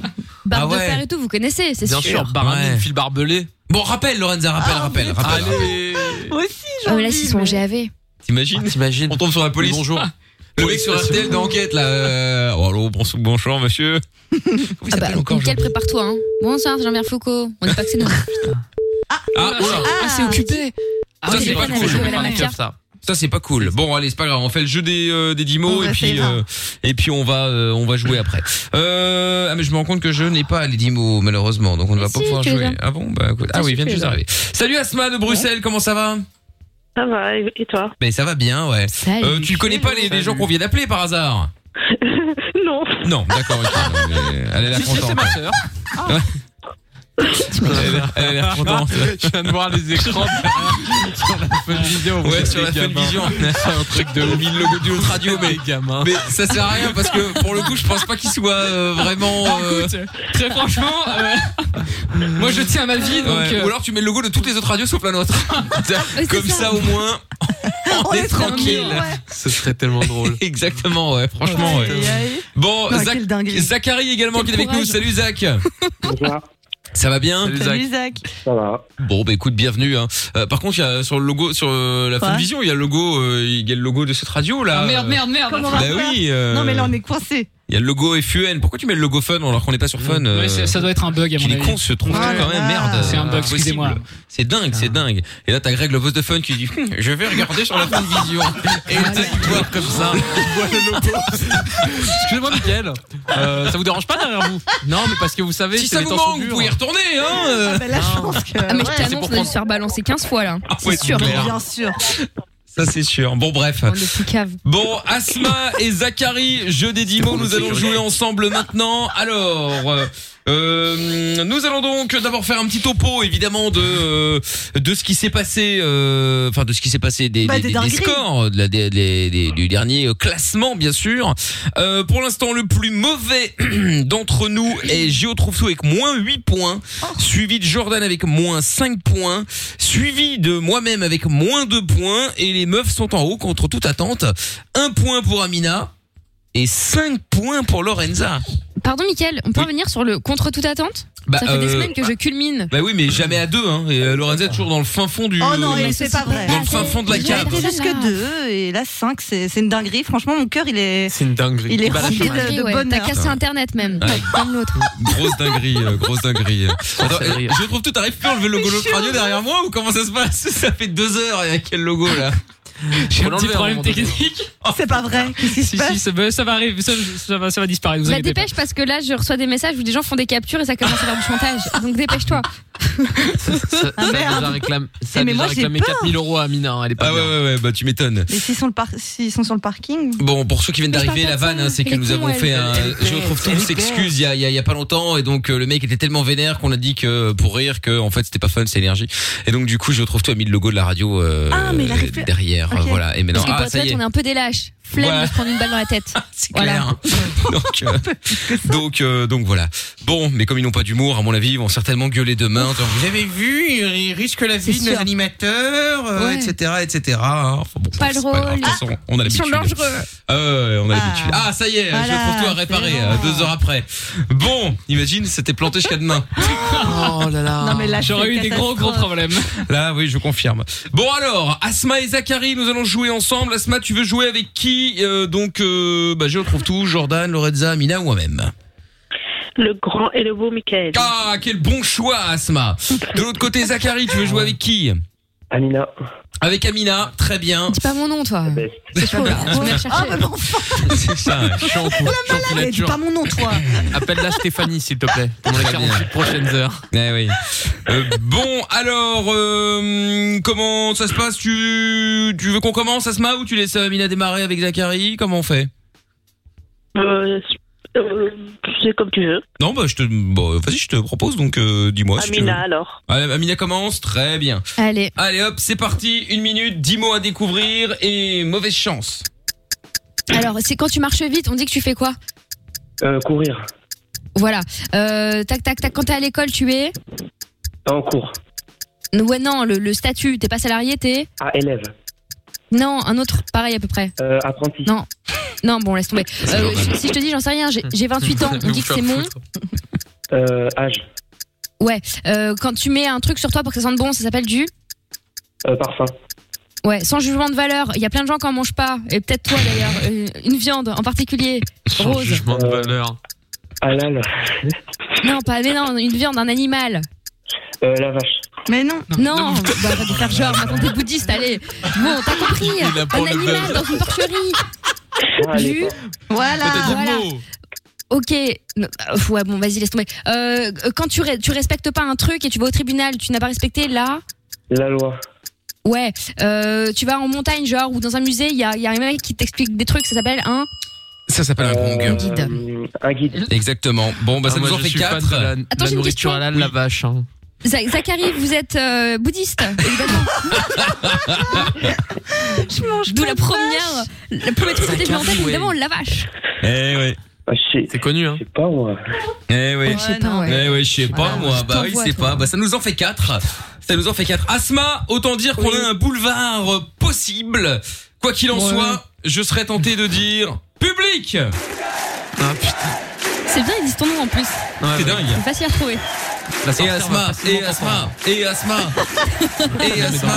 [SPEAKER 4] Barre
[SPEAKER 2] Ah ouais.
[SPEAKER 4] de fer et tout, vous connaissez, c'est
[SPEAKER 6] Bien
[SPEAKER 4] sûr.
[SPEAKER 6] sûr,
[SPEAKER 2] Ouais.
[SPEAKER 6] baramine, fil barbelé.
[SPEAKER 2] Bon, rappelle Lorenza, rappelle,
[SPEAKER 5] Ah,
[SPEAKER 2] rappelle, rappelle.
[SPEAKER 6] Allez.
[SPEAKER 5] Moi aussi,
[SPEAKER 4] Ah,
[SPEAKER 5] j'en
[SPEAKER 4] mais là,
[SPEAKER 5] vis,
[SPEAKER 4] s'ils sont
[SPEAKER 5] mais-
[SPEAKER 4] GAV.
[SPEAKER 2] T'imagines
[SPEAKER 6] Ah, T'imagines
[SPEAKER 2] On tombe sur la
[SPEAKER 6] Oui,
[SPEAKER 2] police.
[SPEAKER 6] Bonjour.
[SPEAKER 2] Le mec sur RTL d'enquête là. Euh... Oh, allô, bonsoir, bonjour monsieur. Comment il
[SPEAKER 4] Ah bah,
[SPEAKER 2] s'appelle encore
[SPEAKER 4] nickel,
[SPEAKER 2] Jean-
[SPEAKER 4] prépare-toi. Hein. Bonsoir, c'est Jean-Pierre Foucault. On est pas que c'est nous.
[SPEAKER 2] Ah, oh là,
[SPEAKER 3] Ah, c'est occupé. Ah,
[SPEAKER 2] Ça,
[SPEAKER 3] oui,
[SPEAKER 2] c'est pas
[SPEAKER 3] voilà,
[SPEAKER 2] cool.
[SPEAKER 3] c'est
[SPEAKER 4] Ouais,
[SPEAKER 3] vraiment
[SPEAKER 4] la
[SPEAKER 3] la
[SPEAKER 4] matière.
[SPEAKER 3] merde.
[SPEAKER 6] ça.
[SPEAKER 2] ça c'est pas cool. Bon allez, c'est pas grave, on fait le jeu des euh, des dix mots
[SPEAKER 5] On
[SPEAKER 2] et puis
[SPEAKER 5] essaiera.
[SPEAKER 2] euh, et puis on va euh, on va jouer après. Euh, ah mais je me rends compte que je n'ai pas les dix mots malheureusement, donc on ne
[SPEAKER 4] Mais
[SPEAKER 2] va pas
[SPEAKER 4] si,
[SPEAKER 2] pouvoir
[SPEAKER 4] tu les
[SPEAKER 2] jouer.
[SPEAKER 4] as.
[SPEAKER 2] Ah bon bah écoute. Ah
[SPEAKER 4] Si,
[SPEAKER 2] oui,
[SPEAKER 4] si,
[SPEAKER 2] vient de
[SPEAKER 4] tu
[SPEAKER 2] juste
[SPEAKER 4] les as.
[SPEAKER 2] d'arriver. Salut Asma de Bruxelles, comment ça va
[SPEAKER 10] Ça va, et et [laughs] toi
[SPEAKER 2] Ben ça va bien, ouais.
[SPEAKER 4] Salut.
[SPEAKER 2] Euh, tu connais pas les, les gens qu'on vient d'appeler par hasard
[SPEAKER 10] Non.
[SPEAKER 2] Non, d'accord. ok. Non, mais Elle est là contente. [laughs]
[SPEAKER 6] sœur.
[SPEAKER 2] Elle
[SPEAKER 6] [laughs]
[SPEAKER 2] elle a l'air contente.
[SPEAKER 6] Je viens de voir les
[SPEAKER 2] [laughs]
[SPEAKER 6] écrans sur la fun vision.
[SPEAKER 2] Ouais, sur la Funvision.
[SPEAKER 6] [laughs] C'est un truc de ouf.
[SPEAKER 2] mis le logo du Ultra Radio, [laughs] mais
[SPEAKER 6] gamin.
[SPEAKER 2] Mais ça sert à rien parce que pour le coup, je pense pas qu'il soit euh, vraiment. [laughs] euh,
[SPEAKER 3] Écoute, Très franchement, euh, [laughs] moi je tiens à ma vie donc.
[SPEAKER 2] ouais.
[SPEAKER 3] euh,
[SPEAKER 2] Ou alors tu mets le logo de toutes les autres radios sauf la nôtre.
[SPEAKER 4] Ah, c'est
[SPEAKER 2] Comme ça.
[SPEAKER 4] ça.
[SPEAKER 2] au
[SPEAKER 4] [laughs]
[SPEAKER 2] moins.
[SPEAKER 5] On est tranquille.
[SPEAKER 2] tranquille.
[SPEAKER 5] ouais.
[SPEAKER 6] Ce serait tellement drôle.
[SPEAKER 2] [laughs] Exactement, ouais, franchement. ouais.
[SPEAKER 5] Aïe, aïe.
[SPEAKER 2] Bon,
[SPEAKER 5] Ah,
[SPEAKER 2] Zach-
[SPEAKER 5] quelle dinguerie.
[SPEAKER 2] Zachary également qui est avec
[SPEAKER 4] Quel
[SPEAKER 2] nous.
[SPEAKER 4] courage.
[SPEAKER 2] Salut Zach.
[SPEAKER 7] Bonsoir,
[SPEAKER 2] Ça va bien
[SPEAKER 6] Salut,
[SPEAKER 5] Salut Zach.
[SPEAKER 7] ça va.
[SPEAKER 2] Bon, bah écoute, bienvenue. hein. Euh, par contre, il y a sur le logo, sur euh, la
[SPEAKER 5] Quoi
[SPEAKER 2] Funvision, il y a le logo, euh, il y a le logo de cette radio là.
[SPEAKER 3] ah, merde, merde, merde.
[SPEAKER 5] Comment on
[SPEAKER 2] Bah
[SPEAKER 5] va faire
[SPEAKER 2] oui. euh,
[SPEAKER 5] Non mais là on est coincé.
[SPEAKER 2] Il y a le logo FUN. Pourquoi tu mets le logo Fun alors qu'on n'est pas sur Fun
[SPEAKER 3] [laughs]
[SPEAKER 2] euh,
[SPEAKER 3] Ouais, c'est- ça doit être un bug à
[SPEAKER 2] Qu'il
[SPEAKER 3] mon
[SPEAKER 2] est con,
[SPEAKER 3] avis.
[SPEAKER 2] se trompe
[SPEAKER 5] Oh là
[SPEAKER 2] quand même,
[SPEAKER 5] là.
[SPEAKER 2] merde.
[SPEAKER 3] C'est un bug,
[SPEAKER 2] Impossible.
[SPEAKER 3] excusez-moi. Ah.
[SPEAKER 2] C'est dingue, c'est dingue. Et là, t'as Greg, le boss de fun, qui dit Hum, Je vais regarder sur la fin de vision. Et t'as une voix
[SPEAKER 6] [laughs]
[SPEAKER 2] comme ça.
[SPEAKER 6] Excusez-moi, Mickaël. Euh, ça vous dérange pas derrière vous Non, mais parce que vous savez,
[SPEAKER 2] Si
[SPEAKER 6] c'est
[SPEAKER 2] ça
[SPEAKER 6] les
[SPEAKER 2] vous
[SPEAKER 6] temps sont
[SPEAKER 2] manque, vous
[SPEAKER 6] durs.
[SPEAKER 2] pouvez y retourner, hein. euh.
[SPEAKER 5] Ah, bah, là je pense que.
[SPEAKER 4] Ah, mais je
[SPEAKER 5] Ouais,
[SPEAKER 6] pour
[SPEAKER 4] t'annonce, on a dû
[SPEAKER 6] prendre-
[SPEAKER 4] se faire balancer 15 fois là.
[SPEAKER 2] Ah ouais,
[SPEAKER 4] c'est sûr.
[SPEAKER 2] clair.
[SPEAKER 5] Bien sûr.
[SPEAKER 2] Ça, c'est sûr. Bon, bref.
[SPEAKER 4] On est plus cave.
[SPEAKER 2] Bon, Asma et Zachary, jeu des dix mots, nous allons jouer ensemble maintenant. Alors, euh, Euh, nous allons donc d'abord faire un petit topo évidemment de euh, de ce qui s'est passé, euh, enfin de ce qui s'est passé des,
[SPEAKER 1] Bah, des
[SPEAKER 2] des- des- des
[SPEAKER 1] dingueries.
[SPEAKER 2] scores de la- des- des- des- du dernier euh, classement bien sûr. Euh, pour l'instant le plus mauvais [clears throat] d'entre nous est Gio Trouve-Tout avec moins 8 points, suivi de Jordan avec moins 5 points, suivi de moi-même avec moins 2 points et les meufs sont en haut contre toute attente. Un point pour Amina et 5 points pour Lorenza.
[SPEAKER 4] Pardon, Mickaël, on peut revenir sur le contre toute attente
[SPEAKER 2] Bah,
[SPEAKER 4] Ça fait des
[SPEAKER 2] euh,
[SPEAKER 4] semaines que je culmine.
[SPEAKER 2] Bah oui, mais jamais à deux, hein. Et euh, Lorenza est toujours dans le fin fond du. euh,
[SPEAKER 5] Oh non, mais c'est pas vrai.
[SPEAKER 2] Dans le fin fond de la
[SPEAKER 5] J'ai
[SPEAKER 2] cave.
[SPEAKER 5] été jusque 2 et là 5, c'est c'est une dinguerie. Franchement, mon cœur, il est.
[SPEAKER 2] C'est une dinguerie.
[SPEAKER 5] Il est
[SPEAKER 2] Il bat la
[SPEAKER 5] rempli de,
[SPEAKER 2] chemin.
[SPEAKER 5] de
[SPEAKER 4] Ouais,
[SPEAKER 5] bonheur.
[SPEAKER 4] T'as cassé Internet même,
[SPEAKER 2] Ouais.
[SPEAKER 4] comme l'autre.
[SPEAKER 2] Grosse dinguerie, euh,
[SPEAKER 6] [laughs]
[SPEAKER 2] grosse dinguerie. Attends, euh, je trouve tout. T'arrives plus à enlever le logo
[SPEAKER 4] Mais
[SPEAKER 2] de
[SPEAKER 4] chiant.
[SPEAKER 2] radio derrière moi ou comment ça se passe [laughs] Ça fait deux heures et à quel logo là
[SPEAKER 3] J'ai un petit problème technique.
[SPEAKER 5] [laughs] C'est pas vrai.
[SPEAKER 3] si, si, ça, va- ça va arriver, ça, ça va, ça va disparaître. Vous
[SPEAKER 4] Bah
[SPEAKER 3] inquiétez pas.
[SPEAKER 4] dépêche parce que là je reçois des messages où des gens font des captures et ça commence à faire du
[SPEAKER 3] [laughs]
[SPEAKER 4] chantage. Donc dépêche-toi. Ah,
[SPEAKER 6] Ça, ça a déjà réclamé, ça a
[SPEAKER 5] Ah, Eh, mais
[SPEAKER 6] déjà
[SPEAKER 5] moi, j'ai
[SPEAKER 6] réclamé
[SPEAKER 5] peur.
[SPEAKER 6] 4000 euros à Mina, hein, elle est pas
[SPEAKER 2] Ah ouais, ouais, ouais, bah tu m'étonnes.
[SPEAKER 5] Mais s'ils sont, le par- s'ils sont sur le parking.
[SPEAKER 2] Bon, pour ceux qui viennent
[SPEAKER 5] Mais je
[SPEAKER 2] d'arriver,
[SPEAKER 5] parle
[SPEAKER 2] la
[SPEAKER 5] pas de
[SPEAKER 2] vanne,
[SPEAKER 5] ça.
[SPEAKER 2] hein, c'est que
[SPEAKER 5] Elle
[SPEAKER 2] nous
[SPEAKER 5] est con,
[SPEAKER 2] avons
[SPEAKER 5] elle.
[SPEAKER 2] fait un.
[SPEAKER 5] Elle
[SPEAKER 2] Je retrouve
[SPEAKER 5] elle
[SPEAKER 2] tout
[SPEAKER 5] est
[SPEAKER 2] s'excuse il y a, il y a- il y a pas longtemps et donc euh, le mec était tellement vénère qu'on a dit que euh, pour rire que en fait c'était pas fun, c'est énergie. Et donc du coup, je retrouve tout a mis le logo de la radio euh,
[SPEAKER 4] Ah, mais il arrive plus-
[SPEAKER 2] derrière, euh, voilà. Et maintenant,
[SPEAKER 4] parce que
[SPEAKER 2] ah
[SPEAKER 4] pour
[SPEAKER 2] ça y
[SPEAKER 4] être
[SPEAKER 2] est.
[SPEAKER 4] honnête, on est un peu des lâches. Flemme
[SPEAKER 2] Ouais.
[SPEAKER 4] de se prendre une balle dans
[SPEAKER 2] [laughs]
[SPEAKER 4] la tête.
[SPEAKER 2] Claire, hein.
[SPEAKER 1] [laughs]
[SPEAKER 2] [laughs] donc, euh, donc, euh, donc voilà. Bon, mais comme ils n'ont pas d'humour, à mon avis, ils vont certainement gueuler demain. en disant, Vous avez vu, ils risquent la vie de nos animateurs, euh,
[SPEAKER 1] Ouais.
[SPEAKER 2] etc., etc. hein. Enfin, bon,
[SPEAKER 1] Pas
[SPEAKER 2] c'est
[SPEAKER 1] drôle.
[SPEAKER 2] grave, de toute façon, on a
[SPEAKER 1] Ils
[SPEAKER 2] l'habitude.
[SPEAKER 1] sont dangereux.
[SPEAKER 2] Ah ouais, on a l'habitude. Ah, ça y est, je
[SPEAKER 1] Voilà,
[SPEAKER 2] trouve tout à réparer euh, deux heures après. Bon, imagine, c'était planté
[SPEAKER 1] [laughs]
[SPEAKER 2] jusqu'à demain.
[SPEAKER 1] Ah,
[SPEAKER 6] Oh là là.
[SPEAKER 5] Non, mais là,
[SPEAKER 3] J'aurais
[SPEAKER 5] c'est
[SPEAKER 3] eu des gros
[SPEAKER 5] catastrophe.
[SPEAKER 3] gros problèmes.
[SPEAKER 2] Là, oui, je confirme. Bon alors, Asma et Zachary, nous allons jouer ensemble. Asma, tu veux jouer avec qui Euh, Donc, euh, bah, je retrouve tout. Jordan, Lorenza, Mina ou moi-même.
[SPEAKER 10] Le grand et le beau Michael.
[SPEAKER 2] Ah, quel bon choix, Asma. De l'autre côté, Zachary, tu veux jouer avec qui Amina. Avec Amina, très bien.
[SPEAKER 4] Dis pas mon nom toi. C'est chaud.
[SPEAKER 2] [laughs] bah,
[SPEAKER 4] là. Je vais venir
[SPEAKER 5] Ah,
[SPEAKER 4] chercher.
[SPEAKER 2] Ah, C'est ça, je suis en cours.
[SPEAKER 5] Mais dis pas mon nom, toi.
[SPEAKER 6] Appelle-la Stéphanie, s'il te plaît, pendant les 48 prochaines heures.
[SPEAKER 2] Eh oui. Euh, bon, alors, euh, comment ça se passe tu, tu veux qu'on commence, Asma, ou tu laisses Amina démarrer avec Zachary Comment on fait
[SPEAKER 10] Euh, euh, c'est comme tu veux.
[SPEAKER 2] Non, bah, je te, bon, vas-y, je te propose, donc euh, dis-moi si tu veux.
[SPEAKER 10] Amina alors.
[SPEAKER 2] Allez, Amina commence, très bien.
[SPEAKER 4] Allez.
[SPEAKER 2] Allez hop, c'est parti, une minute, dix mots à découvrir et mauvaise chance.
[SPEAKER 4] Alors c'est quand tu marches vite, on dit que tu fais quoi
[SPEAKER 11] Euh, courir.
[SPEAKER 4] Voilà. Euh, tac tac tac. Quand t'es à l'école, tu es.
[SPEAKER 11] En cours.
[SPEAKER 4] Ouais non, le, le statut. T'es pas salarié, t'es.
[SPEAKER 11] Ah, élève.
[SPEAKER 4] Non, un autre pareil à peu près.
[SPEAKER 11] Euh, apprenti.
[SPEAKER 4] Non. Non, bon, laisse tomber. Euh, si- si je te dis, j'en sais rien, j'ai
[SPEAKER 2] [laughs]
[SPEAKER 4] j'ai 28
[SPEAKER 6] [laughs]
[SPEAKER 4] ans, on dit que c'est mon.
[SPEAKER 11] Euh, âge.
[SPEAKER 4] Ouais. Euh, quand tu mets un truc sur toi pour que ça sente bon, ça s'appelle du.
[SPEAKER 11] Euh, parfum.
[SPEAKER 4] Ouais, sans jugement de valeur. Il y a plein de gens qui en mangent pas, et peut-être toi d'ailleurs. Euh, Une viande en particulier, rose.
[SPEAKER 6] Jugement de valeur.
[SPEAKER 11] Euh, Halal.
[SPEAKER 4] Non, pas, mais non, une viande, un animal.
[SPEAKER 11] Euh, la vache.
[SPEAKER 5] Mais non.
[SPEAKER 4] Non, bah, va te faire genre, maintenant t'es bouddhiste, allez. Bon, t'as compris.
[SPEAKER 11] Il apprend
[SPEAKER 4] Un
[SPEAKER 11] le
[SPEAKER 4] animal
[SPEAKER 11] buzz.
[SPEAKER 4] dans une porcherie. Du. Voilà. voilà. Ok. Non, euh, Ouais, bon, vas-y, laisse tomber. Euh, quand tu, re- tu respectes pas un truc et tu vas au tribunal, tu n'as pas respecté, là.
[SPEAKER 11] La loi.
[SPEAKER 4] Ouais, euh, tu vas en montagne, genre, ou dans un musée, il y a, il y a un mec qui t'explique des trucs, ça s'appelle un.
[SPEAKER 2] Ça s'appelle
[SPEAKER 4] Euh,
[SPEAKER 2] un gong. Un
[SPEAKER 11] guide. Euh, Un guide.
[SPEAKER 2] Exactement. Bon, bah
[SPEAKER 6] Ah,
[SPEAKER 2] ça nous
[SPEAKER 6] moi,
[SPEAKER 2] en
[SPEAKER 6] je
[SPEAKER 2] fait
[SPEAKER 6] suis fan
[SPEAKER 2] quatre.
[SPEAKER 6] de la- hein. de
[SPEAKER 4] Attends, la j'ai une nourriture question.
[SPEAKER 2] halal, la vache.
[SPEAKER 4] Za- Zachary, vous êtes euh, bouddhiste, évidemment.
[SPEAKER 5] [laughs] Je mange
[SPEAKER 4] D'où la première, la première truc que j'ai en tête,
[SPEAKER 6] Zachary, ouais.
[SPEAKER 4] évidemment, la vache.
[SPEAKER 2] Eh oui.
[SPEAKER 6] C'est connu, hein.
[SPEAKER 11] Ah, Je sais pas, moi.
[SPEAKER 2] Eh oui.
[SPEAKER 4] Ouais, Oh, Je sais pas, non. ouais.
[SPEAKER 2] Eh oui, je sais pas,
[SPEAKER 4] Ah,
[SPEAKER 2] moi.
[SPEAKER 4] je
[SPEAKER 2] Bah oui,
[SPEAKER 4] t'envoie,
[SPEAKER 2] c'est
[SPEAKER 4] toi.
[SPEAKER 2] pas. Bah ça nous en fait quatre. Ça nous en fait quatre. Asma, autant dire qu'on a un boulevard euh, possible. Quoi qu'il en
[SPEAKER 4] Ouais.
[SPEAKER 2] soit, je serais tenté de dire public. Ah putain.
[SPEAKER 4] C'est bien, ils disent ton nom en plus.
[SPEAKER 2] c'est dingue.
[SPEAKER 4] C'est facile à trouver.
[SPEAKER 2] Et Asma, et Asma, et Asma, [laughs] et Asma,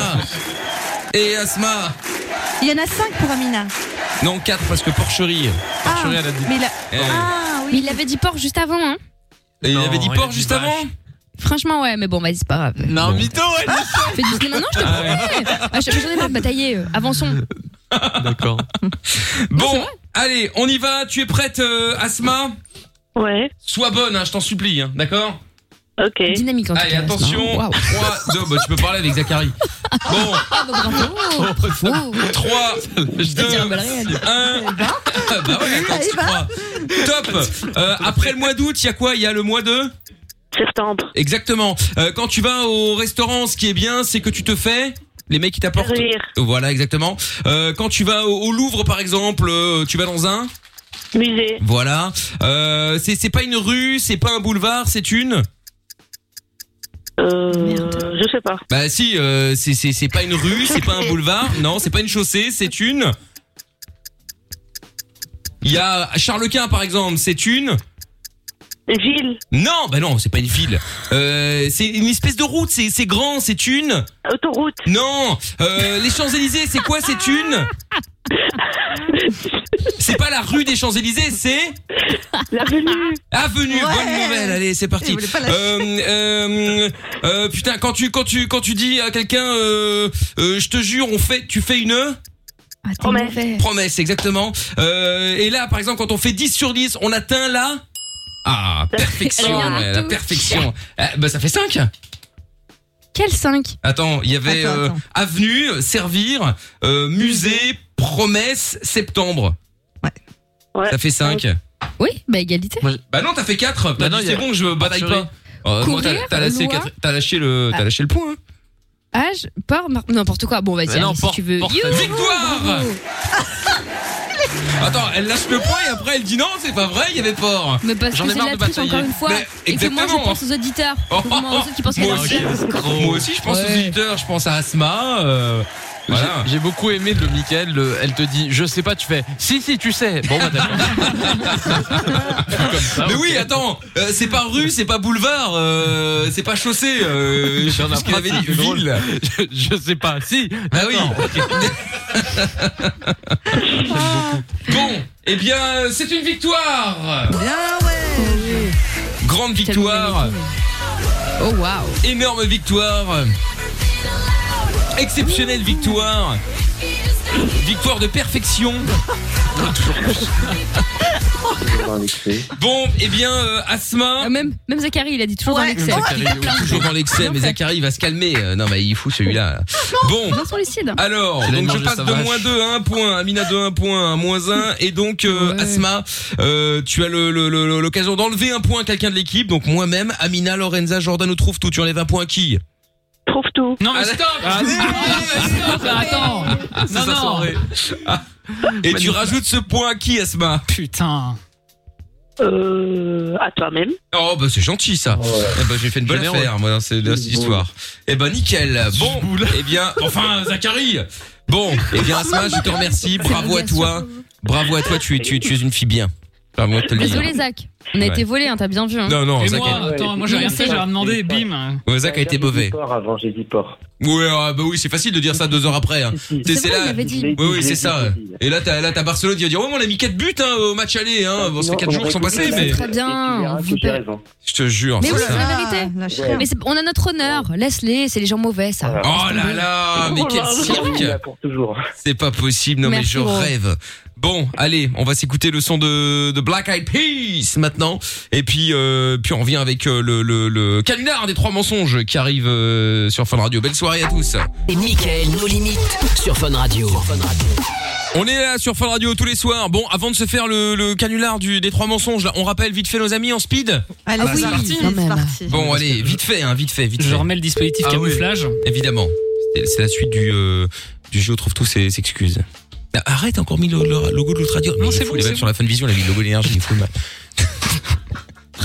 [SPEAKER 2] et Asma.
[SPEAKER 5] Il y en a 5 pour Amina.
[SPEAKER 2] Non, 4 parce que porcherie.
[SPEAKER 5] Ah,
[SPEAKER 2] elle a dit.
[SPEAKER 5] mais il a-
[SPEAKER 2] Eh oui.
[SPEAKER 5] Ah, oui.
[SPEAKER 4] Mais il avait dit porc juste avant, hein.
[SPEAKER 2] Et il avait dit porc juste avant
[SPEAKER 4] Franchement, ouais, mais bon, vas-y, c'est pas grave.
[SPEAKER 6] Non, mytho, elle dit ça.
[SPEAKER 4] Fais du cinéma, non, je te promets. Ah, je- J'en ai pas bataillé, euh, avançons.
[SPEAKER 2] [laughs]
[SPEAKER 6] D'accord.
[SPEAKER 2] Bon, allez, on y va. Tu es prête, euh, Asma
[SPEAKER 10] Ouais.
[SPEAKER 2] Sois bonne, hein, je t'en supplie, hein, d'accord
[SPEAKER 10] Ok.
[SPEAKER 4] Dynamique en tout
[SPEAKER 2] Allez,
[SPEAKER 4] cas,
[SPEAKER 2] attention. 3, 2, bah, tu peux parler avec Zachary.
[SPEAKER 9] [laughs]
[SPEAKER 2] Bon. Oh,
[SPEAKER 4] Ah, bah, bravo.
[SPEAKER 2] 3, 2, 1. Bah ouais, attends, tu crois. Top. Euh, après le mois d'août, il y a quoi Il y a le mois de
[SPEAKER 10] Septembre.
[SPEAKER 2] Exactement. Euh, quand tu vas au restaurant, ce qui est bien, c'est que tu te fais les mecs qui t'apportent.
[SPEAKER 10] Servir.
[SPEAKER 2] Voilà, exactement. Euh, quand tu vas au, au Louvre, par exemple, euh, tu vas dans un.
[SPEAKER 10] Musée.
[SPEAKER 2] Voilà. Euh, c'est c'est pas une rue, c'est pas un boulevard, c'est une.
[SPEAKER 10] Euh, je sais pas.
[SPEAKER 2] Bah si, euh, c'est c'est c'est pas une
[SPEAKER 10] [laughs]
[SPEAKER 2] rue, c'est pas un boulevard, non, c'est pas une chaussée, c'est une. Il y a Charles Quint par exemple, c'est une.
[SPEAKER 10] Ville.
[SPEAKER 2] Non, bah non, c'est pas une ville. Euh, c'est une espèce de route, c'est c'est grand, c'est une.
[SPEAKER 10] Autoroute.
[SPEAKER 2] Non, euh, les Champs Élysées, c'est quoi, c'est une. C'est pas la rue des Champs Élysées, c'est.
[SPEAKER 10] L'avenue.
[SPEAKER 2] Avenue, bonne nouvelle. Allez, c'est parti. Euh, euh, euh, putain, quand tu quand tu quand tu dis à quelqu'un, euh, euh, je te jure, on fait, tu fais une
[SPEAKER 4] promesse.
[SPEAKER 2] promesse, exactement. Euh, et là, par exemple, quand on fait 10 sur 10, on atteint la. Ah, perfection,
[SPEAKER 4] Rien
[SPEAKER 2] ouais,
[SPEAKER 4] du
[SPEAKER 2] la
[SPEAKER 4] tout.
[SPEAKER 2] perfection. Eh, bah ça fait 5
[SPEAKER 4] Quel 5
[SPEAKER 2] Attends, il y avait
[SPEAKER 4] Attends,
[SPEAKER 2] euh,
[SPEAKER 4] attends.
[SPEAKER 2] avenue, servir, euh, musée, promesse, septembre.
[SPEAKER 10] Ouais.
[SPEAKER 2] Ça fait 5
[SPEAKER 4] Oui, bah égalité.
[SPEAKER 2] Bah non, t'as fait 4
[SPEAKER 6] Bah non, il y
[SPEAKER 2] c'est
[SPEAKER 6] a-
[SPEAKER 2] bon, je bataille
[SPEAKER 6] Archerie.
[SPEAKER 2] pas. Euh, moi,
[SPEAKER 4] Courir,
[SPEAKER 2] t'as- t'as lâché,
[SPEAKER 4] loi.
[SPEAKER 2] quatre- t'as lâché le, t'as
[SPEAKER 4] Ah.
[SPEAKER 2] lâché le point. hein.
[SPEAKER 4] Âge, port, mar- n'importe quoi. Bon, vas-y,
[SPEAKER 2] Mais non,
[SPEAKER 4] allez, si
[SPEAKER 2] porte-
[SPEAKER 4] tu veux.
[SPEAKER 2] porte-
[SPEAKER 4] Youhou,
[SPEAKER 2] Victoire
[SPEAKER 4] bravo.
[SPEAKER 2] Attends, elle lâche le point et après elle dit non, c'est pas vrai, il y avait port.
[SPEAKER 4] Mais parce que c'est de la triche, encore une fois.
[SPEAKER 2] Mais
[SPEAKER 4] et que moi,
[SPEAKER 2] exactement.
[SPEAKER 4] je pense
[SPEAKER 2] [laughs]
[SPEAKER 4] aux auditeurs.
[SPEAKER 2] Oh, oh,
[SPEAKER 4] Moi,
[SPEAKER 2] oh.
[SPEAKER 4] aux autres qui pensent
[SPEAKER 2] moi,
[SPEAKER 4] que
[SPEAKER 2] aussi, moi aussi, je pense aux auditeurs, je pense à Asma. euh, voilà.
[SPEAKER 6] J'ai- J'ai beaucoup aimé le Michael, le- elle te dit je sais pas, tu fais si si tu sais. Bon bah d'accord. Ah,
[SPEAKER 2] Mais oui, attends, euh, c'est pas rue, c'est pas boulevard, euh, c'est pas chaussée.
[SPEAKER 6] [laughs]
[SPEAKER 2] Euh, je sais plus ce qu'il avait dit, ville.
[SPEAKER 6] je, [laughs] je sais pas, si.
[SPEAKER 2] Ah oui. [laughs] Bon, eh bien, c'est une victoire. Grande victoire.
[SPEAKER 4] Oh waouh.
[SPEAKER 2] Énorme victoire. Exceptionnelle victoire. Victoire de
[SPEAKER 4] [laughs]
[SPEAKER 2] perfection. Bon, eh bien, euh, Asma.
[SPEAKER 4] Ah, Même, même Zachary, il a dit toujours dans l'excès.
[SPEAKER 2] Zachary, oui, toujours dans l'excès, mais Zachary va se calmer. Euh, Non, mais il fout celui-là. Bon.
[SPEAKER 4] Vincent Lucide.
[SPEAKER 2] Alors,
[SPEAKER 6] Il a une
[SPEAKER 2] donc
[SPEAKER 6] marge
[SPEAKER 2] je
[SPEAKER 6] de
[SPEAKER 2] passe
[SPEAKER 6] sa
[SPEAKER 2] de
[SPEAKER 6] vache.
[SPEAKER 2] moins 2 à 1 point, Amina de 1 point, à moins 1, et donc euh, Asma, euh, tu as l'occasion le, le- l'occasion d'enlever un point à quelqu'un de l'équipe, donc moi-même, Amina, Lorenza, Jordan ou Trouve-Tout, tu enlèves un point à qui
[SPEAKER 10] Trouve tout.
[SPEAKER 3] Non, mais
[SPEAKER 2] Ah,
[SPEAKER 3] c'est-
[SPEAKER 2] d'accord.
[SPEAKER 3] Ah, non, attends. Non, Ah, non.
[SPEAKER 2] Et tu rajoutes ce point à qui, Asma
[SPEAKER 3] Putain.
[SPEAKER 10] Euh, à toi-même.
[SPEAKER 2] Oh bah c'est gentil ça. Eh ben j'ai fait une bonne
[SPEAKER 6] Généreux.
[SPEAKER 2] affaire moi dans cette, dans cette histoire. Eh ben nickel. Bon, eh
[SPEAKER 3] [laughs]
[SPEAKER 2] bien
[SPEAKER 3] euh,
[SPEAKER 2] enfin Zachary. Bon, eh bien Asma, je te remercie. Bravo à toi. Bravo à toi, tu es tu, es- tu es une fille bien. Enfin, moi, je te le dis.
[SPEAKER 4] Désolé, Zach. On a
[SPEAKER 2] Ouais.
[SPEAKER 4] été volés, hein, t'as bien vu. Hein.
[SPEAKER 2] Non non,
[SPEAKER 3] Et
[SPEAKER 2] Zach,
[SPEAKER 1] ah
[SPEAKER 3] moi, attends, moi j'ai rien fait, j'ai rien demandé, et bim.
[SPEAKER 2] a- ouais, Zach a été mauvais.
[SPEAKER 11] Port avant, j'ai dit port.
[SPEAKER 2] Ouais, ah, bah oui, c'est facile de dire ça deux heures après. hein. C'est c'est
[SPEAKER 4] vrai, il
[SPEAKER 2] là.
[SPEAKER 4] avait dit.
[SPEAKER 11] Je l'ai
[SPEAKER 2] Oui,
[SPEAKER 11] je l'ai
[SPEAKER 2] oui, c'est
[SPEAKER 11] dit, je
[SPEAKER 2] ça.
[SPEAKER 11] l'ai dit. hein.
[SPEAKER 2] Et là, t'as là, t'as Barcelone qui va dire ouais, mais on a mis quatre buts hein, au match aller. Hein. Bon, ça fait quatre jours qui sont passés, mais
[SPEAKER 4] Très bien,
[SPEAKER 11] Et tu verras
[SPEAKER 4] on
[SPEAKER 11] que
[SPEAKER 4] veut
[SPEAKER 11] j'ai
[SPEAKER 4] pas-
[SPEAKER 11] raison.
[SPEAKER 2] je te jure.
[SPEAKER 4] Mais
[SPEAKER 2] ça,
[SPEAKER 4] oui,
[SPEAKER 2] ça-
[SPEAKER 4] c'est hein. Ah, la vérité. Mais c'est- on a notre honneur. Laisse-les, c'est les gens mauvais, ça.
[SPEAKER 2] Oh là là, mais
[SPEAKER 10] Oh
[SPEAKER 2] quel
[SPEAKER 10] là là.
[SPEAKER 11] Je suis
[SPEAKER 2] cirque
[SPEAKER 11] là pour toujours.
[SPEAKER 2] C'est pas possible, non mais
[SPEAKER 4] Merci,
[SPEAKER 2] je
[SPEAKER 4] gros.
[SPEAKER 2] rêve. Bon, allez, on va s'écouter le son de, de Black Eyed Peas maintenant, et puis euh, puis on revient avec euh, le, le, le calendar des trois mensonges qui arrive euh, sur Fun Radio. Belle soirée à tous.
[SPEAKER 1] Et Michael, nos limites sur Fun Radio.
[SPEAKER 2] On est là sur Fun Radio tous les soirs. Bon, avant de se faire le, le canular du, des trois mensonges, là, on rappelle vite fait nos amis en speed. Ah,
[SPEAKER 5] Allez,
[SPEAKER 10] Ah,
[SPEAKER 2] oui,
[SPEAKER 5] c'est parti.
[SPEAKER 4] quand même.
[SPEAKER 5] C'est parti.
[SPEAKER 2] Bon, allez, vite fait, hein, vite fait, vite
[SPEAKER 3] Je
[SPEAKER 2] fait.
[SPEAKER 3] remets le dispositif
[SPEAKER 2] Ah oui.
[SPEAKER 3] camouflage.
[SPEAKER 2] Évidemment, c'est c'est la suite du euh, du jeu trouve tous ses excuses. Ah, Arrête, encore mis le, le logo de l'autre radio.
[SPEAKER 3] Non,
[SPEAKER 2] Mais il
[SPEAKER 3] c'est
[SPEAKER 2] faut
[SPEAKER 3] bon,
[SPEAKER 2] les
[SPEAKER 3] c'est
[SPEAKER 2] mettre sur la Fun Vision, il a mis le logo d'énergie,
[SPEAKER 3] [laughs]
[SPEAKER 2] il faut le mettre.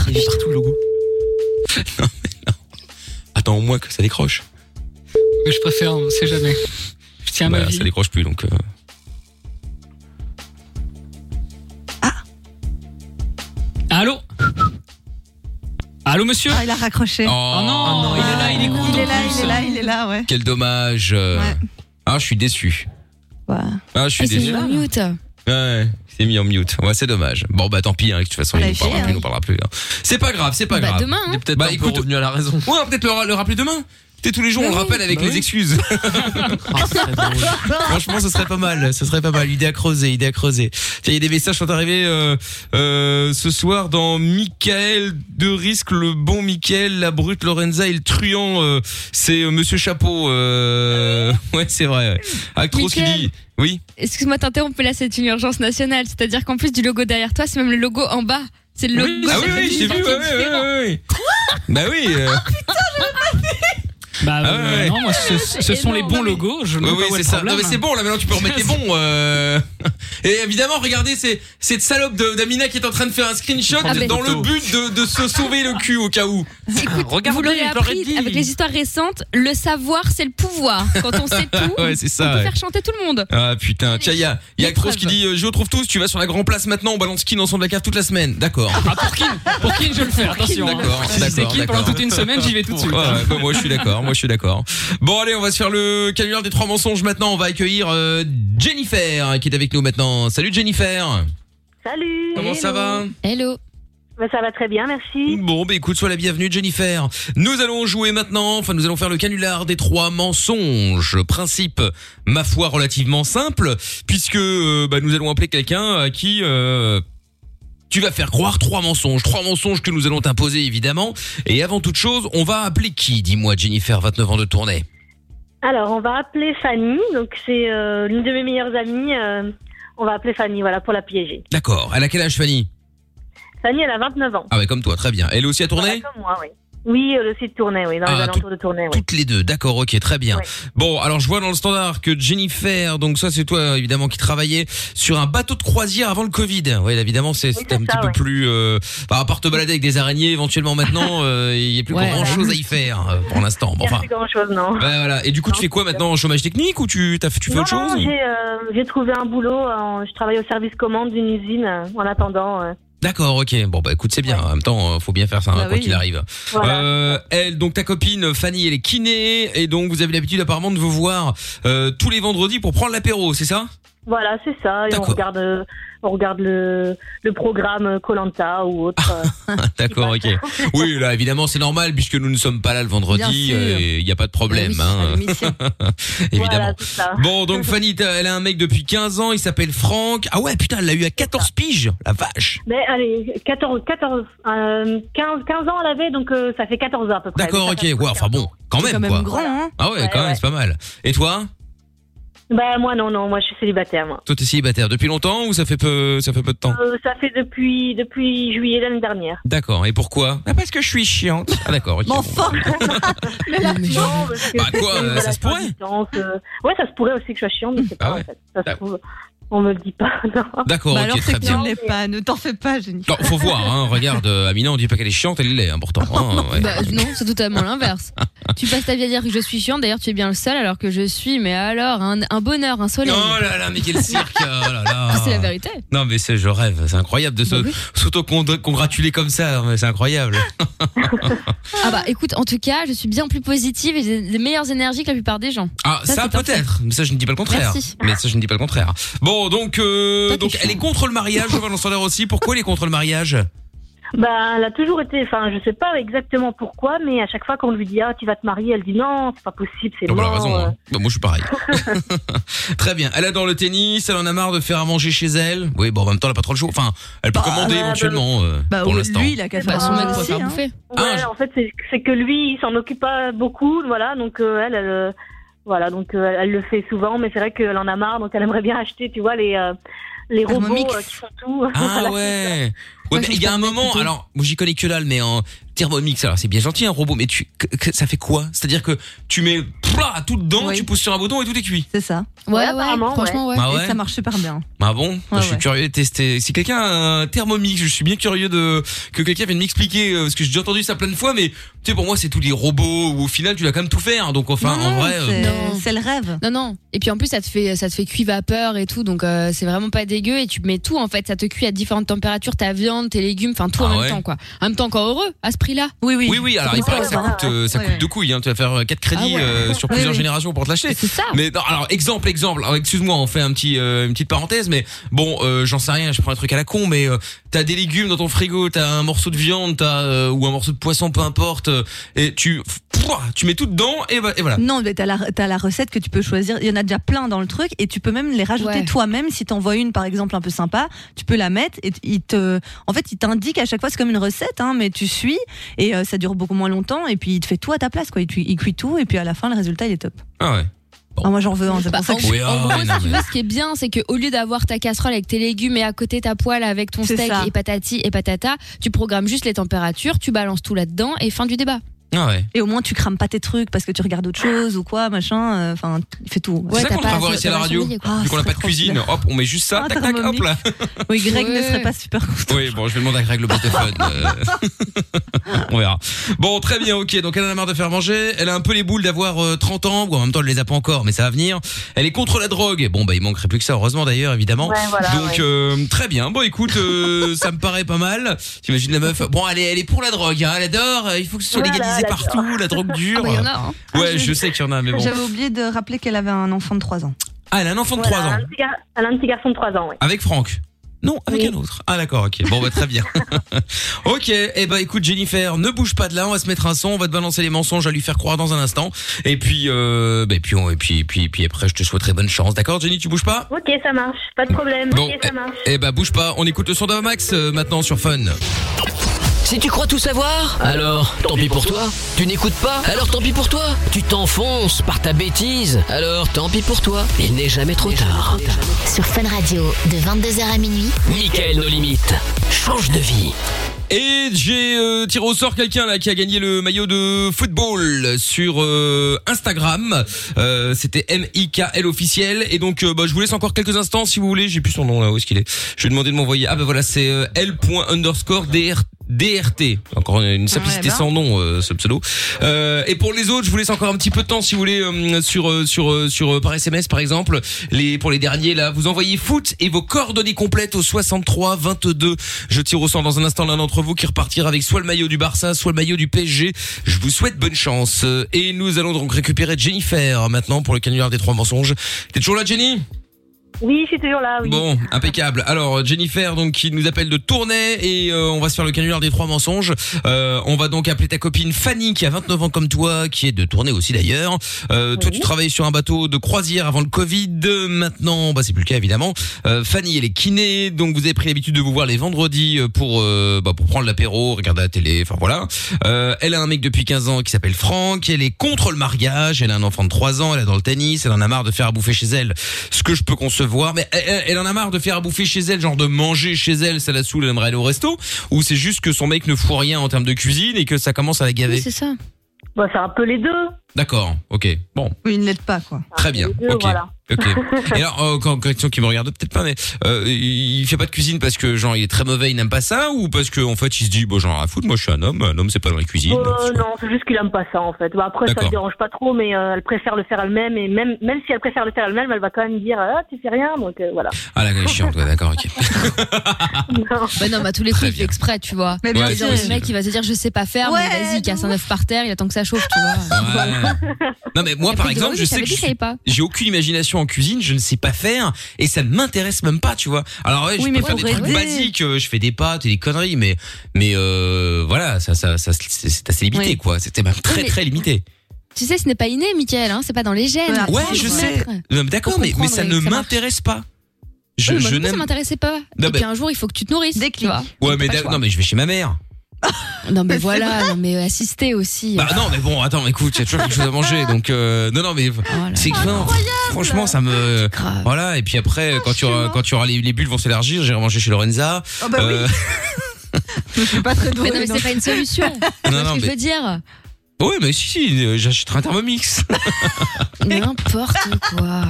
[SPEAKER 2] Il est partout le logo. Non, mais non. Attends, au moins que ça décroche.
[SPEAKER 3] Mais je préfère, on sait jamais. Je tiens à ma
[SPEAKER 2] Bah,
[SPEAKER 3] vie.
[SPEAKER 2] ça décroche plus donc. euh.
[SPEAKER 3] Allô Allô, monsieur
[SPEAKER 5] Ah, il a raccroché.
[SPEAKER 2] Oh,
[SPEAKER 3] Oh non, il est
[SPEAKER 2] Ah,
[SPEAKER 3] là, il écoute.
[SPEAKER 5] Il est là,
[SPEAKER 3] en plus.
[SPEAKER 5] il est
[SPEAKER 2] hein.
[SPEAKER 5] là, il est là, ouais.
[SPEAKER 2] Quel dommage. euh.
[SPEAKER 5] Ouais.
[SPEAKER 2] Ah, je suis déçu.
[SPEAKER 5] Ouais.
[SPEAKER 2] Ah, je suis
[SPEAKER 4] Et c'est
[SPEAKER 2] déçu.
[SPEAKER 4] une mute.
[SPEAKER 2] Ouais, c'est mis en mute. Ouais, c'est dommage. Bon, bah tant pis, hein, de toute façon,
[SPEAKER 5] On
[SPEAKER 2] il
[SPEAKER 5] l'a
[SPEAKER 2] nous parlera
[SPEAKER 5] fait,
[SPEAKER 2] plus,
[SPEAKER 5] hein.
[SPEAKER 2] il nous parlera plus. hein. C'est pas grave, c'est pas
[SPEAKER 4] Ah Bah,
[SPEAKER 2] grave.
[SPEAKER 4] demain,
[SPEAKER 6] Il
[SPEAKER 4] hein.
[SPEAKER 6] est peut-être
[SPEAKER 2] Bah,
[SPEAKER 6] un peu
[SPEAKER 2] écoute-
[SPEAKER 6] revenu à la raison.
[SPEAKER 2] Ouais, on va peut-être le, ra- le rappeler demain. T'es tous les
[SPEAKER 4] Bah
[SPEAKER 2] jours, on le rappelle avec les
[SPEAKER 4] [laughs]
[SPEAKER 2] excuses. Franchement, ce serait pas mal. Ce serait pas mal. Idée à creuser, idée à creuser. Tiens, Il y a des messages qui sont arrivés euh, euh, ce soir dans Michael de risque, le bon Michael, la brute Lorenza et le truand. euh, c'est euh, Monsieur Chapeau. euh, [laughs] ouais, c'est vrai. ouais. Actros qui
[SPEAKER 4] Michael.
[SPEAKER 2] dit. Oui.
[SPEAKER 4] Excuse-moi, de t'interrompre, mais là, c'est une urgence nationale. C'est-à-dire qu'en plus du logo derrière toi, c'est même le logo en bas. C'est le logo.
[SPEAKER 2] Ah
[SPEAKER 4] de
[SPEAKER 2] oui,
[SPEAKER 4] la
[SPEAKER 2] oui, je t'ai
[SPEAKER 4] République
[SPEAKER 2] vu.
[SPEAKER 4] qui
[SPEAKER 2] Ouais,
[SPEAKER 4] est
[SPEAKER 2] ouais,
[SPEAKER 4] différent.
[SPEAKER 2] ouais, ouais. Bah oui. euh,
[SPEAKER 5] Ah,
[SPEAKER 3] Bah,
[SPEAKER 2] Ah
[SPEAKER 3] euh,
[SPEAKER 2] ouais, ouais.
[SPEAKER 3] non, moi, ce, ce sont les bons logos. Je ne
[SPEAKER 2] Oui,
[SPEAKER 3] vois
[SPEAKER 2] oui,
[SPEAKER 3] pas où est
[SPEAKER 2] c'est
[SPEAKER 3] le
[SPEAKER 2] ça.
[SPEAKER 3] problème.
[SPEAKER 2] Non, mais c'est bon, là, maintenant, tu
[SPEAKER 3] [laughs]
[SPEAKER 2] peux remettre les bons. euh. Et évidemment, regardez, c'est cette salope de- d'Amina qui est en train de faire un screenshot
[SPEAKER 4] Ah, mais-
[SPEAKER 2] dans le but de, de se sauver le cul au cas où.
[SPEAKER 4] Vous l'aurez appris avec les histoires récentes, le savoir c'est le pouvoir. Quand
[SPEAKER 2] [laughs]
[SPEAKER 4] on sait tout,
[SPEAKER 2] Ouais, c'est ça.
[SPEAKER 4] on peut
[SPEAKER 2] ouais.
[SPEAKER 4] faire chanter tout le monde.
[SPEAKER 2] Ah putain, tiens, il y a, y a Cross qui dit euh, Je retrouve tous, tu vas sur la Grand Place maintenant, on balance Kin ensemble la carte toute la semaine. D'accord.
[SPEAKER 3] Ah, pour qui Pour qui je le fais Attention. hein.
[SPEAKER 2] D'accord,
[SPEAKER 3] Si c'est
[SPEAKER 2] d'accord,
[SPEAKER 3] qui pendant
[SPEAKER 2] d'accord.
[SPEAKER 3] toute une semaine, j'y vais tout de suite.
[SPEAKER 2] Ouais, ouais, bah, moi je suis d'accord, moi je suis d'accord. [laughs] Bon allez, on va se faire le canular des trois mensonges maintenant. On va accueillir euh, Jennifer qui est avec nous maintenant. Salut Jennifer.
[SPEAKER 9] Salut.
[SPEAKER 2] Comment ça va
[SPEAKER 4] Hello.
[SPEAKER 9] Ben, ça va très bien, merci.
[SPEAKER 2] Bon, bah écoute, sois la bienvenue, Jennifer. Nous allons jouer maintenant, enfin, nous allons faire le canular des trois mensonges. Principe, ma foi, relativement simple, puisque euh, bah, nous allons appeler quelqu'un à qui... euh, tu vas faire croire trois mensonges, trois mensonges que nous allons t'imposer évidemment. Et avant toute chose, on va appeler qui Dis-moi Jennifer, 29 ans de tournée.
[SPEAKER 9] Alors, on va appeler Fanny. Donc, c'est euh, l'une de mes meilleures amies. euh, on va appeler Fanny, voilà, pour la piéger.
[SPEAKER 2] D'accord. Elle a quel âge Fanny
[SPEAKER 9] Fanny, elle a 29 ans.
[SPEAKER 2] Ah ouais, comme toi, très bien. Elle est aussi à tourner
[SPEAKER 9] Voilà, comme moi, oui. Oui, euh, le site tournait, oui, dans les
[SPEAKER 2] Ah,
[SPEAKER 9] alentours de tournée, oui.
[SPEAKER 2] Toutes les deux, d'accord, ok, très bien.
[SPEAKER 9] Ouais.
[SPEAKER 2] Bon, alors je vois dans le standard que Jennifer, donc ça c'est toi évidemment qui travaillais sur un bateau de croisière avant le Covid. Oui, là, évidemment c'est c'était un
[SPEAKER 9] ça,
[SPEAKER 2] petit peu
[SPEAKER 9] ouais.
[SPEAKER 2] plus, euh, bah, à part te balader avec des araignées éventuellement
[SPEAKER 9] [laughs]
[SPEAKER 2] maintenant, euh, il n'y a plus
[SPEAKER 9] Ouais.
[SPEAKER 2] grand chose à y faire euh, pour l'instant. Bon,
[SPEAKER 9] Il y a
[SPEAKER 2] enfin,
[SPEAKER 9] plus grand-chose, non.
[SPEAKER 2] ouais, voilà. Et du coup tu fais quoi maintenant, chômage technique ou tu t'as fait- tu fais
[SPEAKER 9] non,
[SPEAKER 2] autre chose
[SPEAKER 9] non,
[SPEAKER 2] ou-
[SPEAKER 9] j'ai, euh, j'ai trouvé un boulot. en- je travaille au service commande d'une usine euh, en attendant. euh.
[SPEAKER 2] D'accord, ok. Bon bah écoute, c'est bien. En même temps, euh, faut bien faire ça hein,
[SPEAKER 9] Bah
[SPEAKER 2] quoi
[SPEAKER 9] oui.
[SPEAKER 2] qu'il arrive.
[SPEAKER 9] Voilà.
[SPEAKER 2] Euh, elle, donc ta copine Fanny, elle est kiné et donc vous avez l'habitude apparemment de vous voir euh, tous les vendredis pour prendre l'apéro, c'est ça
[SPEAKER 9] Voilà, c'est ça. Et on regarde, euh, on regarde le, le programme Colanta ou autre.
[SPEAKER 2] Ah,
[SPEAKER 9] euh.
[SPEAKER 2] D'accord, ok. Oui, là, évidemment, c'est normal puisque nous ne sommes pas là le vendredi.
[SPEAKER 9] Bien sûr.
[SPEAKER 2] euh, et Il n'y a pas de problème.
[SPEAKER 9] Bah oui, à l'émission.
[SPEAKER 2] hein. [laughs] évidemment.
[SPEAKER 9] Voilà, c'est ça.
[SPEAKER 2] Bon, donc Fanny, t'as- elle a un mec depuis 15 ans. Il s'appelle Franck. Ah ouais, putain, elle l'a eu à 14 piges. La vache.
[SPEAKER 9] Mais allez, 14, 14, euh, 15, 15 ans elle avait, donc euh, ça fait 14 ans à peu près.
[SPEAKER 2] D'accord,
[SPEAKER 9] Ça
[SPEAKER 2] ok.
[SPEAKER 9] fait-
[SPEAKER 2] Ouais, enfin bon, quand même,
[SPEAKER 9] quand même
[SPEAKER 2] quoi.
[SPEAKER 9] grand, hein.
[SPEAKER 2] Ah ouais,
[SPEAKER 9] Ouais,
[SPEAKER 2] quand même, c'est pas mal. Et toi
[SPEAKER 9] Bah moi non, non, moi je suis célibataire. Moi.
[SPEAKER 2] Toi, t'es célibataire depuis longtemps ou ça fait peu, ça fait peu de temps
[SPEAKER 9] Euh, ça fait depuis, depuis juillet l'année dernière.
[SPEAKER 2] D'accord. Et pourquoi Ah, parce que je suis chiante. Ah d'accord. ok.
[SPEAKER 9] Bon,
[SPEAKER 2] bon.
[SPEAKER 5] [laughs]
[SPEAKER 9] mais là, non, parce que
[SPEAKER 2] Bah, quoi,
[SPEAKER 9] c'est une
[SPEAKER 2] euh, ça se Ah
[SPEAKER 9] relation à distance, euh, ouais, ça se pourrait aussi que je sois chiante, mais c'est pas en fait. Ça se trouve, on me le dit pas. non.
[SPEAKER 2] D'accord,
[SPEAKER 5] Bah
[SPEAKER 2] ok,
[SPEAKER 5] alors, c'est
[SPEAKER 2] très
[SPEAKER 5] que tu
[SPEAKER 2] bien.
[SPEAKER 5] ne l'es pas. Ne t'en fais pas, Jenny.
[SPEAKER 2] Non, faut voir. Hein, regarde, euh, Amina, on dit pas qu'elle est chiante, elle l'est, hein,
[SPEAKER 9] [laughs]
[SPEAKER 2] pourtant.
[SPEAKER 9] Oh,
[SPEAKER 2] hein, ouais.
[SPEAKER 4] Bah, non, c'est
[SPEAKER 2] [laughs]
[SPEAKER 4] totalement l'inverse. tu passes ta vie à dire que je suis chiant, d'ailleurs tu es bien le seul alors que je suis, mais alors, un, un bonheur, un soleil.
[SPEAKER 2] Oh là là, mais quel cirque Oh là
[SPEAKER 4] [laughs]
[SPEAKER 2] là
[SPEAKER 4] C'est la vérité. Bah
[SPEAKER 2] Non mais c'est je rêve, c'est incroyable de se s'auto-congratuler comme ça, mais c'est
[SPEAKER 4] [laughs]
[SPEAKER 2] incroyable.
[SPEAKER 4] Ah bah écoute, en tout cas, je suis bien plus positive et j'ai des meilleures énergies que la plupart des gens.
[SPEAKER 2] Ah ça,
[SPEAKER 4] c'est un fait.
[SPEAKER 2] peut-être, mais ça je ne dis pas le contraire.
[SPEAKER 4] Merci.
[SPEAKER 2] Mais ça je ne dis pas le contraire. Bon donc euh, donc elle est contre le mariage, on va l'en l'air aussi. Pourquoi elle est contre le mariage
[SPEAKER 9] Bah, elle a toujours été, enfin, je sais pas exactement pourquoi, mais à chaque fois qu'on lui dit, ah, tu vas te marier, elle dit non, c'est pas possible, c'est
[SPEAKER 2] Donc elle a
[SPEAKER 9] mort.
[SPEAKER 2] raison.
[SPEAKER 9] euh.
[SPEAKER 2] hein. Bah, moi je suis
[SPEAKER 5] [laughs]
[SPEAKER 2] pareil. [laughs] Très bien. Elle adore le tennis, elle en a marre de faire à manger chez elle. Oui bon en même temps elle a pas trop le choix. Enfin elle peut
[SPEAKER 9] Bah,
[SPEAKER 2] commander
[SPEAKER 9] bah,
[SPEAKER 2] éventuellement euh,
[SPEAKER 5] Bah,
[SPEAKER 2] pour
[SPEAKER 5] ouais,
[SPEAKER 2] l'instant. Ah,
[SPEAKER 5] lui, il a qu'à faire son mec, aussi, hein.
[SPEAKER 9] Ouais, en fait, c'est- c'est que lui, il s'en occupe pas beaucoup, voilà, donc euh, elle, elle, euh, voilà, donc euh, elle le fait souvent, mais c'est vrai qu'elle en a marre, donc elle aimerait bien acheter, tu vois, les, euh, les robots euh, qui font tout.
[SPEAKER 2] Ah [laughs]
[SPEAKER 9] [laughs] Voilà.
[SPEAKER 2] ouais. Ouais, mais il y a un moment, alors, moi j'y connais que dalle, mais en Thermomix, alors c'est bien gentil un robot, mais tu, que- que- ça fait quoi C'est-à-dire que tu mets plat, tout dedans, tu pousses sur un bouton et tout est cuit.
[SPEAKER 5] C'est ça.
[SPEAKER 4] Ouais, ouais, franchement,
[SPEAKER 2] ouais. Ah ouais
[SPEAKER 5] Et ça marche super bien.
[SPEAKER 2] Bah bon, je suis
[SPEAKER 5] ouais.
[SPEAKER 2] curieux de tester. Si quelqu'un a un Thermomix, je suis bien curieux de que quelqu'un vienne m'expliquer, euh, parce que j'ai déjà entendu ça plein de fois, mais tu sais, pour moi c'est tous les robots où au final tu dois quand même tout faire, donc enfin en vrai. euh,
[SPEAKER 4] c'est le rêve. Mm. Non non. Et puis en plus ça te fait ça te fait cuire vapeur et tout donc euh, c'est vraiment pas dégueu et tu mets tout en fait ça te cuit à différentes températures ta viande tes légumes enfin tout
[SPEAKER 2] Ah
[SPEAKER 4] en
[SPEAKER 2] ouais
[SPEAKER 4] même temps quoi. En même temps encore heureux à ce prix-là
[SPEAKER 5] Oui, oui.
[SPEAKER 2] Oui, oui, alors il paraît que ça coûte, euh, ça coûte deux couilles. Hein. Tu vas faire 4 crédits euh, sur
[SPEAKER 4] Oui,
[SPEAKER 2] plusieurs
[SPEAKER 4] oui.
[SPEAKER 2] générations pour te lâcher.
[SPEAKER 4] C'est ça.
[SPEAKER 2] Mais non, alors, exemple, exemple. Alors, excuse-moi, on fait un petit, euh, une petite parenthèse, mais bon, euh, j'en sais rien, je prends un truc à la con, mais euh, t'as des légumes dans ton frigo, t'as un morceau de viande, t'as euh, ou un morceau de poisson, peu importe, euh, et tu, pouah, tu mets tout dedans, et, va- et voilà.
[SPEAKER 5] Non, mais t'as la, t'as la recette que tu peux choisir. Il y en a déjà plein dans le truc et tu peux même les rajouter toi-même. Si t'en vois une, par exemple, un peu sympa, tu peux la mettre et t- il te, en fait, il t'indique à chaque fois, c'est comme une recette, hein, mais tu suis et euh, ça dure beaucoup moins longtemps et puis il te fait tout à ta place, quoi. Il, tu- il cuit tout et puis à la fin, le résultat, il est top.
[SPEAKER 2] Ah ouais.
[SPEAKER 5] Ah, moi, j'en veux un, c'est
[SPEAKER 4] Bah,
[SPEAKER 5] pour ça que
[SPEAKER 4] en-
[SPEAKER 5] je-
[SPEAKER 2] Oui, ah,
[SPEAKER 4] en gros,
[SPEAKER 2] ouais, non,
[SPEAKER 4] si tu
[SPEAKER 2] mais-
[SPEAKER 4] veux, ce qui est bien, c'est que au lieu d'avoir ta casserole avec tes légumes et à côté ta poêle avec ton
[SPEAKER 5] C'est
[SPEAKER 4] steak
[SPEAKER 5] ça.
[SPEAKER 4] et patati et patata, tu programmes juste les températures, tu balances tout là-dedans et fin du débat.
[SPEAKER 2] Ah ouais.
[SPEAKER 5] Et au moins, tu crames pas tes trucs parce que tu regardes autre chose ou quoi, machin. euh, Enfin, il fait tout.
[SPEAKER 2] c'est ça qu'on devrait avoir ici à la radio. Vu qu'on
[SPEAKER 5] Ah,
[SPEAKER 2] n'a pas de cuisine, hop, on met juste ça, tac, tac, hop là.
[SPEAKER 5] Oui, Greg ne
[SPEAKER 2] Ouais. [laughs]
[SPEAKER 5] serait pas super content.
[SPEAKER 2] Oui, bon, je vais demander à Greg le boss de fun. euh, on verra. Bon, très bien, ok. Donc, elle en a marre de faire manger. Elle a un peu les boules d'avoir euh, 30 ans. Bon, en même temps, elle les a pas encore, mais ça va venir. Elle est contre la drogue. Bon, bah, il manquerait plus que ça, heureusement d'ailleurs, évidemment.
[SPEAKER 12] Ouais, voilà,
[SPEAKER 2] Donc,
[SPEAKER 12] ouais.
[SPEAKER 2] euh, très bien. Bon, écoute,
[SPEAKER 5] [laughs]
[SPEAKER 2] euh, ça me paraît pas mal. T'imagines la meuf. Bon, elle est, elle est pour la drogue, hein, elle adore. Il faut que ce soit
[SPEAKER 5] Voilà,
[SPEAKER 2] légalisé
[SPEAKER 5] elle adore.
[SPEAKER 2] partout, la drogue dure.
[SPEAKER 5] Ah, bah, il y en a, hein.
[SPEAKER 2] Ouais, je sais qu'il y en a, mais bon.
[SPEAKER 5] J'avais oublié de rappeler qu'elle avait un enfant de 3 ans.
[SPEAKER 2] Ah, elle a un enfant de 3 ans.
[SPEAKER 9] Un petit gar- Elle a un petit garçon de 3 ans, oui.
[SPEAKER 2] Avec Franck Non, avec un autre. Ah d'accord, ok. Bon, bah très bien. ok, eh ben écoute Jennifer, ne bouge pas de là, on va se mettre un son, on va te balancer les mensonges, à lui faire croire dans un instant. Et puis, euh, bah, et puis, on- et puis, et puis, et puis après, je te souhaiterai bonne chance, d'accord Jenny, tu bouges pas
[SPEAKER 9] Ok, ça marche, pas de problème.
[SPEAKER 2] Bon,
[SPEAKER 9] ok, ça marche.
[SPEAKER 2] Eh ben bouge pas, on écoute le son d'Avamax euh, maintenant sur Fun.
[SPEAKER 1] Si tu crois tout savoir, alors tant pis pour toi. Tu n'écoutes pas, alors tant pis pour toi. Tu t'enfonces par ta bêtise, alors tant pis pour toi. Il n'est jamais trop tard.
[SPEAKER 8] Sur Fun Radio, de 22h à minuit.
[SPEAKER 1] Michael nos limites. Change de vie.
[SPEAKER 2] Et j'ai euh, tiré au sort quelqu'un là qui a gagné le maillot de football sur euh, Instagram. Euh, C'était MIKL officiel. Et donc euh, bah, je vous laisse encore quelques instants si vous voulez. J'ai plus son nom là. Où est-ce qu'il est Je vais demander de m'envoyer. Ah bah voilà c'est euh, L. underscore dr DRT. Encore une une simplicité
[SPEAKER 12] Ouais, bah.
[SPEAKER 2] sans nom euh, ce pseudo. Euh, et pour les autres, je vous laisse encore un petit peu de temps si vous voulez euh, sur euh, sur euh, sur euh, par SMS par exemple. Les pour les derniers là, vous envoyez foot et vos coordonnées complètes au 63 22. Je tire au sort dans un instant l'un d'entre vous qui repartira avec soit le maillot du Barça, soit le maillot du PSG. Je vous souhaite bonne chance Euh, et nous allons donc récupérer Jennifer maintenant pour le canular des trois mensonges. T'es toujours là Jenny
[SPEAKER 9] Oui, je suis toujours là, Ah oui.
[SPEAKER 2] Bon, impeccable. Alors Jennifer, donc qui nous appelle de Tournai et euh, on va se faire le canular des trois mensonges. Euh, on va donc appeler ta copine Fanny qui a 29 ans comme toi, qui est de Tournai aussi d'ailleurs. Euh, Toi, tu travailles sur un bateau de croisière avant le Covid. Euh, Maintenant, bah c'est plus le cas évidemment. Euh, Fanny, elle est kiné, donc vous avez pris l'habitude de vous voir les vendredis euh, pour euh, bah, pour prendre l'apéro, regarder la télé, enfin voilà. Euh, elle a un mec depuis 15 ans qui s'appelle Franck, elle est contre le mariage, elle a un enfant de 3 ans, elle est dans le tennis, elle en a marre de faire à bouffer chez elle, ce que je peux concevoir, mais elle, elle- elle en a marre de faire à bouffer chez elle, genre de manger chez elle, ça la saoule, elle aimerait aller au resto, ou c'est juste que son mec ne fout rien en termes de cuisine et que ça commence à la gaver
[SPEAKER 4] ça.
[SPEAKER 9] Bah, c'est un peu les deux.
[SPEAKER 2] D'accord, ok, bon.
[SPEAKER 5] Oui, il ne l'aide pas, quoi.
[SPEAKER 2] Très bien,
[SPEAKER 9] deux,
[SPEAKER 2] ok.
[SPEAKER 9] voilà. [laughs]
[SPEAKER 2] Ok. Et alors, euh, quand- question qui me regarde peut-être pas, mais euh, il il fait pas de cuisine parce que genre il est très mauvais, il n'aime pas ça, ou parce que en fait il se dit bon genre à foutre, moi je suis un homme, un homme c'est pas dans la cuisine.
[SPEAKER 9] Euh, non, c'est juste qu'il aime pas ça en fait. Bah, après, ça
[SPEAKER 2] D'accord.
[SPEAKER 9] le dérange pas trop, mais euh, elle préfère le faire elle-même. Et même, même si elle préfère le faire elle-même, elle va quand même dire Ah, tu fais rien, donc euh, voilà.
[SPEAKER 2] Ah la gueule est chiante, ouais, d'accord,
[SPEAKER 4] [laughs]
[SPEAKER 2] ok. [laughs]
[SPEAKER 4] Bah non, bah tous les trucs, tu fais exprès, tu vois.
[SPEAKER 2] Mais bien Ouais, sûr.
[SPEAKER 4] Genre,
[SPEAKER 2] c'est
[SPEAKER 4] le mec, il va se dire, je sais pas faire, mais vas-y, casse un œuf par terre, il attend que ça chauffe, tu
[SPEAKER 2] [laughs]
[SPEAKER 4] vois.
[SPEAKER 2] Ouais. Non mais moi
[SPEAKER 4] Après,
[SPEAKER 2] par
[SPEAKER 4] il dit,
[SPEAKER 2] exemple,
[SPEAKER 4] oui,
[SPEAKER 2] je sais
[SPEAKER 4] ça veut
[SPEAKER 2] que je
[SPEAKER 4] dire,
[SPEAKER 2] suis-
[SPEAKER 4] j'avais pas.
[SPEAKER 2] j'ai aucune imagination en cuisine, je ne sais pas faire et ça ne m'intéresse même pas, tu vois. Alors ouais, je
[SPEAKER 5] Oui,
[SPEAKER 2] peux
[SPEAKER 5] mais
[SPEAKER 2] faire des
[SPEAKER 5] pour
[SPEAKER 2] trucs
[SPEAKER 5] aider.
[SPEAKER 2] basiques, euh, je fais des pâtes et des conneries mais mais euh, voilà, ça ça, ça c'est c'est assez limité
[SPEAKER 4] Oui.
[SPEAKER 2] quoi, c'était même très
[SPEAKER 4] Oui, mais-
[SPEAKER 2] très limité.
[SPEAKER 4] Tu sais, ce n'est pas inné, Michael, hein, c'est pas dans les gènes.
[SPEAKER 2] Ouais, je sais. Non, mais D'accord,
[SPEAKER 4] Faut
[SPEAKER 2] mais, mais ça
[SPEAKER 4] comprendre,
[SPEAKER 2] ne
[SPEAKER 4] oui, ça marche.
[SPEAKER 2] m'intéresse pas. Je,
[SPEAKER 4] Je, oui,
[SPEAKER 2] je
[SPEAKER 4] moi non plus, ça
[SPEAKER 2] n'aime.
[SPEAKER 4] m'intéressait pas.
[SPEAKER 2] Non,
[SPEAKER 4] et
[SPEAKER 2] mais-
[SPEAKER 4] puis un jour, il faut que tu te nourrisses. tu vois.
[SPEAKER 2] Ouais, mais
[SPEAKER 4] pas le
[SPEAKER 2] d'ac-
[SPEAKER 4] choix.
[SPEAKER 2] non, mais je vais chez ma mère.
[SPEAKER 4] Non, mais voilà, non, mais assister aussi.
[SPEAKER 2] Bah non, mais bon, attends, écoute, il y a toujours quelque chose à
[SPEAKER 5] [laughs]
[SPEAKER 2] manger, donc euh, non, non, mais
[SPEAKER 5] Oh
[SPEAKER 2] c'est que non, franchement, ça me voilà. Et puis après,
[SPEAKER 5] Ah,
[SPEAKER 2] quand tu auras, quand tu auras les, les bulles vont s'élargir, j'irai manger chez Lorenza. Euh,
[SPEAKER 4] Oh,
[SPEAKER 2] [laughs]
[SPEAKER 4] bah oui.
[SPEAKER 5] Je suis pas très douée.
[SPEAKER 4] Mais non, mais c'est pas une solution. Tu vois
[SPEAKER 2] non,
[SPEAKER 4] ce que
[SPEAKER 2] mais-
[SPEAKER 4] je veux dire.
[SPEAKER 2] Oui, mais si, si, euh, j'achèterai un Thermomix. [laughs]
[SPEAKER 4] N'importe quoi.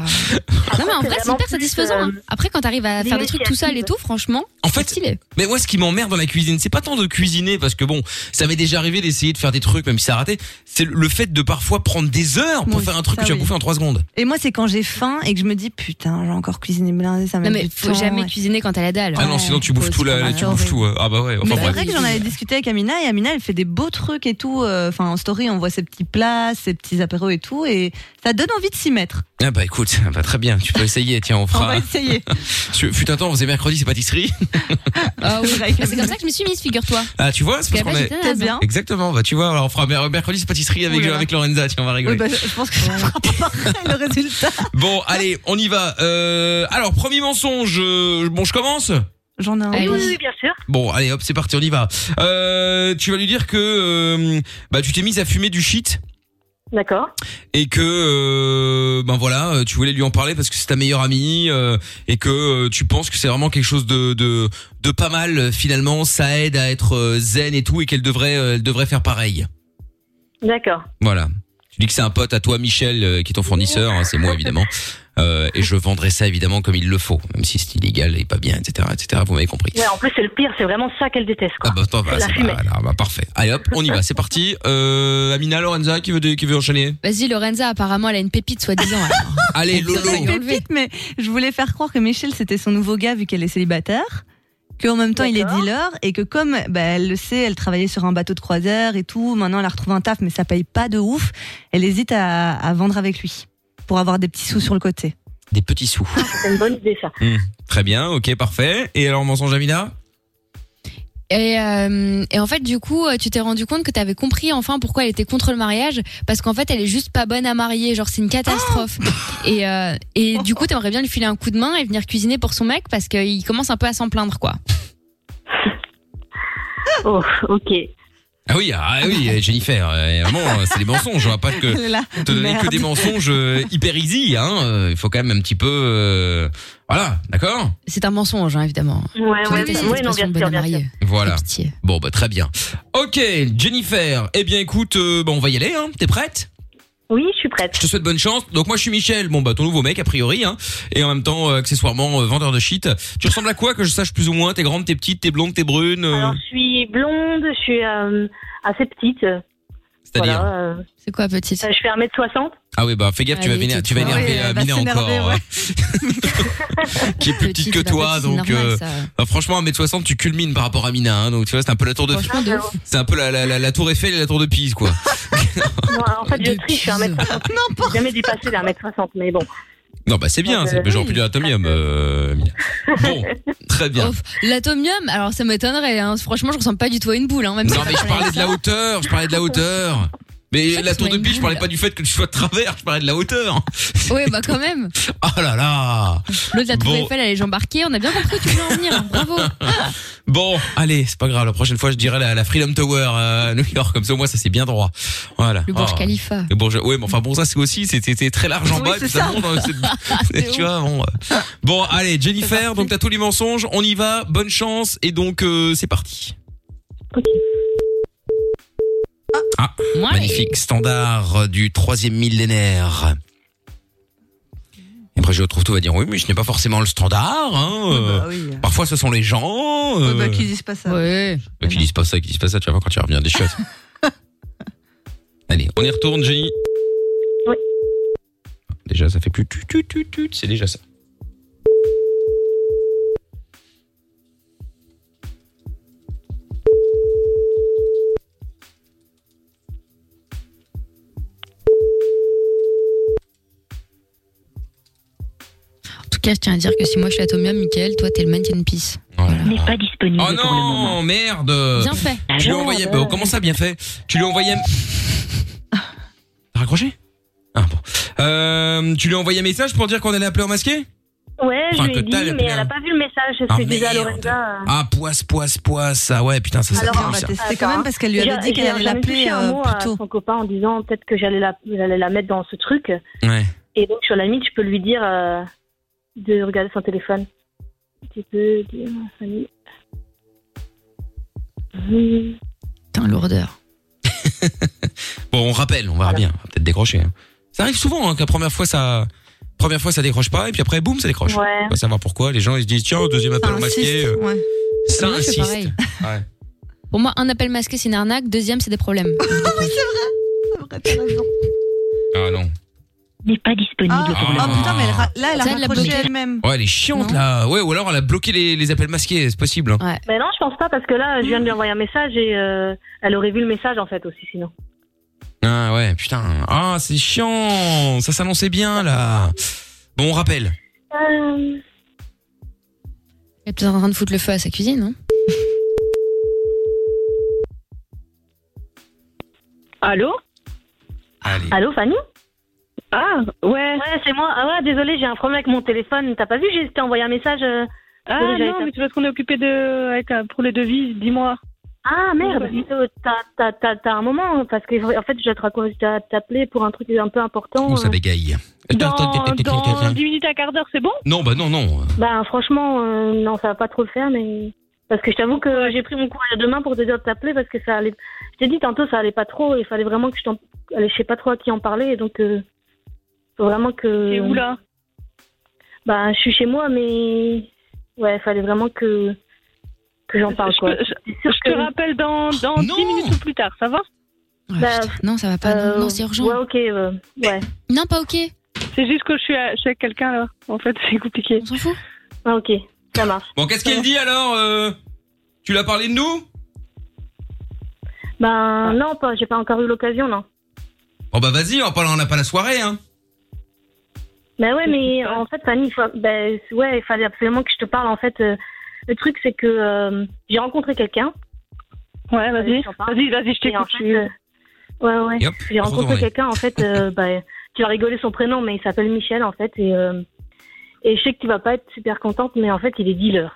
[SPEAKER 4] Non, mais en vrai, c'est hyper satisfaisant.
[SPEAKER 2] euh,
[SPEAKER 4] hein. Après, quand t'arrives à faire des trucs tout seul et tout, franchement,
[SPEAKER 2] En fait, mais moi, ce qui m'emmerde dans la cuisine, c'est pas tant de cuisiner, parce que bon, ça m'est déjà arrivé d'essayer de faire des trucs, même si ça a raté. C'est le- le fait de parfois prendre des heures pour
[SPEAKER 5] Oui,
[SPEAKER 2] faire un truc
[SPEAKER 5] ça,
[SPEAKER 2] que tu vas
[SPEAKER 5] oui.
[SPEAKER 2] bouffer en 3 secondes.
[SPEAKER 5] Et moi, c'est quand j'ai faim et que je me dis putain, j'ai encore cuisiné blindé, ça m'a
[SPEAKER 4] Non, mais faut jamais cuisiner quand t'as la dalle.
[SPEAKER 2] Ah non, sinon tu bouffes tout, là, tu bouffes tout. euh, Ah bah ouais, enfin
[SPEAKER 5] mais c'est
[SPEAKER 2] bref.
[SPEAKER 5] vrai que j'en avais discuté avec Amina et Amina elle fait des beaux trucs et tout. euh, Enfin en story on voit ses petits plats, ses petits apéros et tout et ça donne envie de s'y mettre.
[SPEAKER 2] Ah bah écoute, [laughs] ah bah très bien, tu peux essayer, tiens, on fera.
[SPEAKER 5] On va essayer.
[SPEAKER 2] [laughs] Tu- Fut un temps, on faisait mercredi, c'est pâtisserie. [laughs]
[SPEAKER 4] Ah oui, bah, c'est comme ça que je me suis mise, figure-toi.
[SPEAKER 2] Ah, tu vois, c'est parce
[SPEAKER 4] Parce
[SPEAKER 2] qu'on
[SPEAKER 4] qu'à la
[SPEAKER 2] est.
[SPEAKER 4] base, j'étais naze. Bien.
[SPEAKER 2] Exactement, bah tu vois, alors on fera mer- mercredi, c'est pâtisserie avec, euh,
[SPEAKER 5] Ouh là là.
[SPEAKER 2] avec Lorenza, tiens, on va rigoler.
[SPEAKER 5] Oui, bah, je pense que ça fera pas pareil le résultat.
[SPEAKER 2] Bon, allez, on y va. Euh, alors, premier mensonge, euh, bon, je commence
[SPEAKER 5] J'en ai
[SPEAKER 4] Ah
[SPEAKER 5] un.
[SPEAKER 9] Oui, oui, oui, bien sûr.
[SPEAKER 2] Bon, allez, hop, c'est parti, on y va. Euh, tu vas lui dire que euh, bah, tu t'es mise à fumer du shit
[SPEAKER 9] D'accord.
[SPEAKER 2] et que euh, ben voilà, euh, tu voulais lui en parler parce que c'est ta meilleure amie euh, et que euh, tu penses que c'est vraiment quelque chose de de, de pas mal euh, finalement, ça aide à être euh, zen et tout et qu'elle devrait euh, elle devrait faire pareil.
[SPEAKER 9] D'accord.
[SPEAKER 2] Voilà. Tu dis que c'est un pote à toi, Michel, euh, qui est ton fournisseur, hein, c'est moi évidemment. Euh, et je vendrai ça évidemment comme il le faut, même si c'est illégal et pas bien, etc., etc. Vous m'avez compris.
[SPEAKER 9] Ouais, en plus, c'est le pire, c'est vraiment ça qu'elle déteste. Quoi.
[SPEAKER 2] Ah bah, attends, bah,
[SPEAKER 9] la
[SPEAKER 2] c'est
[SPEAKER 9] fumée.
[SPEAKER 2] pas- ah bah, parfait. Allez hop, on y va, c'est parti. Euh, Amina, Lorenza, qui veut, qui veut enchaîner
[SPEAKER 4] Vas-y, Lorenza, apparemment, elle a une pépite, soi-disant. alors.
[SPEAKER 2] Allez, Lolo.
[SPEAKER 5] C'est pas une pépite, mais je voulais faire croire que Michel c'était son nouveau gars vu qu'elle est célibataire, qu'en même temps il est dealer et que comme bah, elle le sait, elle travaillait sur un bateau de croisière et tout, maintenant elle a retrouvé un taf mais ça paye pas de ouf, elle hésite à, à vendre avec lui pour avoir des petits sous sur le côté. Ah,
[SPEAKER 2] Des petits sous.
[SPEAKER 9] C'est une bonne idée, ça.
[SPEAKER 2] Hmm, Très bien, ok, parfait. Et alors, mensonge Amina
[SPEAKER 4] Et, euh, et en fait, du coup, euh, tu t'es rendu compte que t'avais compris enfin pourquoi elle était contre le mariage, parce qu'en fait, elle est juste pas bonne à marier, genre c'est une catastrophe.
[SPEAKER 2] Ah.
[SPEAKER 4] et euh, et du coup, t'aimerais bien lui filer un coup de main et venir cuisiner pour son mec, parce qu'il commence un peu à s'en plaindre, quoi.
[SPEAKER 9] Oh, ok.
[SPEAKER 2] Ah oui, ah oui, euh, Jennifer, euh, vraiment, euh, c'est des mensonges. On va pas que
[SPEAKER 5] Là,
[SPEAKER 2] te donner que
[SPEAKER 5] merde.
[SPEAKER 2] des mensonges euh, hyper easy. Hein. euh, Il faut quand même un petit peu, euh, voilà, d'accord.
[SPEAKER 4] C'est un mensonge, hein, évidemment.
[SPEAKER 9] Ouais,
[SPEAKER 4] ouais, ouais, non, bien sûr, bien sûr.
[SPEAKER 2] Voilà. Bon, bah très bien. Ok, Jennifer. Eh bien, écoute, euh, bah, on va y aller. Hein. T'es prête
[SPEAKER 9] Oui, je suis prête.
[SPEAKER 2] Je te souhaite bonne chance. Donc moi, je suis Michel. Bon, bah ton nouveau mec a priori. Hein. Et en même temps, euh, accessoirement, euh, vendeur de shit. Tu ressembles à quoi que je sache plus ou moins T'es grande, t'es petite, t'es blonde, t'es brune. euh,
[SPEAKER 9] Alors, je suis blonde, je suis euh, assez petite. euh,
[SPEAKER 2] C'est-à-dire
[SPEAKER 4] C'est quoi petite
[SPEAKER 9] Je fais 1m60.
[SPEAKER 2] Ah oui, bah fais gaffe, tu vas,
[SPEAKER 9] Allez,
[SPEAKER 2] véné-
[SPEAKER 9] tais-toi.
[SPEAKER 2] tu vas énerver
[SPEAKER 9] Oui,
[SPEAKER 2] euh,
[SPEAKER 9] elle va
[SPEAKER 2] Mina
[SPEAKER 9] s'énerver,
[SPEAKER 2] encore,
[SPEAKER 9] ouais.
[SPEAKER 2] euh, [laughs] qui est plus petite que
[SPEAKER 4] bah,
[SPEAKER 2] toi,
[SPEAKER 4] petite,
[SPEAKER 2] donc
[SPEAKER 4] c'est normal,
[SPEAKER 2] euh,
[SPEAKER 4] ça.
[SPEAKER 2] bah, franchement 1m60 tu culmines par rapport à Mina, hein, donc tu vois c'est un peu la tour de,
[SPEAKER 4] Franchement,
[SPEAKER 9] Euh,
[SPEAKER 4] de ouf.
[SPEAKER 2] c'est un peu la, la, la, la tour Eiffel et la tour de Pise quoi.
[SPEAKER 9] Non, alors, en fait, je triche, je suis 1m60. J'ai jamais dépassé les 1m60, mais bon.
[SPEAKER 2] Non bah c'est bien,
[SPEAKER 9] Donc,
[SPEAKER 2] c'est
[SPEAKER 9] euh,
[SPEAKER 2] genre plus de l'atomium, euh, Mina. Bon, très bien.
[SPEAKER 4] L'atomium, alors ça m'étonnerait, hein. franchement, je ressemble pas du tout à une boule, hein, même si
[SPEAKER 2] Non mais je parlais de la hauteur, je parlais de la hauteur. Mais la tour de Pise, je parlais pas du fait que tu sois de travers, je parlais de la hauteur.
[SPEAKER 4] Oui, bah quand même.
[SPEAKER 2] Oh là là.
[SPEAKER 4] L'autre, la tour
[SPEAKER 2] Bon.
[SPEAKER 4] Eiffel, elle est jambes embarquées, on a bien compris où tu voulais en venir, hein. bravo.
[SPEAKER 2] Bon, allez, c'est pas grave. La prochaine fois, je dirai la, la Freedom Tower euh, à New York. Comme ça, au moins, ça c'est bien droit. Voilà.
[SPEAKER 4] Le Burj
[SPEAKER 2] Ah.
[SPEAKER 4] Khalifa.
[SPEAKER 2] Le Burj. Oui, mais enfin, bon, ça c'est aussi, c'était c'était très large en
[SPEAKER 4] Oui,
[SPEAKER 2] bas.
[SPEAKER 4] c'est
[SPEAKER 2] et puis ça
[SPEAKER 4] ça.
[SPEAKER 2] monte, hein, c'est-
[SPEAKER 4] Ah,
[SPEAKER 2] [laughs]
[SPEAKER 4] C'est
[SPEAKER 2] tu
[SPEAKER 4] ouf.
[SPEAKER 2] vois, bon. euh. Bon, allez, Jennifer. Donc, t'as tous les mensonges. On y va. Bonne chance. Et donc, euh, c'est parti. Ah, magnifique standard du troisième millénaire. Et après, je retrouve tout va dire oui, mais je n'ai pas forcément le standard. Hein.
[SPEAKER 4] bah
[SPEAKER 2] euh, Parfois, ce sont les gens. euh,
[SPEAKER 5] Bah, qu'ils disent pas ça.
[SPEAKER 2] bah, qui disent pas ça, qui disent pas ça, tu vas voir quand tu reviens des
[SPEAKER 4] [laughs]
[SPEAKER 2] chiottes. Allez, on y retourne, Jenny.
[SPEAKER 9] Oui.
[SPEAKER 2] Déjà, ça fait plus tut tut tut tut, c'est déjà ça.
[SPEAKER 4] En tout cas, je tiens à dire que si moi je suis atomium, Michael, toi t'es le mannequin piece.
[SPEAKER 2] N'est
[SPEAKER 9] pas disponible
[SPEAKER 2] oh non, merde
[SPEAKER 4] Bien fait.
[SPEAKER 2] Tu lui as
[SPEAKER 4] Ah,
[SPEAKER 2] envoyé...
[SPEAKER 4] merde.
[SPEAKER 2] bah, comment ça, bien fait Tu lui as envoyé... un- T'as raccroché Ah bon. Euh, tu lui as envoyé un message pour dire qu'on allait appeler en masqué
[SPEAKER 9] Ouais,
[SPEAKER 2] Enfin,
[SPEAKER 9] je lui ai
[SPEAKER 2] que t'as
[SPEAKER 9] dit,
[SPEAKER 2] le
[SPEAKER 9] mais
[SPEAKER 2] plein.
[SPEAKER 9] elle a pas vu le message. C'est ce
[SPEAKER 2] Ah,
[SPEAKER 9] que je disais à
[SPEAKER 2] merde.
[SPEAKER 9] Lorenza. euh.
[SPEAKER 2] Ah, poisse, poisse, poisse. Ah ouais, putain, ça, ça
[SPEAKER 9] Alors,
[SPEAKER 2] pue,
[SPEAKER 9] on va
[SPEAKER 2] ça.
[SPEAKER 5] tester. C'est quand même parce qu'elle lui avait
[SPEAKER 9] J'ai-
[SPEAKER 5] dit qu'elle
[SPEAKER 9] j'ai
[SPEAKER 5] allait
[SPEAKER 9] jamais
[SPEAKER 5] l'appeler,
[SPEAKER 9] touché un
[SPEAKER 5] euh,
[SPEAKER 9] mot
[SPEAKER 5] plus
[SPEAKER 9] à
[SPEAKER 5] tôt.
[SPEAKER 9] son copain en disant peut-être que j'allais la, j'allais la mettre dans ce truc.
[SPEAKER 2] Ouais.
[SPEAKER 9] Et donc, sur la limite, je peux lui dire euh, de regarder son téléphone. Tu peux dire, Fanny.
[SPEAKER 4] Putain, lourdeur.
[SPEAKER 2] [laughs] Bon, on rappelle, on verra bien. On va peut-être décrocher. hein. Ça arrive souvent hein, que la première fois ça. Première fois ça décroche pas et puis après boum ça décroche.
[SPEAKER 9] Ouais.
[SPEAKER 2] On va savoir pourquoi. Les gens ils se disent tiens
[SPEAKER 4] Ah,
[SPEAKER 2] deuxième appel au masqué. euh,
[SPEAKER 5] ouais.
[SPEAKER 2] Ça
[SPEAKER 4] Moi, je fais
[SPEAKER 2] insiste.
[SPEAKER 4] pareil.
[SPEAKER 2] Ouais.
[SPEAKER 4] Pour moi, un appel masqué, c'est une arnaque. Deuxième, c'est
[SPEAKER 2] [laughs]
[SPEAKER 4] des problèmes.
[SPEAKER 2] Ah non.
[SPEAKER 4] n'est pas disponible.
[SPEAKER 5] Ah,
[SPEAKER 2] pour le
[SPEAKER 5] ah,
[SPEAKER 2] moment.
[SPEAKER 5] putain, mais elle ra- là, elle a
[SPEAKER 4] Ça, elle l'a
[SPEAKER 5] raccroché
[SPEAKER 4] bloqué.
[SPEAKER 5] elle-même.
[SPEAKER 2] Ouais elle est chiante là. Ouais ou alors elle a bloqué les, les appels masqués c'est possible. hein.
[SPEAKER 9] Mais non, je pense pas parce que là, je viens de lui envoyer un message et euh, elle aurait vu le message en fait aussi sinon.
[SPEAKER 2] Ah ouais putain. Ah c'est chiant. Ça s'annonçait bien là. Bon on rappelle.
[SPEAKER 4] Elle Euh. est peut-être en train de foutre le feu à sa cuisine, hein. non
[SPEAKER 9] Allô
[SPEAKER 2] Allez.
[SPEAKER 9] Allô, Fanny Ah, ouais. Ouais, c'est moi. Ah ouais, désolé, j'ai un problème avec mon téléphone. T'as pas vu, j'ai t'ai envoyé un message. euh,
[SPEAKER 10] Ah
[SPEAKER 9] désolé, j'avais
[SPEAKER 10] non,
[SPEAKER 9] pas-
[SPEAKER 10] mais c'est parce qu'on est occupé de... avec, euh, pour les devises, dis-moi.
[SPEAKER 9] Ah merde,
[SPEAKER 10] Ouais.
[SPEAKER 9] dis donc, t'as- t'as t'as- t'as un moment hein, parce que en fait, je dois te raccro- je dois t'appeler pour un truc un peu important.
[SPEAKER 2] Ouh, ça
[SPEAKER 9] euh.
[SPEAKER 2] bégaye.
[SPEAKER 9] Dans- dans dix
[SPEAKER 10] minutes à quart d'heure, c'est bon
[SPEAKER 2] Non bah non non.
[SPEAKER 9] Bah franchement, euh, non, ça va pas trop le faire, mais parce que je t'avoue que j'ai pris mon courrier demain pour te dire de t'appeler parce que ça allait. Je t'ai dit tantôt, ça allait pas trop. Il fallait vraiment que je t'en. Allez, je sais pas trop à qui en parler, donc euh, faut vraiment que.
[SPEAKER 10] T'es où, là
[SPEAKER 9] Bah, je suis chez moi, mais ouais, il fallait vraiment que que j'en parle
[SPEAKER 10] Je,
[SPEAKER 9] quoi.
[SPEAKER 10] peux- je- je te rappelle dans, dans 10 minutes ou plus tard, ça va
[SPEAKER 4] non, ça va Ah, pas. non, non, c'est urgent.
[SPEAKER 9] Bah, Ouais, ok, euh, ouais.
[SPEAKER 4] Non, pas ok.
[SPEAKER 10] C'est juste que je suis, à- je suis avec quelqu'un là. En fait, [laughs] c'est compliqué.
[SPEAKER 4] On s'en fout.
[SPEAKER 9] Ah, ok, ça marche.
[SPEAKER 2] Bon qu'est-ce qu'elle dit alors euh, Tu l'as parlé de nous
[SPEAKER 9] Ben non, pas. J'ai pas encore eu l'occasion, non.
[SPEAKER 2] Bon bah vas-y on parle- on n'a pas la soirée hein.
[SPEAKER 9] Ben ouais, mais en fait, Fanny, il faut- ben, ouais, il fallait absolument que je te parle. En fait, euh, le truc, c'est que euh, j'ai rencontré quelqu'un. Euh,
[SPEAKER 10] Ouais, vas-y. Vas-y, vas-y, je
[SPEAKER 9] Et en
[SPEAKER 10] t'écoute.
[SPEAKER 9] fait, euh, ouais, ouais.
[SPEAKER 10] Yep,
[SPEAKER 9] j'ai
[SPEAKER 10] retourne,
[SPEAKER 9] rencontré
[SPEAKER 10] ouais.
[SPEAKER 9] quelqu'un, en fait,
[SPEAKER 10] [laughs]
[SPEAKER 9] euh, ben, tu vas rigoler son prénom, mais il s'appelle Michel, en fait. Et, euh, et je sais que tu vas pas être super contente, mais en fait, il est dealer.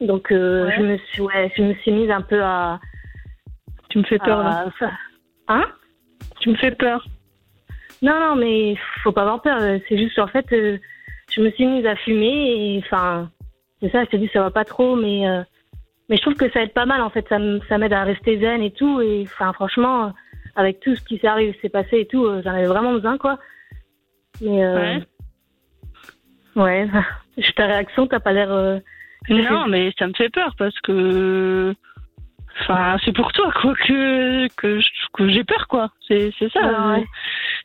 [SPEAKER 9] Donc, euh, je, me suis, ouais, je me suis mise un peu à.
[SPEAKER 10] Tu me fais peur,
[SPEAKER 9] Ah,
[SPEAKER 10] là.
[SPEAKER 9] Hein
[SPEAKER 10] Tu me fais peur.
[SPEAKER 9] Non, non, mais faut pas avoir peur. euh, C'est juste en fait, euh, je me suis mise à fumer et enfin, c'est ça. Je te dis, ça va pas trop, mais euh, mais je trouve que ça aide pas mal en fait. Ça m- ça m'aide à rester zen et tout. Et enfin, franchement, euh, avec tout ce qui s'est arrivé, s'est passé et tout, euh, j'en avais vraiment besoin quoi. Mais euh, ouais, [laughs] je ta réaction, t'as pas l'air. euh,
[SPEAKER 10] Non, mais ça me fait peur parce que. Enfin, c'est pour toi, quoi, que, que, je- que j'ai peur, quoi. C'est c'est ça.
[SPEAKER 9] Ah, Ouais, ouais.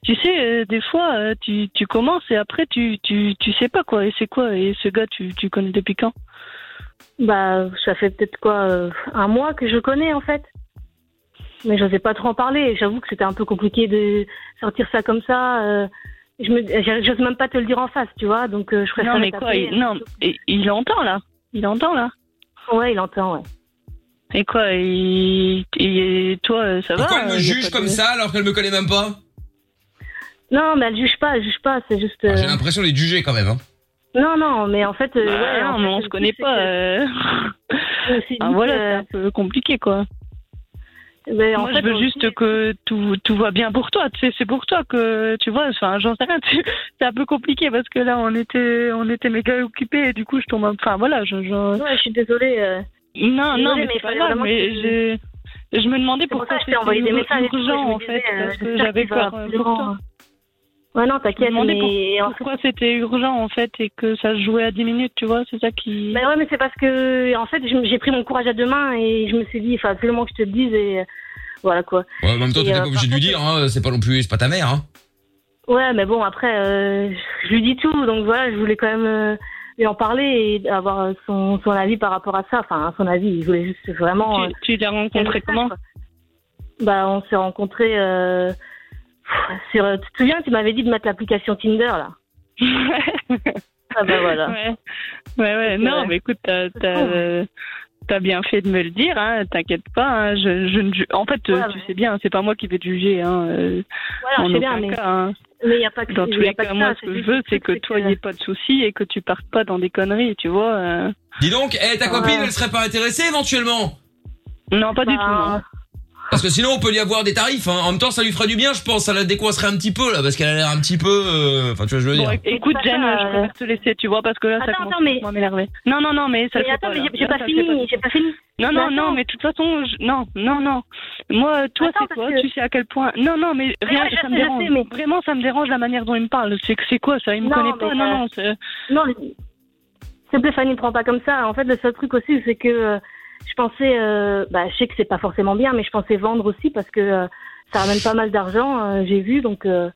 [SPEAKER 10] Tu sais, euh, des fois, euh, tu, tu commences et après, tu, tu, tu sais pas, quoi. Et c'est quoi Et ce gars, tu, tu connais depuis quand
[SPEAKER 9] Bah, ça fait peut-être quoi, euh, un mois que je le connais en fait. Mais je n'osais pas trop en parler. J'avoue que c'était un peu compliqué de sortir ça comme ça. euh, je me, j'ai- j'ose même pas te le dire en face, tu vois. Donc euh, je préfère.
[SPEAKER 10] Non, mais
[SPEAKER 9] le
[SPEAKER 10] quoi
[SPEAKER 9] taper.
[SPEAKER 10] il, Non, et- il entend, là. Il entend, là.
[SPEAKER 9] Ouais, il entend, ouais.
[SPEAKER 10] Et quoi Et, et toi, euh, ça
[SPEAKER 2] Pourquoi
[SPEAKER 10] va
[SPEAKER 2] elle me
[SPEAKER 10] euh, y a
[SPEAKER 2] juge
[SPEAKER 10] pas
[SPEAKER 2] comme
[SPEAKER 10] de-
[SPEAKER 2] ça alors qu'elle me connaît même pas
[SPEAKER 9] Non, mais elle juge pas, elle juge pas. C'est juste. euh,
[SPEAKER 2] Ah, J'ai l'impression d'être jugé quand même. Hein.
[SPEAKER 9] Non, non, mais en fait. euh,
[SPEAKER 10] Bah,
[SPEAKER 9] ouais,
[SPEAKER 10] non,
[SPEAKER 9] en
[SPEAKER 10] mais
[SPEAKER 9] fait, le
[SPEAKER 10] on se
[SPEAKER 9] truc,
[SPEAKER 10] connaît
[SPEAKER 9] c'est
[SPEAKER 10] pas.
[SPEAKER 9] que- [laughs]
[SPEAKER 10] euh. Ah,
[SPEAKER 9] dit
[SPEAKER 10] voilà,
[SPEAKER 9] que-
[SPEAKER 10] c'est un peu compliqué, quoi.
[SPEAKER 9] Mais en
[SPEAKER 10] Moi,
[SPEAKER 9] fait,
[SPEAKER 10] je veux
[SPEAKER 9] on-
[SPEAKER 10] juste que tout, tout va bien pour toi. Tu sais, c'est pour toi que, tu vois, enfin, j'en sais rien. [laughs] tu- C'est un peu compliqué parce que là, on était, on était méga occupés et du coup, je tombe. un- Enfin, voilà, je. je...
[SPEAKER 9] Ouais, je suis désolée. euh,
[SPEAKER 10] Non,
[SPEAKER 9] désolée,
[SPEAKER 10] non, mais,
[SPEAKER 9] mais
[SPEAKER 10] c'est
[SPEAKER 9] il
[SPEAKER 10] pas
[SPEAKER 9] fallait
[SPEAKER 10] grave,
[SPEAKER 9] vraiment
[SPEAKER 10] mais
[SPEAKER 9] que tu-
[SPEAKER 10] j'ai- je me demandais
[SPEAKER 9] C'est pour
[SPEAKER 10] pourquoi
[SPEAKER 9] ça que je t'ai
[SPEAKER 10] c'était
[SPEAKER 9] envoyé des
[SPEAKER 10] ur-
[SPEAKER 9] messages et tout,
[SPEAKER 10] urgent,
[SPEAKER 9] je me
[SPEAKER 10] en
[SPEAKER 9] disais,
[SPEAKER 10] fait,
[SPEAKER 9] euh,
[SPEAKER 10] parce que
[SPEAKER 9] j'espère
[SPEAKER 10] j'avais
[SPEAKER 9] qu'il va
[SPEAKER 10] peur. euh,
[SPEAKER 9] plus
[SPEAKER 10] pour
[SPEAKER 9] grand.
[SPEAKER 10] toi.
[SPEAKER 9] Ouais, non,
[SPEAKER 10] Je me
[SPEAKER 9] t'inquiète,
[SPEAKER 10] demandais
[SPEAKER 9] mais.
[SPEAKER 10] pour- pourquoi c'était urgent, en fait, et que ça se jouait à 10 minutes, tu vois, c'est ça qui.
[SPEAKER 9] Ben ouais, mais c'est parce que en fait, je- j'ai pris mon courage à deux mains et je me suis dit, il faut absolument que je te le dise et euh, voilà quoi.
[SPEAKER 2] Ouais, en même temps,
[SPEAKER 9] Et,
[SPEAKER 2] t'es pas
[SPEAKER 9] euh,
[SPEAKER 2] obligé de lui dire, hein, c'est pas non plus, c'est pas ta mère. Hein.
[SPEAKER 9] Ouais, mais bon, après, euh, je lui dis tout, donc voilà, je voulais quand même euh, lui en parler et avoir euh, son, son avis par rapport à ça. Enfin, son avis, je voulais juste vraiment. euh,
[SPEAKER 10] Tu- tu l'as rencontré comment
[SPEAKER 9] Bah, on s'est rencontrés euh, pff, sur. euh, Tu te souviens, tu m'avais dit de mettre l'application Tinder
[SPEAKER 10] [laughs]
[SPEAKER 9] là. ah bah voilà.
[SPEAKER 10] Ouais, ouais, [laughs] ouais. non, mais écoute, t'as, t'as, euh, t'as bien fait de me le dire, hein, t'inquiète pas. hein, je, je ne ju- En fait, euh, tu sais bien, c'est pas moi qui vais te juger. Hein, euh,
[SPEAKER 9] Voilà,
[SPEAKER 10] en
[SPEAKER 9] je sais bien,
[SPEAKER 10] aucun
[SPEAKER 9] mais-
[SPEAKER 10] cas, hein.
[SPEAKER 9] Mais il n'y a pas que
[SPEAKER 10] Dans
[SPEAKER 9] y
[SPEAKER 10] tous
[SPEAKER 9] a
[SPEAKER 10] les
[SPEAKER 9] pas
[SPEAKER 10] cas,
[SPEAKER 9] que
[SPEAKER 10] moi,
[SPEAKER 9] ça,
[SPEAKER 10] ce que je
[SPEAKER 9] juste
[SPEAKER 10] veux, c'est que
[SPEAKER 9] truc,
[SPEAKER 10] toi, il n'y ait pas de soucis et que tu partes pas dans des conneries, tu vois. euh. Ah.
[SPEAKER 2] Dis donc, eh, ta copine, elle serait pas intéressée éventuellement
[SPEAKER 10] Non, pas du tout. non.
[SPEAKER 2] Parce que sinon, on peut y avoir des tarifs. hein. En même temps, ça lui ferait du bien, je pense. Ça la décoincerait un petit peu, là, parce qu'elle a l'air un petit peu... euh, Enfin, tu vois, je veux dire.
[SPEAKER 10] Bon, écoute, Jen, je préfère te laisser, tu vois, parce que là, ça commence à m'énerver. Non, non, non, mais
[SPEAKER 9] Mais
[SPEAKER 10] ça le fait
[SPEAKER 9] attends,
[SPEAKER 10] pas,
[SPEAKER 9] mais
[SPEAKER 10] là.
[SPEAKER 9] j'ai- j'ai
[SPEAKER 10] Là,
[SPEAKER 9] pas
[SPEAKER 10] ça le
[SPEAKER 9] fini,
[SPEAKER 10] fait
[SPEAKER 9] j'ai pas fini.
[SPEAKER 10] Non, non,
[SPEAKER 9] Mais
[SPEAKER 10] non,
[SPEAKER 9] attends.
[SPEAKER 10] mais de toute façon, je- non, non, non. Moi, toi, c'est toi, tu sais à quel point. Non, non, mais
[SPEAKER 9] Mais
[SPEAKER 10] rien,
[SPEAKER 9] ouais, je
[SPEAKER 10] ça me
[SPEAKER 9] sais, je
[SPEAKER 10] dérange.
[SPEAKER 9] sais, mais-
[SPEAKER 10] Vraiment, ça me dérange la manière dont il me parle. C'est c'est quoi ça Il me
[SPEAKER 9] Non,
[SPEAKER 10] connaît
[SPEAKER 9] mais
[SPEAKER 10] pas
[SPEAKER 9] ça-
[SPEAKER 10] Non, non, c'est.
[SPEAKER 9] Non, le- s'il te plaît, Fanny, prends pas comme ça. En fait, le seul truc aussi, c'est que euh, je pensais, euh, bah, je sais que c'est pas forcément bien, mais je pensais vendre aussi parce que euh, ça ramène pas mal d'argent, euh, j'ai vu, donc. euh,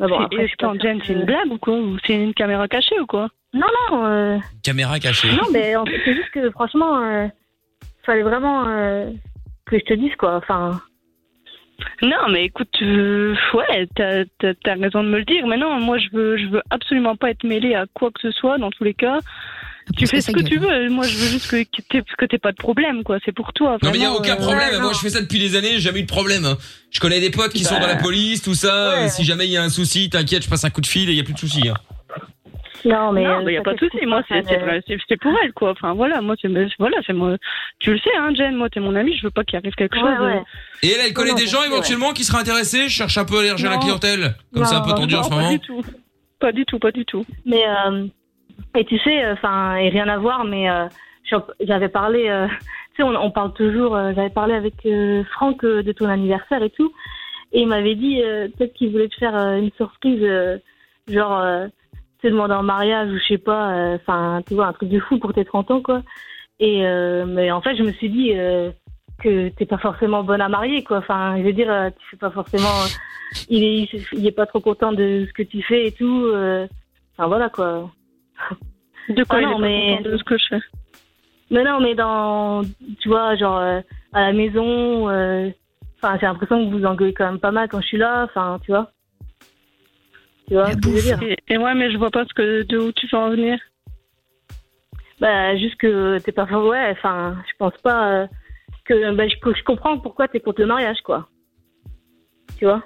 [SPEAKER 9] bah bon, après,
[SPEAKER 10] Et
[SPEAKER 9] je suis pas
[SPEAKER 10] attends,
[SPEAKER 9] sûre
[SPEAKER 10] Jen,
[SPEAKER 9] que-
[SPEAKER 10] c'est une blague ou quoi Ou c'est une caméra cachée ou quoi
[SPEAKER 9] Non, non, euh,
[SPEAKER 2] Caméra cachée.
[SPEAKER 9] non, mais en fait, c'est juste que franchement, euh, fallait vraiment euh, que je te dise quoi. Enfin.
[SPEAKER 10] Non, mais écoute, euh, ouais, t'as t'as- t'as raison de me le dire. Mais non, moi, je veux, je veux absolument pas être mêlée à quoi que ce soit, dans tous les cas. Tu fais ce que tu veux. Moi, je veux juste que que t'aies que t'aies pas de problème, quoi. C'est pour toi.
[SPEAKER 2] Non mais il y a
[SPEAKER 10] vraiment,
[SPEAKER 2] aucun
[SPEAKER 10] euh,
[SPEAKER 2] problème. Moi je fais ça depuis des années, j'ai jamais eu de problème. hein. Je connais des potes qui sont
[SPEAKER 10] Bah.
[SPEAKER 2] dans la police, tout ça. Euh, Si jamais il y a un souci, t'inquiète, je passe un coup de fil et il y a plus de souci. hein.
[SPEAKER 9] Non, mais.
[SPEAKER 10] Non,
[SPEAKER 9] euh,
[SPEAKER 10] mais y a
[SPEAKER 9] ça
[SPEAKER 10] pas de
[SPEAKER 9] fait
[SPEAKER 10] souci.
[SPEAKER 9] fou,
[SPEAKER 10] Moi,
[SPEAKER 9] quoi.
[SPEAKER 10] c'est c'est-
[SPEAKER 9] Euh,
[SPEAKER 10] c'est- c'est pour elle, quoi. Enfin, voilà, moi, c'est voilà, c'est moi. Tu le sais, hein, Jen. Moi, t'es mon amie. Je veux pas qu'il arrive quelque chose. euh,
[SPEAKER 2] Et elle, elle connaît
[SPEAKER 10] Non,
[SPEAKER 2] des
[SPEAKER 10] non,
[SPEAKER 2] gens
[SPEAKER 10] ouais.
[SPEAKER 2] éventuellement qui seraient intéressés. Je cherche un peu à allerger à la
[SPEAKER 10] Non.
[SPEAKER 2] clientèle. Comme c'est un peu tendu en ce
[SPEAKER 10] Pas
[SPEAKER 2] moment.
[SPEAKER 10] euh, du tout. Pas du tout, pas du tout.
[SPEAKER 9] Mais euh, et tu sais, euh, enfin, et rien à voir, mais euh, j'en- j'avais parlé. euh, [laughs] tu sais, on, on parle toujours. euh, j'avais parlé avec euh, Franck euh, de ton anniversaire et tout, et il m'avait dit euh, peut-être qu'il voulait te faire euh, une surprise, euh, genre euh, te demander en mariage ou je sais pas. euh, Enfin, tu vois, un truc de fou pour tes 30 ans, quoi. Et euh, mais en fait, je me suis dit euh, que t'es pas forcément bonne à marier, quoi. Enfin, je veux dire, euh, tu fais pas forcément. [laughs] il est, il est pas trop content de ce que tu fais et tout. euh, Enfin voilà quoi.
[SPEAKER 10] De quoi
[SPEAKER 9] Ah
[SPEAKER 10] il
[SPEAKER 9] non,
[SPEAKER 10] est pas
[SPEAKER 9] mais-
[SPEAKER 10] content de ce que je fais
[SPEAKER 9] Mais non, mais dans, tu vois, genre euh, à la maison, euh, enfin j'ai l'impression que vous engueulez quand même pas mal quand je suis là, enfin tu vois. Tu vois ce que je veux dire
[SPEAKER 10] et, et ouais, mais je vois pas ce que de où tu veux en venir.
[SPEAKER 9] Bah juste que t'es pas, ouais, enfin je pense pas euh, que, bah, je, je comprends pourquoi t'es contre le mariage quoi. Tu vois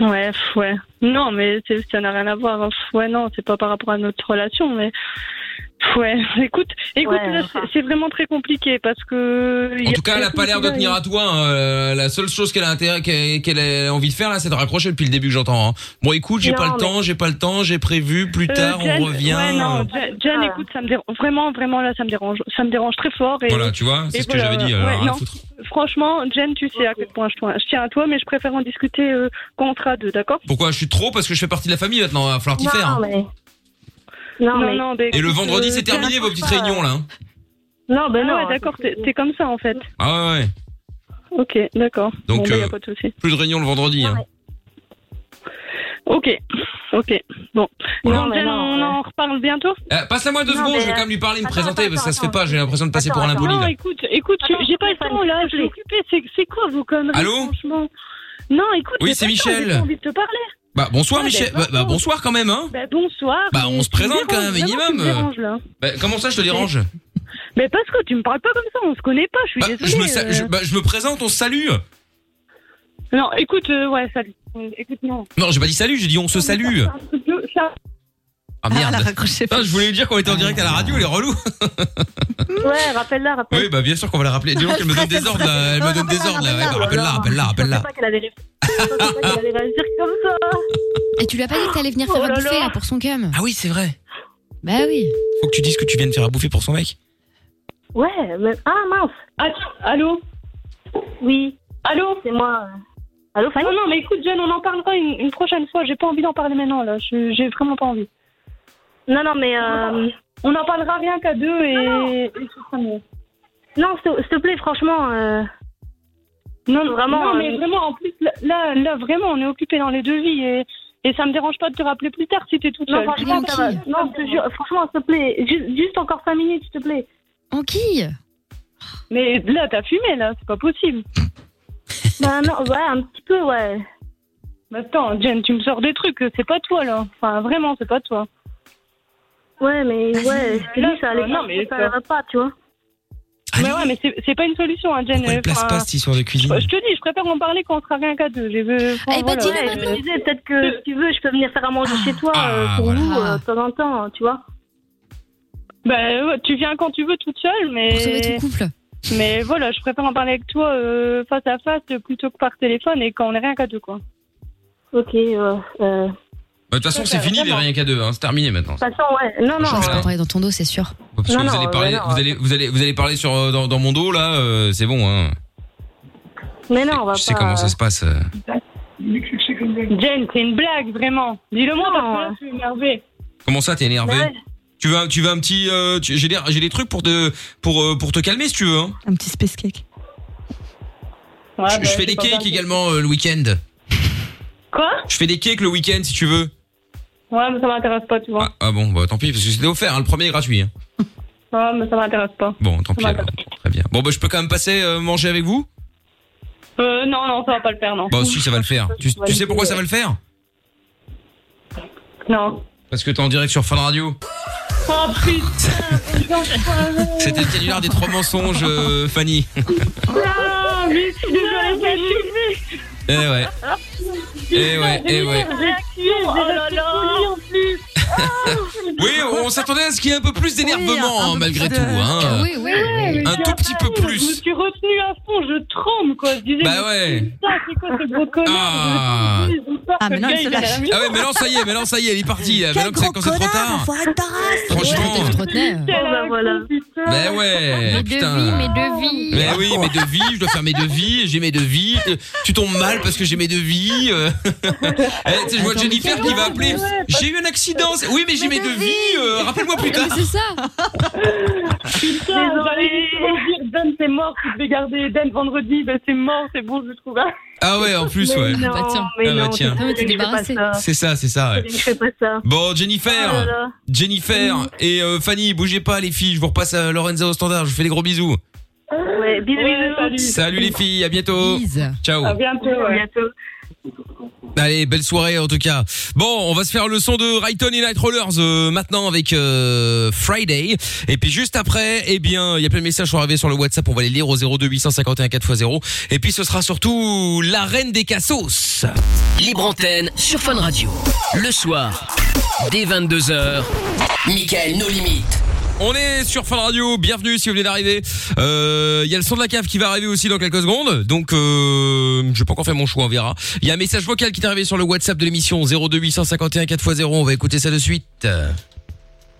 [SPEAKER 10] Ouais, pff, ouais. Non, mais c'est- ça n'a rien à voir. hein. Pff, Ouais, non, c'est pas par rapport à notre relation, mais. pff, Ouais, [laughs] écoute, écoute,
[SPEAKER 9] Ouais,
[SPEAKER 10] là, c'est- c'est vraiment très compliqué parce que.
[SPEAKER 2] En tout cas, elle a pas l'air de tenir à toi. hein. Euh, La seule chose qu'elle a intérêt, qu'elle qu'elle a envie de faire là, c'est de raccrocher depuis le début que j'entends. hein. Bon, écoute, j'ai
[SPEAKER 10] Non,
[SPEAKER 2] pas le
[SPEAKER 10] mais-
[SPEAKER 2] temps, j'ai pas le temps, j'ai prévu. Plus
[SPEAKER 10] Euh,
[SPEAKER 2] tard,
[SPEAKER 10] Jen,
[SPEAKER 2] on revient. Euh,
[SPEAKER 10] Ouais, non, Jen, Jen,
[SPEAKER 9] Ah.
[SPEAKER 10] écoute, ça me dérange vraiment, vraiment là, ça me dérange, ça me dérange très fort. Et,
[SPEAKER 2] Voilà, tu vois, c'est
[SPEAKER 10] et
[SPEAKER 2] ce que j'avais dit, alors, rien à foutre.
[SPEAKER 10] Franchement, Jen, tu sais à quel point je, t'en- je tiens à toi, mais je préfère en discuter euh, quand on sera deux, d'accord
[SPEAKER 2] Pourquoi je suis trop parce que je fais partie de la famille maintenant. Va falloir t'y
[SPEAKER 10] Non,
[SPEAKER 2] faire. hein.
[SPEAKER 9] mais- Non, mais-
[SPEAKER 2] Et le
[SPEAKER 10] euh,
[SPEAKER 2] vendredi, c'est terminé vos petites réunions là. hein.
[SPEAKER 10] Non, ben
[SPEAKER 9] non,
[SPEAKER 10] ouais, d'accord, t'es t'es comme ça en fait.
[SPEAKER 2] Ah ouais. ouais.
[SPEAKER 10] Ok, d'accord.
[SPEAKER 2] Donc,
[SPEAKER 10] bon, ben, y a
[SPEAKER 2] euh,
[SPEAKER 10] pas de souci.
[SPEAKER 2] Plus de réunion le vendredi. hein.
[SPEAKER 10] Ok, ok. Bon.
[SPEAKER 2] Voilà.
[SPEAKER 10] Non,
[SPEAKER 2] Non, mais
[SPEAKER 10] Jen,
[SPEAKER 2] non,
[SPEAKER 10] on en reparle bientôt.
[SPEAKER 2] Euh, Passe-la-moi deux
[SPEAKER 10] Non,
[SPEAKER 2] secondes,
[SPEAKER 10] mais,
[SPEAKER 2] je vais
[SPEAKER 10] euh,
[SPEAKER 2] quand même lui parler, me
[SPEAKER 10] attends,
[SPEAKER 2] présenter, parce que ça se fait pas, j'ai l'impression de passer pour un impoli
[SPEAKER 10] Non,
[SPEAKER 2] là.
[SPEAKER 10] écoute, écoute, j'ai pas le temps là, je suis occupée. C'est- C'est quoi vos conneries
[SPEAKER 2] Allô
[SPEAKER 10] Franchement. Non, écoute,
[SPEAKER 2] Oui,
[SPEAKER 10] j'ai
[SPEAKER 2] c'est
[SPEAKER 10] pas le temps,
[SPEAKER 2] Michel.
[SPEAKER 10] J'ai pas envie de te parler.
[SPEAKER 2] Bah bonsoir
[SPEAKER 10] Ah,
[SPEAKER 2] Michel,
[SPEAKER 10] ben,
[SPEAKER 2] bah, bah, bonsoir quand même hein
[SPEAKER 10] Bah, bonsoir.
[SPEAKER 2] Bah on
[SPEAKER 10] mais
[SPEAKER 2] se
[SPEAKER 10] tu me
[SPEAKER 2] présente quand même
[SPEAKER 10] déranges, vraiment,
[SPEAKER 2] minimum
[SPEAKER 10] tu me déranges, là.
[SPEAKER 2] Bah, Comment ça je te dérange
[SPEAKER 10] Mais parce que tu me parles pas comme ça, on se connaît pas, je suis
[SPEAKER 2] Bah,
[SPEAKER 10] désolée.
[SPEAKER 2] je, me sa-
[SPEAKER 10] euh.
[SPEAKER 2] je- bah, je me présente, on se salue
[SPEAKER 10] Non, écoute, euh, ouais, salut. Euh, Écoute, non.
[SPEAKER 2] Non j'ai pas dit salut, j'ai dit on se salue
[SPEAKER 10] Ça-
[SPEAKER 2] Ah merde Ah, Je voulais lui dire qu'on était en direct à la radio, elle est relou Ah.
[SPEAKER 9] Ouais, rappelle-la, rappelle-la.
[SPEAKER 2] Oui bah bien sûr qu'on va la rappeler, dis donc elle me donne des ordres là, elle me donne des ordres là, Ouais, bah, rappelle-la, rappelle-la, rappelle-la
[SPEAKER 9] pas qu'elle
[SPEAKER 2] [laughs]
[SPEAKER 9] allait ré- je pensais pas qu'elle allait réagir comme ça. Oh
[SPEAKER 4] Et tu l'as pas dit que t'allais venir faire à bouffer là pour son cum
[SPEAKER 2] Ah oui, c'est vrai.
[SPEAKER 4] Bah oui.
[SPEAKER 2] Faut que tu dises que tu viens de faire à bouffer pour son mec
[SPEAKER 9] Ouais, mais... ah mince.
[SPEAKER 10] allô
[SPEAKER 9] Oui.
[SPEAKER 10] Allô
[SPEAKER 9] C'est moi. Allô, Fanny
[SPEAKER 10] Non, non, mais écoute, Jen, on en parlera une, une prochaine fois. J'ai pas envie d'en parler maintenant, là. Je- J'ai vraiment pas envie.
[SPEAKER 9] Non, non, mais. euh,
[SPEAKER 10] On en parlera rien qu'à deux et. et ce sera mieux.
[SPEAKER 9] Non, s'il s'il te plaît, franchement. euh,
[SPEAKER 10] Non, non,
[SPEAKER 9] Vraiment,
[SPEAKER 10] Non,
[SPEAKER 9] euh,
[SPEAKER 10] mais vraiment, en plus, là- là, là, vraiment, on est occupé dans les deux vies et, et ça me dérange pas de te rappeler plus tard si t'es toute
[SPEAKER 9] Non,
[SPEAKER 10] seule.
[SPEAKER 9] franchement, ça va. Non, je te jure, franchement, s'il te plaît. ju- Juste, encore 5 minutes, s'il te plaît.
[SPEAKER 4] En qui
[SPEAKER 10] Mais là, t'as fumé, là. C'est pas
[SPEAKER 4] [laughs]
[SPEAKER 10] possible.
[SPEAKER 9] Bah non, ouais, un petit peu, ouais.
[SPEAKER 10] Mais attends, Jen, tu me sors des trucs. C'est pas toi, là. Enfin, vraiment, c'est pas toi.
[SPEAKER 9] Ouais, mais ouais, je te
[SPEAKER 10] Là,
[SPEAKER 9] dis, ça allait
[SPEAKER 10] non,
[SPEAKER 9] pas,
[SPEAKER 10] mais
[SPEAKER 9] ça allait pas, tu vois.
[SPEAKER 10] Mais ouais, mais c'est- c'est pas une solution, hein,
[SPEAKER 2] Ah
[SPEAKER 10] Jen.
[SPEAKER 2] Pourquoi il place
[SPEAKER 10] Enfin,
[SPEAKER 2] pas cette histoire de cuisine
[SPEAKER 10] Je te dis, je préfère en parler quand on sera rien qu'à deux. J'ai vu.
[SPEAKER 9] Eh ben, dis-le maintenant. peut-être que si tu veux, je peux venir faire à manger chez toi euh, pour
[SPEAKER 2] Ah. voilà.
[SPEAKER 9] nous, euh, de temps en
[SPEAKER 10] hein,
[SPEAKER 9] temps, tu vois.
[SPEAKER 10] Bah, ouais, tu Ben, viens quand tu veux toute seule, mais.
[SPEAKER 4] Pour sauver ton couple.
[SPEAKER 10] Mais voilà, je préfère en parler avec toi euh, face à face euh, plutôt que par téléphone et quand on n'est rien qu'à deux, quoi.
[SPEAKER 9] Ok, euh, euh,
[SPEAKER 2] Bah, De toute façon, c'est fini les rien qu'à deux, hein, c'est terminé maintenant.
[SPEAKER 9] façon, ouais. Non, non.
[SPEAKER 4] Je vais parler dans ton dos, c'est sûr.
[SPEAKER 2] Parce que vous, allez parler, vous, allez, vous, allez, vous allez parler sur, euh, dans, dans mon dos, là, euh, c'est bon. Hein.
[SPEAKER 10] Mais non, on va
[SPEAKER 2] Je sais comment ça se passe. euh.
[SPEAKER 10] Jane, c'est une blague, vraiment. Dis-le moi, parce que là, je suis énervée.
[SPEAKER 2] Comment ça, t'es énervé tu veux, un- tu veux un petit... euh, tu- J'ai des, j'ai des trucs pour te, pour, euh, pour te calmer, si tu veux. hein.
[SPEAKER 5] Un petit space cake. Ah
[SPEAKER 2] je,
[SPEAKER 5] bah,
[SPEAKER 2] je fais des cakes également euh, le week-end.
[SPEAKER 10] Quoi
[SPEAKER 2] Je fais des cakes le week-end, si tu veux.
[SPEAKER 10] Ouais, mais ça m'intéresse pas, tu vois.
[SPEAKER 2] Ah bon, bah tant pis, parce que c'était offert, hein, le premier est gratuit. hein.
[SPEAKER 10] Ouais, Ah, mais ça m'intéresse pas.
[SPEAKER 2] Bon, tant
[SPEAKER 10] Ça
[SPEAKER 2] pis.
[SPEAKER 10] m'intéresse
[SPEAKER 2] alors. Très bien. Bon, bah je peux quand même passer euh, manger avec vous
[SPEAKER 10] pas. Euh, non, non, ça va pas le faire, non.
[SPEAKER 2] Bah si, ça va le faire. Tu, tu sais pourquoi ça va le faire
[SPEAKER 10] Non.
[SPEAKER 2] Parce que t'es en direct sur Fun Radio.
[SPEAKER 10] Oh
[SPEAKER 2] [laughs]
[SPEAKER 10] putain
[SPEAKER 2] C'était le canular des trois mensonges, euh, Fanny. [laughs]
[SPEAKER 10] Ah, mais je suis désolée, Fanny.
[SPEAKER 2] eh ouais. Eh ouais, eh ouais.
[SPEAKER 10] Réaction, oh là là.
[SPEAKER 2] Oui, on s'attendait à ce qu'il y ait un peu plus d'énervement, hein, malgré tout. Hein.
[SPEAKER 10] Ah Oui, oui, oui.
[SPEAKER 2] Un tout petit peu plus.
[SPEAKER 10] Je me suis retenue à fond, je tremble, quoi. Je disais,
[SPEAKER 2] Bah
[SPEAKER 10] mais
[SPEAKER 2] ouais.
[SPEAKER 10] putain, c'est quoi ce gros connard
[SPEAKER 2] Ah.
[SPEAKER 10] J'ai peur
[SPEAKER 5] Ah,
[SPEAKER 10] que
[SPEAKER 5] mais non,
[SPEAKER 10] le
[SPEAKER 5] elle se
[SPEAKER 10] gars, il vienne à la
[SPEAKER 5] lâche.
[SPEAKER 10] maison.
[SPEAKER 2] Ah ouais, mais non, ça y est, mais non, ça y est, elle est partie. là. Mais non, c'est- quand c'est trop tard. Franchement.
[SPEAKER 9] euh,
[SPEAKER 2] Mais Ben ouais, putain.
[SPEAKER 4] mes devis.
[SPEAKER 2] Mais oui, mes devis, je dois faire mes devis, j'ai mes devis. euh, Tu tombes mal parce que j'ai mes devis. [laughs] euh. Eh, tu sais, je vois
[SPEAKER 12] Attends,
[SPEAKER 2] Jennifer
[SPEAKER 12] mais
[SPEAKER 2] qui
[SPEAKER 12] quel
[SPEAKER 2] va
[SPEAKER 12] homme,
[SPEAKER 2] appeler.
[SPEAKER 12] mais ouais,
[SPEAKER 2] J'ai eu un accident. c'est- Oui, mais j'ai mes devis. euh, Rappelle-moi plus tard.
[SPEAKER 4] Mais c'est ça.
[SPEAKER 10] Putain, j'allais te dire, Dan, c'est mort, tu devais garder Dan vendredi, ben c'est mort, c'est bon, je le trouve.
[SPEAKER 2] Ah ouais, en plus,
[SPEAKER 10] Mais
[SPEAKER 2] ouais.
[SPEAKER 10] non, mais
[SPEAKER 2] Ah bah
[SPEAKER 10] non,
[SPEAKER 2] tiens.
[SPEAKER 10] c'est- Non, mais t'es
[SPEAKER 9] je fais pas
[SPEAKER 10] débarrassée.
[SPEAKER 9] ça.
[SPEAKER 2] C'est ça, c'est ça. ouais.
[SPEAKER 9] Je fais pas ça.
[SPEAKER 2] Bon, Jennifer,
[SPEAKER 9] Oh là là.
[SPEAKER 2] Jennifer et euh, Fanny, bougez pas les filles, je vous repasse à Lorenzo au standard, je vous fais des gros bisous.
[SPEAKER 9] Ouais, bisous,
[SPEAKER 10] Eh, bisous.
[SPEAKER 2] Salut les filles, à bientôt. Ciao.
[SPEAKER 10] À bientôt. ouais.
[SPEAKER 2] Allez, belle soirée en tout cas. Bon, on va se faire le son de Rayton et Night Rollers euh, maintenant avec euh, Friday. Et puis juste après, eh bien, il y a plein de messages qui sont arrivés sur le WhatsApp, on va les lire au 02 851 4x0. Et puis ce sera surtout la reine des cassos.
[SPEAKER 1] Libre antenne sur Fun Radio.
[SPEAKER 3] Bah,
[SPEAKER 1] Le soir, dès 22h, Michael nos limites.
[SPEAKER 2] On est sur Fun Radio, bienvenue si vous venez d'arriver. Euh, Il y a le son de la cave qui va arriver aussi dans quelques secondes, donc euh, je pas encore fait mon choix, on verra. Il y a un message vocal qui est arrivé sur le WhatsApp de l'émission 02851 4x0, on va écouter ça de suite. Euh,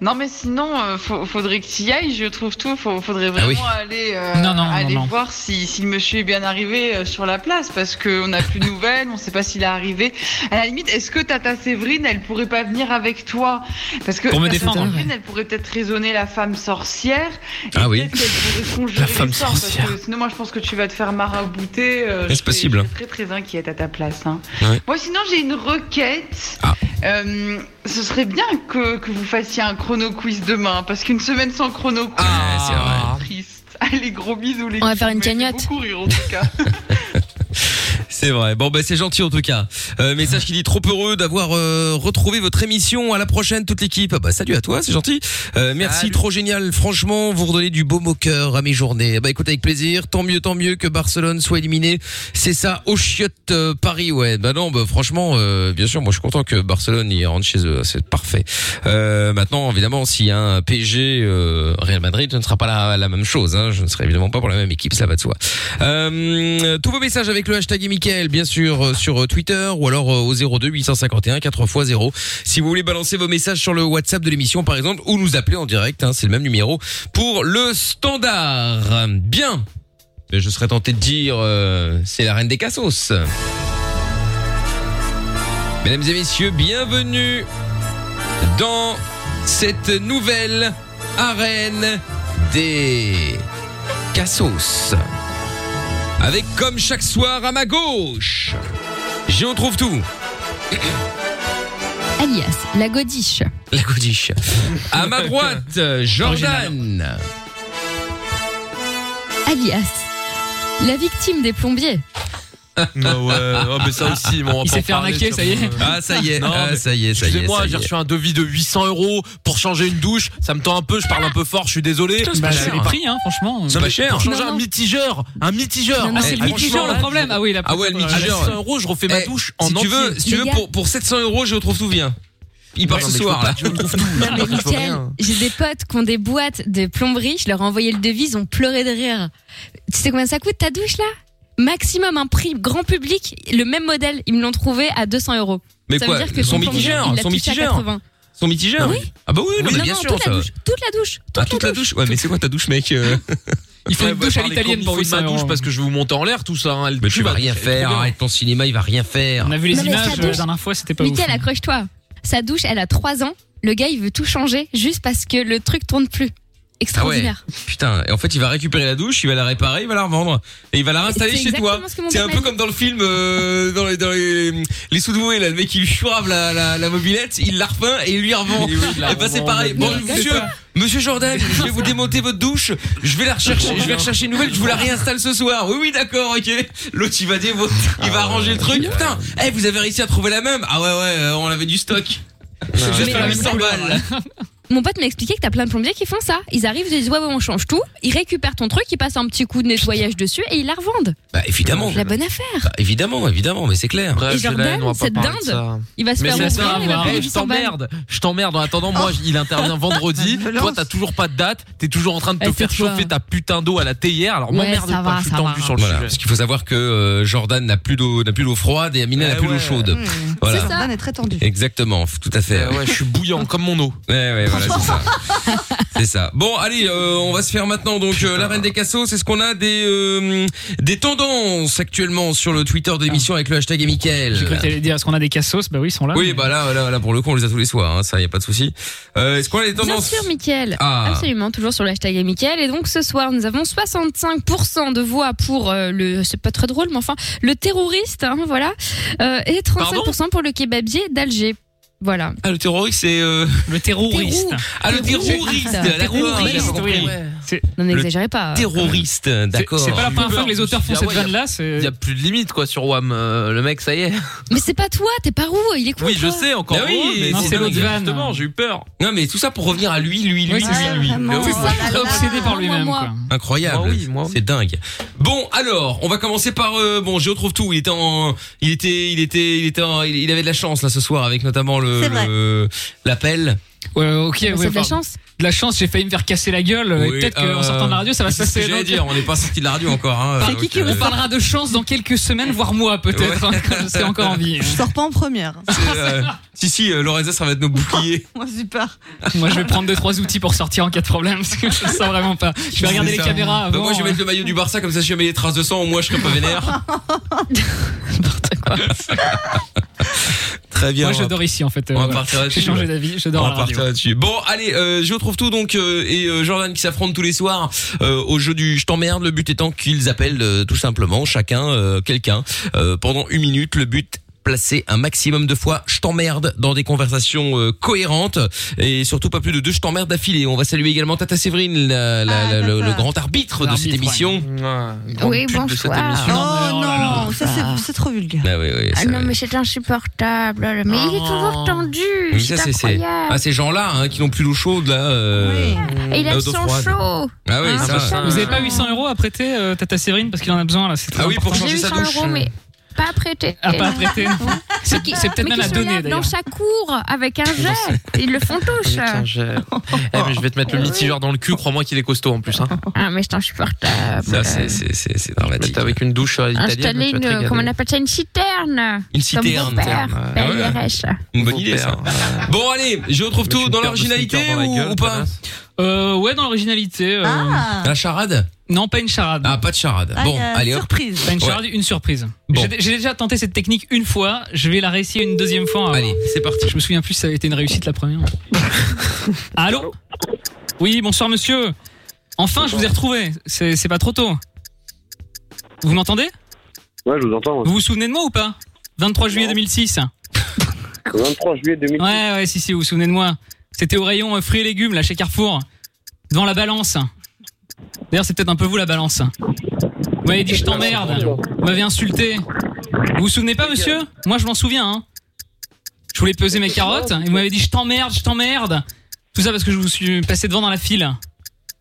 [SPEAKER 13] Non, mais sinon, euh, faut- faudrait que tu y ailles, je trouve tout. Faut- faudrait
[SPEAKER 2] Ah
[SPEAKER 13] vraiment
[SPEAKER 2] oui.
[SPEAKER 13] aller, euh,
[SPEAKER 2] Non, non, non,
[SPEAKER 13] aller
[SPEAKER 2] non.
[SPEAKER 13] voir si, si le monsieur est bien arrivé euh, sur la place, parce qu'on n'a plus de nouvelles, on ne sait pas s'il est arrivé. À la limite, est-ce que Tata Séverine, elle pourrait pas venir avec toi Parce que
[SPEAKER 2] Pour me
[SPEAKER 13] Tata
[SPEAKER 2] défendre.
[SPEAKER 13] Séverine, elle pourrait peut-être raisonner la femme sorcière. et
[SPEAKER 2] Ah oui.
[SPEAKER 13] peut-être qu'elle pourrait conjurer
[SPEAKER 2] La femme
[SPEAKER 13] les sorts, parce
[SPEAKER 2] sorcière.
[SPEAKER 13] que sinon, moi, je pense que tu vas te faire marabouter. euh,
[SPEAKER 2] C'est
[SPEAKER 13] je serais-
[SPEAKER 2] possible.
[SPEAKER 13] je serais très, très inquiète à ta place. hein.
[SPEAKER 2] Ouais. Ah.
[SPEAKER 13] Moi, sinon, j'ai une requête. Euh, ce serait bien que, que vous fassiez un chrono quiz demain, parce qu'une semaine sans chrono quiz,
[SPEAKER 2] Ah,
[SPEAKER 13] c'est triste. Allez, gros bisous les
[SPEAKER 4] On va
[SPEAKER 13] filles,
[SPEAKER 4] faire
[SPEAKER 13] vous
[SPEAKER 4] une
[SPEAKER 13] m'avez fait
[SPEAKER 4] cagnotte.
[SPEAKER 13] beaucoup rire, en tout cas.
[SPEAKER 2] C'est vrai. Bon, bah, c'est gentil en tout cas. Euh, message qui dit trop heureux d'avoir euh, retrouvé votre émission. À la prochaine, toute l'équipe. Ah Bah, salut à toi, c'est gentil. Euh, merci, trop génial. Franchement, vous redonnez du beau moqueur à mes journées. Bah, écoute, avec plaisir. Tant mieux, tant mieux que Barcelone soit éliminé. C'est ça, au chiotte euh, Paris, ouais. Bah non, bah, franchement, euh, bien sûr, moi, je suis content que Barcelone y rentre chez eux. Ah, C'est parfait. Euh, maintenant, évidemment, s'il y a un PSG euh, Real Madrid, ce ne sera pas la, la même chose. Hein. Je ne serai évidemment pas pour la même équipe, ça va de soi. Euh, tous vos messages avec le hashtag Mickaël, bien sûr, euh, sur euh, Twitter ou alors euh, au 02 851 4x0. Si vous voulez balancer vos messages sur le WhatsApp de l'émission, par exemple, ou nous appeler en direct, hein, c'est le même numéro pour le standard. Bien. Euh, Je serais tenté de dire, euh, c'est la reine des cassos. Mesdames et messieurs, bienvenue dans cette nouvelle arène des Cassos. Avec comme chaque soir à ma gauche, j'y retrouve tout.
[SPEAKER 4] Alias, la godiche.
[SPEAKER 2] La godiche. À ma [laughs] droite, Jordan.
[SPEAKER 4] Alias, la victime des plombiers.
[SPEAKER 2] Ah [laughs]
[SPEAKER 6] Non, ouais, oh, mais ça aussi, bon, on va
[SPEAKER 2] Il
[SPEAKER 6] pas
[SPEAKER 2] s'est
[SPEAKER 6] en
[SPEAKER 2] fait
[SPEAKER 6] parler,
[SPEAKER 2] arnaquer,
[SPEAKER 6] sur
[SPEAKER 2] ça y est.
[SPEAKER 6] mon-
[SPEAKER 2] Ah, ça y est, ah, ça y est, ça y est,
[SPEAKER 6] Excusez-moi,
[SPEAKER 2] ça y
[SPEAKER 6] j'ai
[SPEAKER 2] est.
[SPEAKER 6] reçu un devis de 800 euros pour changer une douche. Ça me tend un peu, je parle un peu fort, je suis désolé.
[SPEAKER 3] Putain, c'est pas
[SPEAKER 6] Bah,
[SPEAKER 3] cher.
[SPEAKER 6] j'ai
[SPEAKER 3] Les prix, hein, franchement.
[SPEAKER 6] Ça
[SPEAKER 3] Non,
[SPEAKER 6] va cher. Pour
[SPEAKER 3] non.
[SPEAKER 6] changer
[SPEAKER 3] Non,
[SPEAKER 6] un
[SPEAKER 3] non.
[SPEAKER 6] mitigeur. Un mitigeur.
[SPEAKER 3] Non, non,
[SPEAKER 6] Eh,
[SPEAKER 3] c'est le
[SPEAKER 6] franchement,
[SPEAKER 3] mitigeur, le
[SPEAKER 6] là,
[SPEAKER 3] problème. Ah oui, il a-
[SPEAKER 6] Ah ouais, le
[SPEAKER 3] Voilà.
[SPEAKER 6] mitigeur. 800 euros, je refais ma
[SPEAKER 2] Eh,
[SPEAKER 6] douche
[SPEAKER 2] si
[SPEAKER 6] en
[SPEAKER 2] tu
[SPEAKER 6] entier.
[SPEAKER 2] veux, si tu
[SPEAKER 6] Les
[SPEAKER 2] veux
[SPEAKER 6] gars.
[SPEAKER 2] pour, pour 700 euros, je retrouve tout bien. il part
[SPEAKER 6] Ouais,
[SPEAKER 2] ce
[SPEAKER 6] non, mais je
[SPEAKER 2] soir
[SPEAKER 6] peux Bah,
[SPEAKER 2] là.
[SPEAKER 6] pas, je trouve tout.
[SPEAKER 4] Non, mais Mickaël, j'ai des potes qui ont des boîtes de plomberie, je leur ai envoyé le devis, ils ont pleuré de rire. Tu sais combien ça coûte ta douche là Maximum un prix grand public, le même modèle, ils me l'ont trouvé à 200 euros.
[SPEAKER 2] Mais
[SPEAKER 4] ça
[SPEAKER 2] quoi
[SPEAKER 4] veut dire que
[SPEAKER 2] Son
[SPEAKER 4] ton plombier,
[SPEAKER 2] mitigeur,
[SPEAKER 4] il l'a
[SPEAKER 2] son
[SPEAKER 4] touché à
[SPEAKER 2] mitigeur.
[SPEAKER 4] 80.
[SPEAKER 2] Son mitigeur
[SPEAKER 4] Oui.
[SPEAKER 2] Ah bah oui, non, mais bien sûr
[SPEAKER 4] toute
[SPEAKER 2] ça.
[SPEAKER 4] la douche, toute la douche.
[SPEAKER 2] Ah, toute la douche. Ouais, mais c'est quoi ta douche, mec euh
[SPEAKER 6] Il faut
[SPEAKER 2] Ouais,
[SPEAKER 6] une
[SPEAKER 2] bah,
[SPEAKER 6] douche à
[SPEAKER 2] parlez
[SPEAKER 6] l'italienne
[SPEAKER 2] comme
[SPEAKER 6] pour
[SPEAKER 2] il faut de ma douche, parce
[SPEAKER 6] parce que je vais vous monter en l'air tout ça. hein.
[SPEAKER 2] Mais tu
[SPEAKER 6] Tu
[SPEAKER 2] vas
[SPEAKER 6] vas
[SPEAKER 2] rien
[SPEAKER 6] être
[SPEAKER 2] faire,
[SPEAKER 6] trop bien.
[SPEAKER 2] arrête ton cinéma, il va rien faire.
[SPEAKER 6] On a vu les
[SPEAKER 4] Non, mais images, sa douche- euh, la
[SPEAKER 3] dernière fois, c'était
[SPEAKER 4] Mickaël, accroche-toi. Sa douche, elle a 3 ans, le gars il veut tout changer juste parce que le truc tourne plus. Extraordinaire.
[SPEAKER 2] Ah ouais. Putain, et en fait, il va récupérer la douche, il va la réparer, il va la revendre et il va la réinstaller
[SPEAKER 4] C'est
[SPEAKER 2] chez toi.
[SPEAKER 4] exactement ce que mon
[SPEAKER 2] C'est
[SPEAKER 4] père
[SPEAKER 2] un
[SPEAKER 4] m'a
[SPEAKER 2] peu
[SPEAKER 4] dit.
[SPEAKER 2] comme dans le film euh, dans les dans les, les sous-doués là, le mec il chourave la, la la mobilette, il la repeint et il lui revend.
[SPEAKER 6] Et oui, il la
[SPEAKER 2] et bah c'est
[SPEAKER 6] revend,
[SPEAKER 2] pareil.
[SPEAKER 6] mais
[SPEAKER 2] Bon
[SPEAKER 6] il rigole
[SPEAKER 2] monsieur,
[SPEAKER 6] pas. [laughs]
[SPEAKER 2] monsieur Jordan, je vais vous démonter votre douche, je vais la rechercher, je vais rechercher une nouvelle, je vous la réinstalle ce soir. Oui oui, d'accord, OK. L'autre il va démonter,
[SPEAKER 6] Ah
[SPEAKER 2] il va arranger le truc. Putain, eh vous avez réussi à trouver la même Ah ouais ouais, euh, on avait du stock. C'est
[SPEAKER 4] Mais
[SPEAKER 2] Juste
[SPEAKER 4] en
[SPEAKER 2] à
[SPEAKER 4] même
[SPEAKER 2] 800
[SPEAKER 4] temps,
[SPEAKER 2] balles.
[SPEAKER 4] Mon pote m'a expliqué que t'as plein de plombiers qui font ça. Ils arrivent, ils disent ouais, ouais, on change tout, ils récupèrent ton truc, ils passent un petit coup de nettoyage dessus et ils la revendent.
[SPEAKER 2] Bah évidemment.
[SPEAKER 4] Oh La bonne affaire.
[SPEAKER 2] Bah, évidemment, évidemment, mais c'est clair.
[SPEAKER 4] Et Jordan, cette dinde, il va se
[SPEAKER 6] Mais
[SPEAKER 4] faire
[SPEAKER 6] ça sert à
[SPEAKER 4] ouvrir, il va
[SPEAKER 3] Ah,
[SPEAKER 6] voir.
[SPEAKER 4] payer
[SPEAKER 6] Eh, Je
[SPEAKER 4] 800 balles.
[SPEAKER 6] t'emmerde, je t'emmerde. En attendant, moi,
[SPEAKER 3] Oh.
[SPEAKER 6] il
[SPEAKER 3] [laughs]
[SPEAKER 6] intervient vendredi. Toi, t'as toujours pas de date. T'es toujours en train
[SPEAKER 3] Eh,
[SPEAKER 6] de te faire chauffer ta putain d'eau à la théière. Alors,
[SPEAKER 2] Ouais,
[SPEAKER 6] m'emmerde
[SPEAKER 2] ça
[SPEAKER 6] pas,
[SPEAKER 2] va,
[SPEAKER 6] je suis
[SPEAKER 2] ça
[SPEAKER 6] tendu
[SPEAKER 2] va.
[SPEAKER 6] sur le
[SPEAKER 2] Voilà,
[SPEAKER 6] sujet.
[SPEAKER 2] parce qu'il faut savoir que euh, Jordan n'a plus d'eau, n'a plus d'eau froide et Amina n'a
[SPEAKER 6] Eh
[SPEAKER 2] plus d'eau chaude.
[SPEAKER 5] Hmm,
[SPEAKER 2] Voilà.
[SPEAKER 5] Jordan est très tendu.
[SPEAKER 2] Exactement, f- tout à fait.
[SPEAKER 6] Euh, Hmm. ouais, je suis bouillant comme mon eau.
[SPEAKER 2] Ouais, ouais, voilà, c'est
[SPEAKER 3] [laughs]
[SPEAKER 2] ça. C'est ça. Bon, allez, euh, on va se faire maintenant donc euh, la reine des cassos. C'est ce qu'on a des euh, des tendances actuellement sur le Twitter de l'émission avec le hashtag et Mickaël.
[SPEAKER 3] J'ai cru que t'allais dire, est-ce qu'on a des cassos Bah oui, ils
[SPEAKER 6] Ah.
[SPEAKER 3] sont là.
[SPEAKER 2] Oui, bah là, là, là, pour le coup, on les a tous les soirs. hein, ça, y a pas de souci. Euh, Est-ce qu'on a des
[SPEAKER 4] Bien
[SPEAKER 2] tendances
[SPEAKER 4] sûr, Mickaël.
[SPEAKER 2] Ah.
[SPEAKER 4] Absolument, toujours sur le hashtag Mickaël. Et donc ce soir, nous avons 65% de voix pour euh, le. C'est pas très drôle, mais enfin, le terroriste, hein, voilà. Euh, et 35% pour le kebabier d'Alger. Voilà.
[SPEAKER 2] Ah, le terroriste, c'est euh,
[SPEAKER 3] le terroriste.
[SPEAKER 2] Ah, le terroriste. d'accord, j'avais
[SPEAKER 3] Terroriste,
[SPEAKER 2] compris.
[SPEAKER 3] oui. C'est-
[SPEAKER 4] Non,
[SPEAKER 2] Le
[SPEAKER 4] n'exagérez pas.
[SPEAKER 2] Terroriste, d'accord.
[SPEAKER 3] C'est pas la première fois que les auteurs font
[SPEAKER 6] Ah
[SPEAKER 3] cette
[SPEAKER 6] ouais, y a-
[SPEAKER 3] vanne-là.
[SPEAKER 6] Il y a plus de limite, quoi, sur WAM. Euh, le mec,
[SPEAKER 3] [laughs]
[SPEAKER 6] ça y est. Bah
[SPEAKER 4] Mais c'est pas toi, t'es pas roux, il est cool.
[SPEAKER 6] Oui, je sais, encore.
[SPEAKER 2] Ah oui,
[SPEAKER 6] drôle, mais
[SPEAKER 2] non, c'est
[SPEAKER 6] dingue.
[SPEAKER 2] l'autre vanne.
[SPEAKER 6] Justement, j'ai eu peur.
[SPEAKER 2] Non, mais tout ça pour revenir à lui, lui, lui,
[SPEAKER 6] Oui,
[SPEAKER 2] lui,
[SPEAKER 6] c'est ça.
[SPEAKER 2] lui.
[SPEAKER 6] Vraiment.
[SPEAKER 2] Ah oui,
[SPEAKER 6] C'est
[SPEAKER 2] moi,
[SPEAKER 6] ça, là,
[SPEAKER 3] Obsédé par lui-même,
[SPEAKER 2] Ah,
[SPEAKER 6] moi.
[SPEAKER 3] quoi.
[SPEAKER 2] Incroyable.
[SPEAKER 6] Moi, oui,
[SPEAKER 2] C'est dingue. Bon, alors, on va commencer par euh, bon, je retrouve tout. Il était en il était il était il était en- il il avait de la chance là ce soir avec notamment le
[SPEAKER 3] C'est vrai.
[SPEAKER 2] le- l'appel.
[SPEAKER 3] Ouais, ok, ouais,
[SPEAKER 2] bah, c'est de la
[SPEAKER 3] enfin,
[SPEAKER 4] chance.
[SPEAKER 3] De la chance, j'ai failli me faire casser la gueule. et
[SPEAKER 2] Oui,
[SPEAKER 3] Peut-être
[SPEAKER 2] euh,
[SPEAKER 3] qu'en sortant de la radio, ça va se
[SPEAKER 2] c'est ce que
[SPEAKER 3] passer.
[SPEAKER 2] J'allais
[SPEAKER 3] donc-
[SPEAKER 2] dire, on n'est pas sorti de la radio encore hein.
[SPEAKER 3] Par
[SPEAKER 2] donc,
[SPEAKER 3] qui qui
[SPEAKER 2] euh,
[SPEAKER 3] on parlera de chance dans quelques semaines, voire mois peut-être, hein, quand je serai encore en vie.
[SPEAKER 5] Je sors pas en première.
[SPEAKER 2] c'est,
[SPEAKER 3] [laughs]
[SPEAKER 2] euh, si si, euh, Lorenza ça va être nos boucliers.
[SPEAKER 5] Moi, j'ai peur.
[SPEAKER 3] Moi, je vais prendre deux trois outils pour sortir en cas de problème parce que [laughs] je le sens vraiment pas. Je vais regarder les
[SPEAKER 2] C'est ça.
[SPEAKER 3] caméras
[SPEAKER 2] Bah,
[SPEAKER 3] avant. hein.
[SPEAKER 2] moi je vais mettre le maillot du Barça comme ça si jamais il y a des traces de sang au moins je serai
[SPEAKER 3] [laughs]
[SPEAKER 2] pas vénère. Très bien.
[SPEAKER 3] Moi,
[SPEAKER 2] on
[SPEAKER 3] je
[SPEAKER 2] va-
[SPEAKER 3] dors ici en fait. euh,
[SPEAKER 2] on va
[SPEAKER 3] voilà.
[SPEAKER 2] partir là-dessus.
[SPEAKER 3] J'ai changé
[SPEAKER 2] ouais.
[SPEAKER 3] d'avis, je
[SPEAKER 2] On
[SPEAKER 3] dors
[SPEAKER 2] va
[SPEAKER 3] à la radio.
[SPEAKER 2] partir là-dessus. Bon, allez, euh, je retrouve tout donc euh, et euh, Jordan qui s'affrontent tous les soirs euh, au jeu du je t'emmerde. Le but étant qu'ils appellent euh, tout simplement chacun euh, quelqu'un euh, pendant une minute. Le but placer un maximum de fois je t'emmerde dans des conversations euh, cohérentes et surtout pas plus de deux je t'emmerde d'affilée. On va saluer également Tata Séverine, la- la-
[SPEAKER 5] Ah,
[SPEAKER 2] la- le, le grand arbitre de cette émission.
[SPEAKER 4] Oui, bonsoir.
[SPEAKER 5] Oh non, ça c'est- c'est trop vulgaire.
[SPEAKER 2] Ah oui, oui,
[SPEAKER 4] Ah
[SPEAKER 2] ça-
[SPEAKER 4] non, mais c'est insupportable. Mais il est toujours tendu.
[SPEAKER 2] Mais
[SPEAKER 4] c'est
[SPEAKER 2] ça, c'est c'est-
[SPEAKER 4] incroyable.
[SPEAKER 2] ah, ces gens-là hein, qui n'ont plus l'eau chaude là. euh,
[SPEAKER 4] Et il
[SPEAKER 2] l'eau
[SPEAKER 4] aime
[SPEAKER 2] d'eau
[SPEAKER 4] son
[SPEAKER 2] froide.
[SPEAKER 4] chaud.
[SPEAKER 2] Ah oui,
[SPEAKER 3] Hein,
[SPEAKER 2] ça.
[SPEAKER 3] Vous avez pas 800 euros à prêter, euh, Tata Séverine, parce qu'il en a besoin là.
[SPEAKER 2] Ah oui, pour
[SPEAKER 4] J'ai
[SPEAKER 2] changer
[SPEAKER 4] eu
[SPEAKER 2] sa
[SPEAKER 4] 100
[SPEAKER 2] douche.
[SPEAKER 4] euros, mais pas prêté.
[SPEAKER 3] Ah, pas à prêter.
[SPEAKER 14] [laughs]
[SPEAKER 3] C'est
[SPEAKER 4] Qui-
[SPEAKER 3] c'est peut-être
[SPEAKER 4] mais
[SPEAKER 3] même
[SPEAKER 4] qui
[SPEAKER 3] à
[SPEAKER 4] se
[SPEAKER 3] donner
[SPEAKER 4] lavent
[SPEAKER 3] d'ailleurs.
[SPEAKER 4] dans chaque cours avec un jet. Ils le font tous.
[SPEAKER 6] Tiens, j'ai- Eh, mais je vais te
[SPEAKER 12] [laughs]
[SPEAKER 6] mettre le mitigeur dans le cul, crois-moi qu'il est costaud en plus. Hein.
[SPEAKER 4] Ah, mais c'est insupportable.
[SPEAKER 2] Ça, c'est- c'est c'est- c'est dramatique. Ah,
[SPEAKER 6] Avec une douche
[SPEAKER 4] euh,
[SPEAKER 6] à l'italienne,
[SPEAKER 4] Installer
[SPEAKER 6] tu vas
[SPEAKER 2] euh,
[SPEAKER 6] te
[SPEAKER 4] une,
[SPEAKER 6] régaler.
[SPEAKER 4] comment on appelle ça, une citerne.
[SPEAKER 2] Une citerne.
[SPEAKER 4] Comme mon père,
[SPEAKER 2] Ah
[SPEAKER 4] père
[SPEAKER 2] ouais.
[SPEAKER 4] IRS.
[SPEAKER 2] Une bonne idée, ça. [laughs] Bon, allez, je retrouve tout dans l'originalité ou, ou pas Ah.
[SPEAKER 3] Euh, ouais, dans l'originalité. euh,
[SPEAKER 4] Ah.
[SPEAKER 2] La charade
[SPEAKER 3] Non, pas une charade.
[SPEAKER 2] Ah, pas de charade.
[SPEAKER 3] Ah,
[SPEAKER 2] bon,
[SPEAKER 3] il y a
[SPEAKER 2] allez hop.
[SPEAKER 5] surprise.
[SPEAKER 3] Pas une charade,
[SPEAKER 2] Ouais.
[SPEAKER 3] une surprise.
[SPEAKER 2] Bon.
[SPEAKER 3] J'ai j'ai déjà tenté cette technique une fois, je vais la réessayer une deuxième fois. Allez,
[SPEAKER 2] c'est parti.
[SPEAKER 3] Je me souviens plus si ça avait été une réussite la
[SPEAKER 2] [laughs]
[SPEAKER 3] première. Allô Oui, bonsoir monsieur. Enfin, je vous ai retrouvé. C'est c'est pas trop tôt. Vous m'entendez
[SPEAKER 12] Ouais, je vous entends.
[SPEAKER 3] Vous vous souvenez de moi ou pas 23 juillet 2006.
[SPEAKER 12] 23 juillet 2006.
[SPEAKER 3] Ouais, ouais, si, si, vous vous souvenez de moi. C'était au rayon euh, fruits et légumes, là, chez Carrefour. Devant la balance. D'ailleurs, c'est peut-être un peu vous, la balance. Vous m'avez dit, je t'emmerde. Vous m'avez insulté. Vous vous souvenez pas, monsieur Moi, je m'en souviens, hein. Je voulais peser mes carottes et vous m'avez dit, je t'emmerde, je t'emmerde. Tout ça parce que je vous suis passé devant dans la file.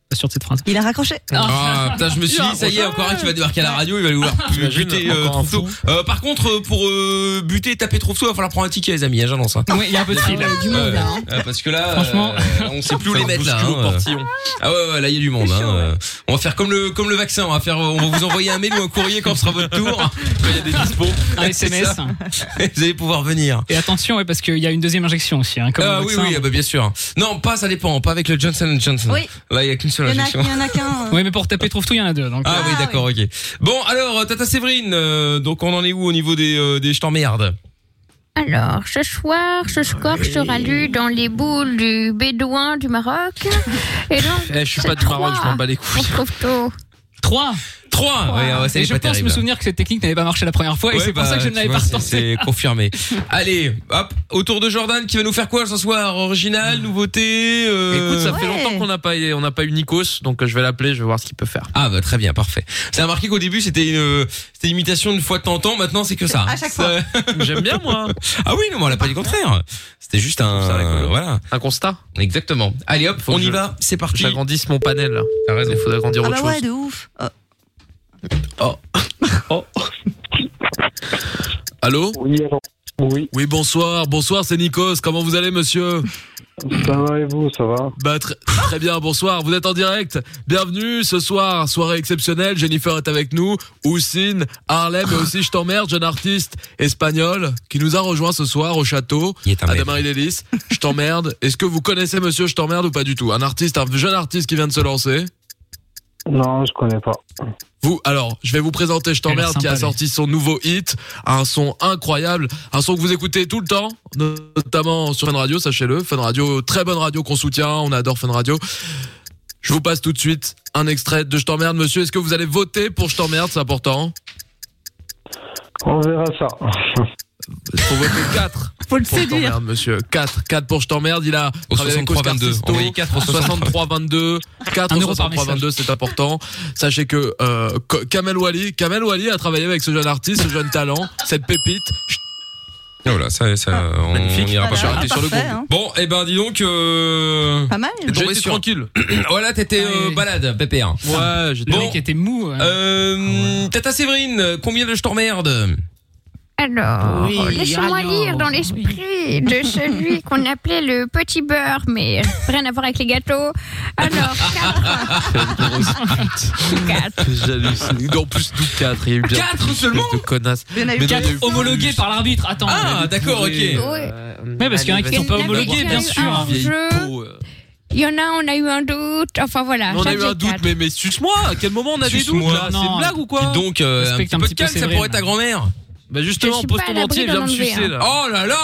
[SPEAKER 3] Pas sûr de cette phrase.
[SPEAKER 5] Il a raccroché.
[SPEAKER 2] Ah putain, je me suis
[SPEAKER 3] Il a
[SPEAKER 2] dit, ça y est,
[SPEAKER 3] raccroché.
[SPEAKER 2] encore un qui va débarquer à la radio, il va lui vouloir
[SPEAKER 6] T'imagines,
[SPEAKER 2] buter euh,
[SPEAKER 6] encore un
[SPEAKER 2] Troufseau. Euh, par contre, euh, pour euh, buter et taper Troufseau, il va falloir prendre un ticket, les amis, hein, j'annonce. hein.
[SPEAKER 3] Ouais, il y a un peu de fil.
[SPEAKER 2] Ouais,
[SPEAKER 3] Du monde, là, hein.
[SPEAKER 2] euh, Parce que là,
[SPEAKER 3] Franchement.
[SPEAKER 2] euh, on sait plus où les mettre là.
[SPEAKER 6] bouscule au
[SPEAKER 2] hein. Ah ouais, ouais, là, il y a du monde. hein. Euh, On va faire comme le, comme le vaccin, on va, faire, euh, on va vous envoyer un mail ou un courrier quand ce sera votre tour. Quand Il y a des dispos.
[SPEAKER 3] Un
[SPEAKER 2] [laughs]
[SPEAKER 3] SMS.
[SPEAKER 2] Vous allez pouvoir venir.
[SPEAKER 3] Et attention, ouais, parce qu'il y a une deuxième injection aussi. Hein, comme
[SPEAKER 2] Ah
[SPEAKER 3] le
[SPEAKER 2] oui,
[SPEAKER 3] vaccin.
[SPEAKER 2] oui, ah bah, bien sûr. Non, pas, ça dépend, pas avec le Johnson Johnson.
[SPEAKER 3] Oui.
[SPEAKER 2] Là, il y a qu'une seule injection.
[SPEAKER 5] a qu'un. euh.
[SPEAKER 3] Oui, mais pour taper trouve tout, il y en a deux. Donc,
[SPEAKER 2] hein.
[SPEAKER 3] euh.
[SPEAKER 2] Ah oui, d'accord, ok. Bon, alors, euh, Tata Séverine, euh, donc on en est où au niveau des, euh, des je t'emmerde
[SPEAKER 14] Alors, ce soir, ce score sera lu dans les boules du Bédouin du Maroc. Et donc,
[SPEAKER 6] Eh, je suis pas du
[SPEAKER 14] trois.
[SPEAKER 6] Maroc, je m'en bats les couilles.
[SPEAKER 14] on trouve tout.
[SPEAKER 3] 3
[SPEAKER 2] 3
[SPEAKER 3] Et je pense me souvenir que cette technique n'avait pas marché la première fois et c'est
[SPEAKER 2] bah,
[SPEAKER 3] pour ça que je ne l'avais pas
[SPEAKER 2] C'est
[SPEAKER 6] [laughs]
[SPEAKER 3] retenté.
[SPEAKER 2] confirmé. Allez, hop, autour de Jordan qui va nous faire quoi ce soir Original, nouveauté euh,
[SPEAKER 6] Écoute, ça fait longtemps qu'on n'a pas, on n'a pas eu Nikos, donc euh, je vais l'appeler, je vais voir ce qu'il peut faire.
[SPEAKER 2] Ah bah très bien, parfait. Ça a marqué qu'au début c'était une, euh, c'était une imitation une fois de temps en temps, maintenant c'est que ça.
[SPEAKER 6] À chaque
[SPEAKER 2] Ça-
[SPEAKER 6] J'aime bien moi.
[SPEAKER 2] [laughs] Ah oui, non, mais on l'a pas dit le contraire. C'était juste un, voilà.
[SPEAKER 6] Un constat.
[SPEAKER 2] Exactement. Allez hop, on y va, c'est parti.
[SPEAKER 6] J'agrandisse mon panel là.
[SPEAKER 2] T'as raison.
[SPEAKER 6] Il faut agrandir
[SPEAKER 5] Ah
[SPEAKER 6] autre
[SPEAKER 5] bah ouais,
[SPEAKER 6] chose.
[SPEAKER 5] de ouf. [laughs] Oh.
[SPEAKER 6] Allô
[SPEAKER 12] Oui, alors. Oui.
[SPEAKER 6] Oui, bonsoir. Bonsoir, c'est Nikos. Comment vous allez, monsieur
[SPEAKER 12] Ça va et vous, ça va
[SPEAKER 6] Bah, tr- très bien, bonsoir. Vous êtes en direct. Bienvenue ce soir. Soirée exceptionnelle. Jennifer est avec nous. Oussine, Harlem et aussi Je t'emmerde, jeune artiste espagnol qui nous a rejoint ce soir au château.
[SPEAKER 2] à
[SPEAKER 6] Adamarie Delis. Je t'emmerde. Est-ce que vous connaissez monsieur Je t'emmerde ou pas du tout Un artiste, un jeune artiste qui vient de se lancer.
[SPEAKER 12] Non, je connais pas.
[SPEAKER 6] Vous, alors, je vais vous présenter Je
[SPEAKER 12] Elle a l'air
[SPEAKER 6] t'emmerde qui a
[SPEAKER 12] sympa, lui.
[SPEAKER 6] sorti son nouveau hit, un son incroyable, un son que vous écoutez tout le temps, notamment sur Fun Radio, sachez-le. Fun Radio, très bonne radio qu'on soutient, on adore Fun Radio. Je vous passe tout de suite un extrait de Je t'emmerde, monsieur. Est-ce que vous allez voter pour Je t'emmerde, c'est important
[SPEAKER 12] On verra
[SPEAKER 11] [laughs]
[SPEAKER 12] ça.
[SPEAKER 6] Faut voter 4.
[SPEAKER 5] Faut le
[SPEAKER 6] séduire. monsieur. 4. 4 pour je t'emmerde. Il a
[SPEAKER 2] Au
[SPEAKER 6] travaillé avec
[SPEAKER 2] 63,
[SPEAKER 6] Oscar
[SPEAKER 2] 22.
[SPEAKER 6] Sisto.
[SPEAKER 2] Envoyez quatre au 63,
[SPEAKER 6] 22. 4
[SPEAKER 2] Un
[SPEAKER 6] au
[SPEAKER 2] euro par
[SPEAKER 6] 63, 22, c'est important. Sachez que euh, K- Kamel Wally, Kamel Wally a travaillé avec ce jeune artiste, ce jeune talent, cette pépite.
[SPEAKER 2] Voilà, Oh ça, ça on
[SPEAKER 6] Magnifique.
[SPEAKER 2] on
[SPEAKER 5] Ah
[SPEAKER 2] ira
[SPEAKER 5] bah
[SPEAKER 2] pas
[SPEAKER 6] Voilà,
[SPEAKER 2] s'arrêter sur le
[SPEAKER 6] parfait,
[SPEAKER 2] groupe.
[SPEAKER 6] hein.
[SPEAKER 2] Bon, et ben dis donc. Euh...
[SPEAKER 5] Pas mal.
[SPEAKER 2] t'es tombé
[SPEAKER 6] J'étais
[SPEAKER 2] sur-
[SPEAKER 6] tranquille.
[SPEAKER 2] [clears throat] voilà, t'étais euh, balade, pépère.
[SPEAKER 6] Ouais, j'étais-
[SPEAKER 2] Bon,
[SPEAKER 6] Le mec
[SPEAKER 3] était mou. Ah
[SPEAKER 2] Euh, Tata Séverine, combien de je t'emmerde
[SPEAKER 14] Alors,
[SPEAKER 2] Oui,
[SPEAKER 14] laissez-moi
[SPEAKER 2] alors,
[SPEAKER 14] Oh, lire dans l'esprit de celui qu'on appelait le petit beurre, mais rien à voir avec les gâteaux. Alors,
[SPEAKER 6] [laughs] En plus, d'où 4. Il y a eu bien
[SPEAKER 3] Quatre
[SPEAKER 6] plus
[SPEAKER 3] seulement
[SPEAKER 6] de connasses. Mais non, il y a eu
[SPEAKER 3] homologués par l'arbitre. Attends. on
[SPEAKER 6] Ah,
[SPEAKER 3] a dit
[SPEAKER 6] d'accord, ok.
[SPEAKER 3] pourri.
[SPEAKER 6] Ouais.
[SPEAKER 3] Ouais, parce qu'il y en a qui
[SPEAKER 6] Allez,
[SPEAKER 3] sont pas
[SPEAKER 6] vas-y.
[SPEAKER 3] homologués,
[SPEAKER 6] Il y en a
[SPEAKER 3] bien
[SPEAKER 6] qui
[SPEAKER 3] sûr.
[SPEAKER 4] hein.
[SPEAKER 6] ont un
[SPEAKER 3] Vieille
[SPEAKER 14] jeu.
[SPEAKER 3] peau, euh.
[SPEAKER 14] il y en a, on a eu un doute. Enfin voilà.
[SPEAKER 6] Mais on a
[SPEAKER 14] ça,
[SPEAKER 6] eu
[SPEAKER 14] j'ai
[SPEAKER 6] un doute,
[SPEAKER 14] quatre.
[SPEAKER 6] mais, mais suce-moi, à quel moment on a des
[SPEAKER 2] Suce-moi.
[SPEAKER 6] doutes là C'est
[SPEAKER 2] Non,
[SPEAKER 6] une blague ou quoi
[SPEAKER 2] dis donc, euh, un Respecte petit un peu de petit peu calme, ça Séverine. pourrait être ta grand-mère.
[SPEAKER 6] Bah justement, pose ton
[SPEAKER 14] l'abri
[SPEAKER 6] dentier et
[SPEAKER 14] d'en
[SPEAKER 6] viens me
[SPEAKER 14] enlever
[SPEAKER 6] sucer
[SPEAKER 14] un.
[SPEAKER 6] là
[SPEAKER 2] Oh là là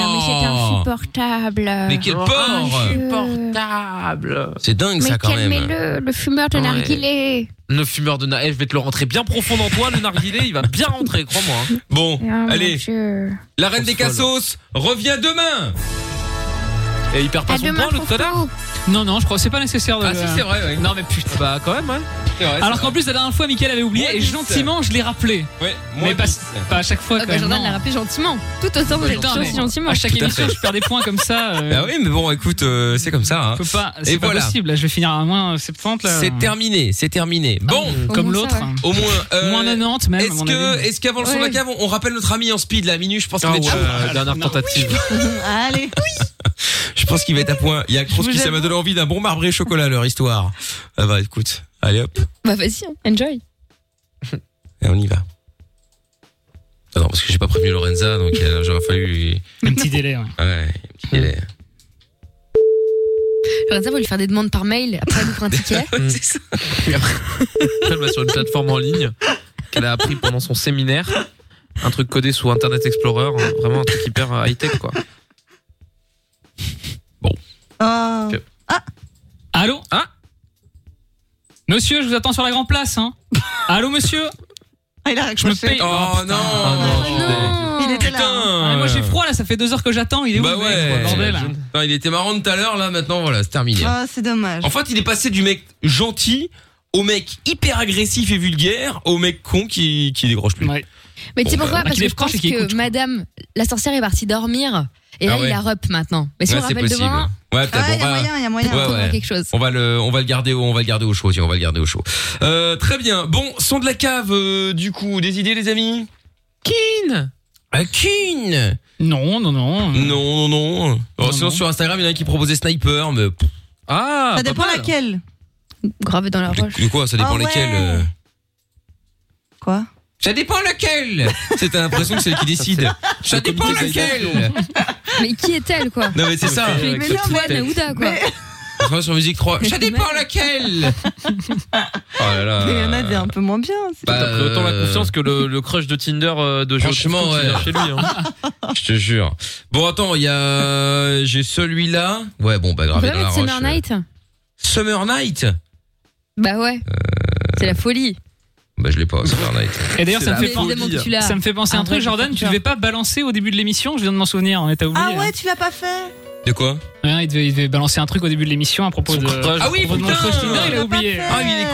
[SPEAKER 14] Non, mais c'est insupportable.
[SPEAKER 2] Mais
[SPEAKER 4] Oh,
[SPEAKER 2] quel porc
[SPEAKER 6] Insupportable
[SPEAKER 2] C'est dingue
[SPEAKER 14] Mais calmez-le, le fumeur de
[SPEAKER 6] Ouais.
[SPEAKER 14] narguilé.
[SPEAKER 6] Le fumeur de narguilé, je vais te le rentrer bien profond dans
[SPEAKER 2] [laughs]
[SPEAKER 6] toi, le narguilé, il va bien rentrer, crois-moi. hein.
[SPEAKER 2] Bon,
[SPEAKER 14] Oh, mon
[SPEAKER 2] allez,
[SPEAKER 14] Dieu.
[SPEAKER 2] la
[SPEAKER 3] Oh,
[SPEAKER 2] reine des
[SPEAKER 6] Folle.
[SPEAKER 2] cassos revient demain
[SPEAKER 6] Et il perd
[SPEAKER 3] pas À son demain, point, le
[SPEAKER 14] connard
[SPEAKER 3] Non, non, je crois que c'est pas nécessaire de
[SPEAKER 2] Ah
[SPEAKER 3] le-
[SPEAKER 2] si, c'est vrai, oui.
[SPEAKER 3] euh. Non, mais putain.
[SPEAKER 6] Bah, quand même, ouais.
[SPEAKER 3] Alors qu'en plus, la dernière fois, Mickaël avait oublié et gentiment, je l'ai rappelé.
[SPEAKER 2] Ouais,
[SPEAKER 3] mais pas, pas à chaque fois
[SPEAKER 4] Ah
[SPEAKER 3] quand
[SPEAKER 4] bah,
[SPEAKER 3] même.
[SPEAKER 4] Jordan
[SPEAKER 3] non.
[SPEAKER 4] l'a rappelé gentiment. Tout autant vous
[SPEAKER 3] Putain,
[SPEAKER 4] êtes
[SPEAKER 3] mais
[SPEAKER 4] gentil, gentiment.
[SPEAKER 3] À chaque
[SPEAKER 2] Tout à
[SPEAKER 3] émission,
[SPEAKER 2] fait.
[SPEAKER 3] je perds des points comme ça. euh,
[SPEAKER 2] [laughs] Bah oui, mais bon, écoute, euh, c'est comme ça. hein.
[SPEAKER 3] Faut pas,
[SPEAKER 2] Et
[SPEAKER 3] c'est pas
[SPEAKER 2] voilà.
[SPEAKER 3] possible. Là, je vais finir à moins 70 là.
[SPEAKER 2] C'est terminé, c'est terminé. Bon,
[SPEAKER 3] Comme l'autre.
[SPEAKER 2] Au moins, euh,
[SPEAKER 3] moins 90 même.
[SPEAKER 2] Est-ce que, est-ce qu'avant le son de la
[SPEAKER 3] Ouais.
[SPEAKER 2] cave, on, on rappelle notre ami en speed là, Minu Je pense qu'il
[SPEAKER 6] Ah
[SPEAKER 2] va être
[SPEAKER 6] ouais,
[SPEAKER 2] chaud.
[SPEAKER 6] euh, dernière tentative.
[SPEAKER 5] Allez.
[SPEAKER 2] [laughs] Je pense qu'il va être à point. Il y a Cross
[SPEAKER 4] Je
[SPEAKER 2] qui
[SPEAKER 4] vous
[SPEAKER 2] ça m'a donné envie d'un bon marbré chocolat leur histoire. Ah bah écoute, allez hop,
[SPEAKER 4] Bah vas-y, hein, enjoy.
[SPEAKER 2] et on y va. Attends parce que j'ai pas prévenu Lorenza donc euh, j'aurais fallu lui. Ah
[SPEAKER 3] Un petit
[SPEAKER 4] [laughs]
[SPEAKER 3] délai. ouais.
[SPEAKER 2] Ouais, un petit délai.
[SPEAKER 4] Lorenza va lui faire des demandes par mail, après elle lui prend un ticket.
[SPEAKER 6] Après, Mm. [laughs] elle va sur une plateforme en ligne qu'elle a appris pendant son séminaire. Un truc codé sous Internet Explorer, hein, vraiment un truc hyper euh, high-tech quoi.
[SPEAKER 5] Ah.
[SPEAKER 3] Allô Hein
[SPEAKER 6] Ah
[SPEAKER 3] Monsieur, je vous attends sur la grande place. Hein. Allô, monsieur
[SPEAKER 5] Ah,
[SPEAKER 3] Je me paye.
[SPEAKER 2] Oh, non,
[SPEAKER 4] Ah,
[SPEAKER 5] Il était là. hein.
[SPEAKER 2] Putain.
[SPEAKER 3] Ah, moi j'ai froid là, ça fait deux heures que j'attends. Il est où
[SPEAKER 2] Bah
[SPEAKER 3] le mec, quoi,
[SPEAKER 2] ouais.
[SPEAKER 3] bordel hein.
[SPEAKER 2] Non, il était marrant tout à l'heure là, maintenant voilà, c'est terminé.
[SPEAKER 5] Ah, c'est dommage.
[SPEAKER 2] En fait, il est passé du mec gentil au mec hyper agressif et vulgaire au mec con qui qui décroche plus.
[SPEAKER 4] Mais tu sais
[SPEAKER 2] Bon,
[SPEAKER 4] pourquoi
[SPEAKER 2] bah,
[SPEAKER 4] Parce
[SPEAKER 2] qui
[SPEAKER 4] que je
[SPEAKER 2] décroche
[SPEAKER 4] pense
[SPEAKER 2] et qui écoute,
[SPEAKER 4] que madame la sorcière est partie dormir Et
[SPEAKER 2] Ah
[SPEAKER 4] là,
[SPEAKER 2] ouais.
[SPEAKER 4] il a rep maintenant. Mais si
[SPEAKER 2] Ouais,
[SPEAKER 4] on le
[SPEAKER 2] c'est
[SPEAKER 4] rappelle
[SPEAKER 2] possible.
[SPEAKER 4] demain,
[SPEAKER 2] Ouais, peut-être.
[SPEAKER 4] Ah
[SPEAKER 2] on
[SPEAKER 4] ouais, il y a
[SPEAKER 2] va-
[SPEAKER 4] moyen, il y a moyen, on trouvera quelque chose.
[SPEAKER 2] On va le, on va le garder, au- on va le garder au chaud, tiens, on va le garder au chaud. Euh, très bien. Bon, son de la cave, euh, du coup, des idées, les amis. Kin. Ah, Kin.
[SPEAKER 3] Non, non, non.
[SPEAKER 2] Non, non, non. Oh, sinon, sur Instagram, il y en a qui proposaient Sniper, mais. pff. Ah.
[SPEAKER 5] ça
[SPEAKER 2] pas
[SPEAKER 5] dépend
[SPEAKER 2] mal.
[SPEAKER 5] laquelle.
[SPEAKER 4] Gravé dans la
[SPEAKER 5] roche.
[SPEAKER 2] De quoi Ça dépend
[SPEAKER 5] Ah ouais.
[SPEAKER 2] lesquels. euh.
[SPEAKER 5] Quoi
[SPEAKER 2] Ça dépend
[SPEAKER 4] [laughs]
[SPEAKER 2] lequel. C'est t'as l'impression que c'est elle qui décide. Ça dépend lequel.
[SPEAKER 4] [laughs] Mais qui est-elle, quoi
[SPEAKER 2] Non, mais c'est ça.
[SPEAKER 4] Mais
[SPEAKER 2] Mais
[SPEAKER 4] non,
[SPEAKER 2] non, mais-
[SPEAKER 4] Aouda, quoi.
[SPEAKER 2] On se voit sur musique 3. Oh, Ça dépend lequel. Oh là là.
[SPEAKER 5] Mais [laughs] Il y en a des un peu moins bien. c'est-
[SPEAKER 2] Bah,
[SPEAKER 15] T'as pris autant la
[SPEAKER 2] euh,
[SPEAKER 15] confiance que le, le crush de Tinder euh, de Géo
[SPEAKER 2] Franchement,
[SPEAKER 15] Trouve-Tout qui
[SPEAKER 2] ouais.
[SPEAKER 15] vient chez lui. hein.
[SPEAKER 2] Je te jure. Bon, attends, il y a. euh, J'ai celui-là. Ouais, bon, bah,
[SPEAKER 4] On peut
[SPEAKER 2] gravé
[SPEAKER 4] pas
[SPEAKER 2] dans la
[SPEAKER 4] mettre
[SPEAKER 2] roche. euh.
[SPEAKER 4] Summer Night
[SPEAKER 2] Summer Night
[SPEAKER 4] Bah ouais.
[SPEAKER 2] Euh.
[SPEAKER 4] C'est la folie.
[SPEAKER 2] Bah, je l'ai pas, Summer Night.
[SPEAKER 3] [laughs] Et d'ailleurs,
[SPEAKER 2] C'est
[SPEAKER 3] ça me,
[SPEAKER 2] la
[SPEAKER 3] fait penser,
[SPEAKER 4] Évidemment que tu l'as.
[SPEAKER 3] ça me fait penser à un
[SPEAKER 4] Ah
[SPEAKER 3] truc,
[SPEAKER 4] ouais,
[SPEAKER 3] Jordan. Tu devais pas balancer au début de l'émission, je viens de m'en souvenir, on était oublié. hein.
[SPEAKER 5] Ah ouais, tu l'as pas fait
[SPEAKER 2] De quoi
[SPEAKER 3] Rien, il devait, il devait balancer un truc au début de l'émission à propos de.
[SPEAKER 15] Ah oui,
[SPEAKER 3] à propos de mon
[SPEAKER 15] putain
[SPEAKER 3] crush Tinder, il a oublié.
[SPEAKER 15] Ah,
[SPEAKER 2] il est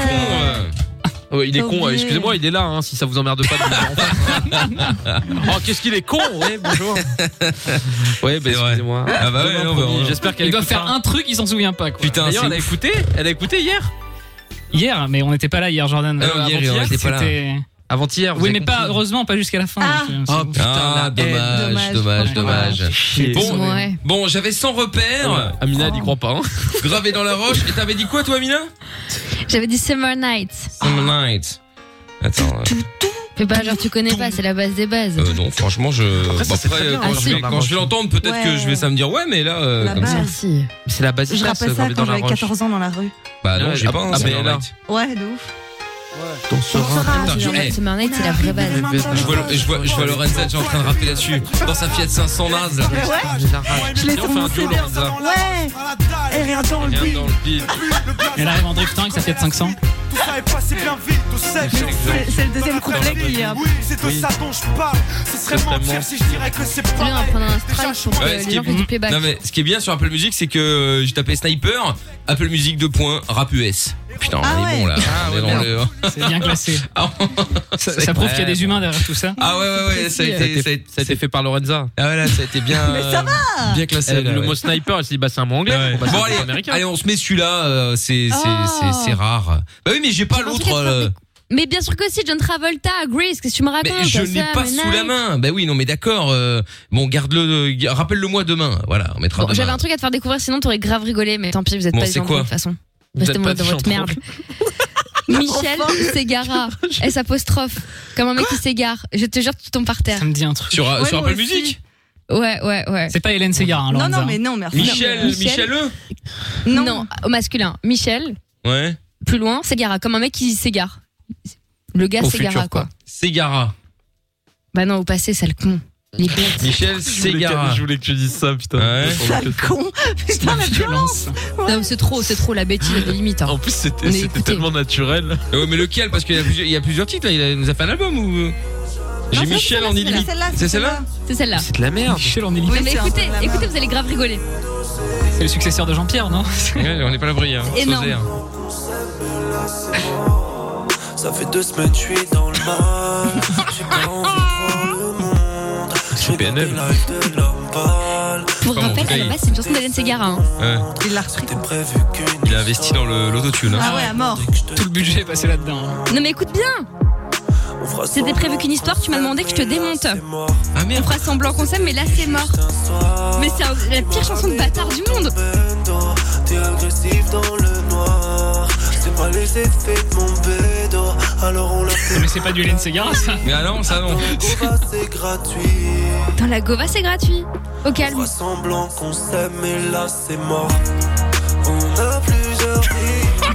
[SPEAKER 2] con.
[SPEAKER 15] il est
[SPEAKER 3] T'as
[SPEAKER 15] con, euh,
[SPEAKER 3] oublié.
[SPEAKER 15] excusez-moi, il est là, hein, si ça vous emmerde pas de le dire en face. Oh, qu'est-ce qu'il est con
[SPEAKER 3] [laughs]
[SPEAKER 15] Ouais, bonjour. Ouais, bah, excusez-moi.
[SPEAKER 2] Ah bah ouais,
[SPEAKER 15] Demain,
[SPEAKER 2] non, bah,
[SPEAKER 15] promis.
[SPEAKER 2] on-
[SPEAKER 15] J'espère qu'elle
[SPEAKER 3] Il doit
[SPEAKER 15] écoutera.
[SPEAKER 3] faire un truc, il s'en souvient pas, quoi.
[SPEAKER 15] Putain, D'ailleurs, c'est elle a ouf.
[SPEAKER 3] écouté Elle a écouté hier Hier, mais on n'était pas là hier, Jordan.
[SPEAKER 2] Euh,
[SPEAKER 15] Ah non, hier,
[SPEAKER 3] avant-hier,
[SPEAKER 15] on était pas là.
[SPEAKER 3] c'était-
[SPEAKER 15] Avant-hier, vous
[SPEAKER 3] Oui,
[SPEAKER 15] avez
[SPEAKER 3] mais pas,
[SPEAKER 15] compris.
[SPEAKER 3] heureusement, pas jusqu'à la fin. donc, euh,
[SPEAKER 2] putain, ah, dommage, dommage, dommage. Bon,
[SPEAKER 3] Ouais.
[SPEAKER 2] bon j'avais 100 repères. Amina,
[SPEAKER 5] Ah.
[SPEAKER 2] elle n'y croit [laughs] pas. Gravé dans la roche. Et t'avais dit quoi, toi, Amina
[SPEAKER 4] J'avais dit Summer Night.
[SPEAKER 2] Summer Night. Attends. euh,
[SPEAKER 4] Fais pas genre tu connais pas, c'est la base des bases.
[SPEAKER 2] euh, non, franchement, je. bah, Après,
[SPEAKER 15] ça, c'est très bien,
[SPEAKER 2] quand,
[SPEAKER 15] hein,
[SPEAKER 2] je vais,
[SPEAKER 15] Gravé dans la
[SPEAKER 2] quand je vais
[SPEAKER 15] roche.
[SPEAKER 2] l'entendre, peut-être que
[SPEAKER 5] Ouais.
[SPEAKER 2] je vais ça me dire ouais, mais là, euh,
[SPEAKER 5] La
[SPEAKER 2] comme ça.
[SPEAKER 5] base.
[SPEAKER 15] C'est la base
[SPEAKER 5] Je rappelle ça quand j'avais 14 ans dans la rue.
[SPEAKER 2] Bah non,
[SPEAKER 15] Ouais,
[SPEAKER 2] j'ai
[SPEAKER 15] ah,
[SPEAKER 2] pas un
[SPEAKER 15] ah,
[SPEAKER 2] Summer
[SPEAKER 15] mais là.
[SPEAKER 2] Night.
[SPEAKER 5] Ouais, de ouf.
[SPEAKER 2] Ton
[SPEAKER 4] Summer Summer Night, c'est la vraie base.
[SPEAKER 2] Je vois, je vois, je vois Lorenza déjà en train de rapper là-dessus. Dans sa Fiat 500 naze. là.
[SPEAKER 5] Je l'ai
[SPEAKER 2] Viens, on fait un duo, Lorenza.
[SPEAKER 5] Ouais Et rien dans le
[SPEAKER 2] Viens dans le beat.
[SPEAKER 3] Elle arrive en driftant avec sa Fiat 500.
[SPEAKER 16] Tout ça est passé bien vite, on sait que
[SPEAKER 5] C'est- c'est le deuxième couplet qui est
[SPEAKER 7] hein.
[SPEAKER 2] hein.
[SPEAKER 5] un peu-
[SPEAKER 16] Oui, c'est de ça dont je parle. Ce serait
[SPEAKER 2] Totalement.
[SPEAKER 16] mentir si je dirais que c'est pas.
[SPEAKER 4] Là, on va prendre un strike pour que
[SPEAKER 2] Ouais, ce
[SPEAKER 4] les
[SPEAKER 2] qui
[SPEAKER 4] gens
[SPEAKER 2] est-
[SPEAKER 4] fassent du
[SPEAKER 16] [laughs]
[SPEAKER 4] playback.
[SPEAKER 2] Non mais ce qui est bien sur Apple Music c'est que euh, j'ai tapé Sniper, Apple Music 2 points, rap US. Putain,
[SPEAKER 4] Ah
[SPEAKER 2] on est
[SPEAKER 4] ouais.
[SPEAKER 2] bon là.
[SPEAKER 15] Ah
[SPEAKER 2] on est
[SPEAKER 15] ouais,
[SPEAKER 2] dans
[SPEAKER 15] merde.
[SPEAKER 2] le- [laughs]
[SPEAKER 3] [laughs] C'est bien classé.
[SPEAKER 2] Ça,
[SPEAKER 3] Ça prouve qu'il y a des humains derrière tout ça.
[SPEAKER 2] Ah ouais ouais ouais, ça a été ça a été-
[SPEAKER 15] Ça a été fait par Lorenza.
[SPEAKER 2] Ah ouais là, ça a été bien
[SPEAKER 15] Mais ça
[SPEAKER 2] va bien classé, là,
[SPEAKER 15] le
[SPEAKER 2] ouais.
[SPEAKER 15] mot sniper, elle s'est dit bah c'est un mot anglais. on va passer
[SPEAKER 2] Bon
[SPEAKER 15] au mot
[SPEAKER 2] allez,
[SPEAKER 15] américain.
[SPEAKER 2] allez, on se met celui-là, euh, c'est c'est c'est c'est rare. Bah oui mais j'ai pas l'autre euh,
[SPEAKER 4] Mais bien sûr que si, John Travolta, Grace, qu'est-ce que tu me racontes
[SPEAKER 2] mais je ne l'ai
[SPEAKER 4] Summer
[SPEAKER 2] pas sous
[SPEAKER 4] Night.
[SPEAKER 2] la main. Bah oui, non mais d'accord euh, bon garde-le euh, rappelle-le moi demain. Voilà, on mettra
[SPEAKER 4] Bon, j'avais
[SPEAKER 2] demain.
[SPEAKER 4] un truc à te faire découvrir, sinon t'aurais grave rigolé, mais tant pis, vous êtes
[SPEAKER 2] Bon,
[SPEAKER 4] pas
[SPEAKER 2] c'est
[SPEAKER 4] les gens de
[SPEAKER 2] quoi
[SPEAKER 4] toute façon.
[SPEAKER 2] Vous
[SPEAKER 4] Restez
[SPEAKER 2] êtes
[SPEAKER 4] moi
[SPEAKER 2] pas
[SPEAKER 4] dans
[SPEAKER 2] des gens
[SPEAKER 4] votre
[SPEAKER 2] drôles.
[SPEAKER 4] [laughs] merde. Michel
[SPEAKER 2] [laughs]
[SPEAKER 4] Ségara, S apostrophe, comme un mec qui s'égare. Je te jure, tu tombes par terre.
[SPEAKER 3] Ça me dit un truc.
[SPEAKER 2] Sur, euh,
[SPEAKER 4] Ouais,
[SPEAKER 2] sur
[SPEAKER 4] moi
[SPEAKER 2] Apple
[SPEAKER 4] aussi.
[SPEAKER 2] Music
[SPEAKER 4] Ouais, ouais, ouais.
[SPEAKER 3] C'est pas Hélène Ségara, hein,
[SPEAKER 4] Non,
[SPEAKER 3] Lorenza.
[SPEAKER 4] non, mais non, merci.
[SPEAKER 2] Michel,
[SPEAKER 4] Michel.
[SPEAKER 2] Michel E
[SPEAKER 4] Non. au masculin. Michel,
[SPEAKER 2] Ouais.
[SPEAKER 4] plus loin, Ségara, comme un mec qui s'égare. Le gars
[SPEAKER 2] Au
[SPEAKER 4] Ségara,
[SPEAKER 2] futur,
[SPEAKER 4] quoi.
[SPEAKER 2] Ségara.
[SPEAKER 4] Bah non, au passé, sale con.
[SPEAKER 2] [laughs]
[SPEAKER 4] Il est bête.
[SPEAKER 2] Michel Ségara. Je
[SPEAKER 15] voulais que tu dises ça, putain.
[SPEAKER 4] Sale con Putain, la violence Non, mais c'est trop, c'est trop, la bêtise, elle est limite. En
[SPEAKER 15] plus,
[SPEAKER 4] On
[SPEAKER 15] c'était
[SPEAKER 4] est c'était écouté.
[SPEAKER 15] tellement naturel.
[SPEAKER 2] Ah Ouais, mais lequel Parce qu'il y, a plusieurs- il y a plusieurs titres. là. Il a- il nous a fait un album ou euh, J'ai Michel en illimite. C'est celle-là
[SPEAKER 4] C'est celle-là.
[SPEAKER 3] Ah,
[SPEAKER 2] C'est de la merde.
[SPEAKER 3] Michel en illimite.
[SPEAKER 4] Non, mais écoutez, écoutez, vous allez grave rigoler.
[SPEAKER 3] C'est le successeur de Jean-Pierre, non
[SPEAKER 2] [laughs] Ouais, on n'est pas l'abri. Hein.
[SPEAKER 4] Énorme.
[SPEAKER 2] Sauzère.
[SPEAKER 16] Ça fait deux semaines, je suis dans le
[SPEAKER 15] [laughs]
[SPEAKER 16] mal.
[SPEAKER 2] [laughs]
[SPEAKER 16] J'ai pas envie de voir
[SPEAKER 4] Ah
[SPEAKER 16] le monde. Je PNL.
[SPEAKER 4] Pour
[SPEAKER 2] Enfin, bon, en
[SPEAKER 4] rappel,
[SPEAKER 2] tout cas,
[SPEAKER 4] à la
[SPEAKER 2] il-
[SPEAKER 4] base, c'est une chanson d'Hélène Ségara. hein.
[SPEAKER 2] Ouais.
[SPEAKER 5] Il l'a repris.
[SPEAKER 2] Il a investi dans le- l'autotune. hein.
[SPEAKER 4] Ah ouais, à mort.
[SPEAKER 3] Tout le budget est passé là-dedans. hein.
[SPEAKER 4] Non, mais écoute bien C'était prévu qu'une histoire, tu m'as demandé que je te démonte.
[SPEAKER 2] Ah merde
[SPEAKER 4] On fera semblant qu'on s'aime, mais là, c'est mort. Mais c'est un- la pire chanson de bâtard du monde
[SPEAKER 16] T'es agressif dans le noir. Je t'ai pas les effets de mon bédo. Alors on l'a fait.
[SPEAKER 3] [laughs] Mais c'est pas du Hélène Ségara, ça.
[SPEAKER 2] Mais ah non, ça non.
[SPEAKER 16] C'est gratuit.
[SPEAKER 4] Dans la Gova, c'est gratuit. Au calme.
[SPEAKER 16] Fera semblant qu'on s'aime, mais là c'est mort. On a plusieurs vies.
[SPEAKER 2] Ah,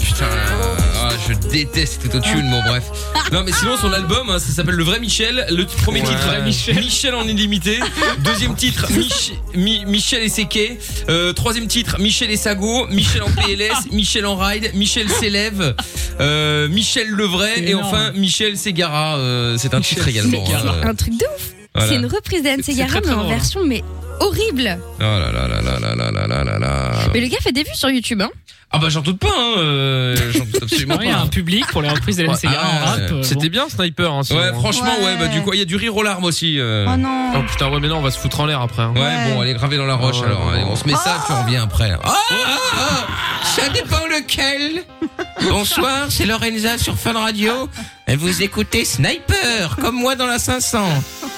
[SPEAKER 2] putain, euh, ah, je déteste l'autotune, bon bref. Non, mais sinon, son album, hein, ça s'appelle Le Vrai Michel. Le t- premier
[SPEAKER 15] Ouais.
[SPEAKER 2] titre,
[SPEAKER 15] Vrai
[SPEAKER 2] Michel. en illimité. Deuxième titre, Mich- Mi- Michel et Séqué. Euh, troisième titre, Michel et Sago. Michel en PLS. Michel en ride. Michel s'élève. Euh, Michel le vrai. Et enfin, Michel Ségara. Euh, c'est un titre également. hein.
[SPEAKER 4] Un truc de ouf
[SPEAKER 2] Voilà.
[SPEAKER 4] C'est une reprise d'Anne
[SPEAKER 2] C'est
[SPEAKER 4] Ségara,
[SPEAKER 2] très, très
[SPEAKER 4] mais en
[SPEAKER 2] drôle.
[SPEAKER 4] version mais horrible.
[SPEAKER 2] Oh là là là là là là là là là là.
[SPEAKER 4] Mais le gars fait des vues sur YouTube, hein.
[SPEAKER 2] Ah bah j'en doute pas, hein, euh, j'en
[SPEAKER 17] [laughs]
[SPEAKER 2] doute absolument pas.
[SPEAKER 17] Il y a un public pour les reprises de
[SPEAKER 2] Ouais,
[SPEAKER 17] LMC en
[SPEAKER 2] ah,
[SPEAKER 17] rap. euh,
[SPEAKER 6] C'était
[SPEAKER 17] bon.
[SPEAKER 6] bien Sniper. hein,
[SPEAKER 2] Ouais,
[SPEAKER 6] sinon.
[SPEAKER 2] franchement, ouais. bah du coup, il y a du rire aux larmes aussi. euh.
[SPEAKER 6] Oh
[SPEAKER 18] non.
[SPEAKER 6] Oh putain, ouais, mais non, on va se foutre en l'air après. hein.
[SPEAKER 2] Ouais, bon, allez, graver dans la roche alors. Allez, on se met ça, puis on revient après. Ah, ah, ah, ça dépend lequel. Ah Bonsoir, c'est Lorenza sur Fun Radio. Et vous écoutez Sniper, comme moi dans la 500.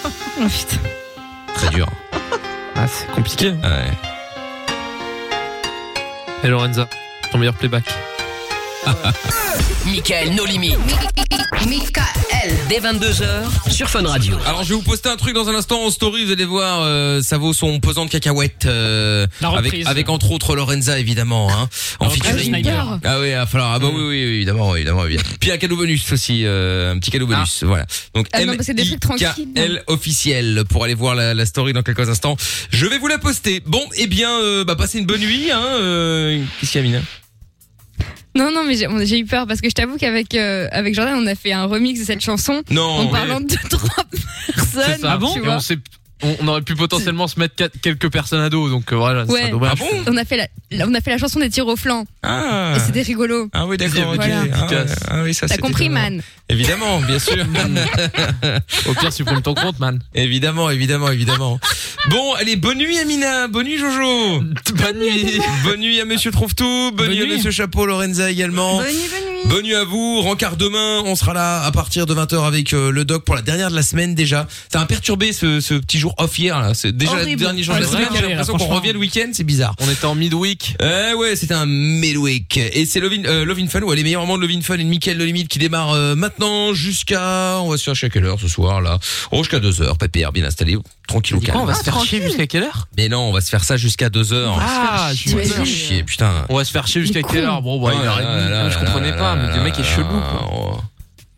[SPEAKER 4] Oh, putain.
[SPEAKER 2] Très dur.
[SPEAKER 6] Ah, c'est compliqué.
[SPEAKER 15] Eh,
[SPEAKER 6] Et Lorenza, ton meilleur playback.
[SPEAKER 3] Michael, nos limites. Michael. Dès 22h sur Fun Radio.
[SPEAKER 2] Alors, je vais vous poster un truc dans un instant en story. Vous allez voir, euh, ça vaut son pesant de cacahuètes. euh,
[SPEAKER 6] La
[SPEAKER 2] avec,
[SPEAKER 6] reprise.
[SPEAKER 2] avec entre autres Lorenza, évidemment. Hein, en
[SPEAKER 6] reprise Mm.
[SPEAKER 2] featuring.
[SPEAKER 6] Sniper.
[SPEAKER 2] Ah oui, il va falloir. Ah bah oui, oui, oui, évidemment, évidemment,
[SPEAKER 6] [laughs]
[SPEAKER 2] évidemment. Puis un cadeau bonus aussi, euh, un petit cadeau bonus. Voilà. Donc
[SPEAKER 4] Ah non, parce que des trucs tranquilles.
[SPEAKER 2] MIKL officiel pour aller voir la, la story dans quelques instants. Je vais vous la poster. Bon, eh bien, euh, bah passez une bonne nuit. Hein, euh, Qu'est-ce qu'il y a, Mina
[SPEAKER 4] Non, non, mais j'ai- on- j'ai eu peur parce que je t'avoue qu'avec euh, avec Jordan, on a fait un remix de cette chanson
[SPEAKER 6] Non,
[SPEAKER 4] en
[SPEAKER 6] ouais.
[SPEAKER 4] parlant de [laughs] trois personnes.
[SPEAKER 6] C'est ça. Ah
[SPEAKER 4] tu
[SPEAKER 6] Et
[SPEAKER 4] vois.
[SPEAKER 6] on, s'est- on- on aurait pu potentiellement se mettre quatre- quelques personnes à dos, donc euh, voilà, c'est
[SPEAKER 4] Ouais.
[SPEAKER 6] dommage.
[SPEAKER 4] on a fait la, la- on a fait la chanson des tirs au flanc.
[SPEAKER 2] Ah.
[SPEAKER 4] Et c'était rigolo.
[SPEAKER 2] Ah oui, d'accord. ok.
[SPEAKER 4] Voilà.
[SPEAKER 2] Ah, ah oui, ça.
[SPEAKER 4] T'as
[SPEAKER 2] c'était
[SPEAKER 4] compris,
[SPEAKER 2] vraiment-
[SPEAKER 4] man
[SPEAKER 2] Évidemment, bien sûr. [laughs] Au pire, supprime ton compte, man. Évidemment, évidemment, évidemment. Bon, allez, bonne nuit, Amina. Bonne nuit, Jojo. Bonne nuit. Bonne nuit à Monsieur Trouve-Tout. Bonne, nuit, à Monsieur Chapeau, Lorenza également. Bonne nuit, bonne nuit. Bonne nuit à vous. Rencard demain. On sera là à partir de 20h avec euh, le doc pour la dernière de la semaine déjà. Ça a perturbé ce, ce petit jour off hier, là. Ah, C'est déjà le
[SPEAKER 6] Horrible.
[SPEAKER 2] dernier jour de la
[SPEAKER 6] Ouais, c'est
[SPEAKER 2] semaine.
[SPEAKER 6] vrai
[SPEAKER 2] J'ai
[SPEAKER 6] qu'elle est là,
[SPEAKER 2] l'impression qu'on
[SPEAKER 6] franchement.
[SPEAKER 2] revient le week-end. C'est bizarre.
[SPEAKER 6] On était en midweek.
[SPEAKER 2] Eh ouais, c'était un midweek. Et c'est Lovin, euh, Lovin Fun, ouais, les meilleurs moments de Lovin Fun et de Mickaël Le Limite qui démarre euh, maintenant jusqu'à, on va se faire jusqu'à quelle heure ce soir là Oh, jusqu'à 2 heures, PPR bien installé, tranquille au calme.
[SPEAKER 6] on va se
[SPEAKER 4] Ah,
[SPEAKER 6] faire chier jusqu'à quelle heure
[SPEAKER 2] Mais non, on va se faire ça jusqu'à 2 heures.
[SPEAKER 6] Ah,
[SPEAKER 2] on va se faire
[SPEAKER 6] t'imagines.
[SPEAKER 2] chier, putain.
[SPEAKER 6] On va se faire chier jusqu'à quelle heure Bon, bah,
[SPEAKER 2] Oh
[SPEAKER 6] il
[SPEAKER 2] là
[SPEAKER 6] a
[SPEAKER 2] là là
[SPEAKER 6] Je
[SPEAKER 2] là
[SPEAKER 6] comprenais
[SPEAKER 2] là
[SPEAKER 6] pas,
[SPEAKER 2] là
[SPEAKER 6] mais le mec est
[SPEAKER 2] là
[SPEAKER 6] chelou.
[SPEAKER 2] là.
[SPEAKER 6] quoi.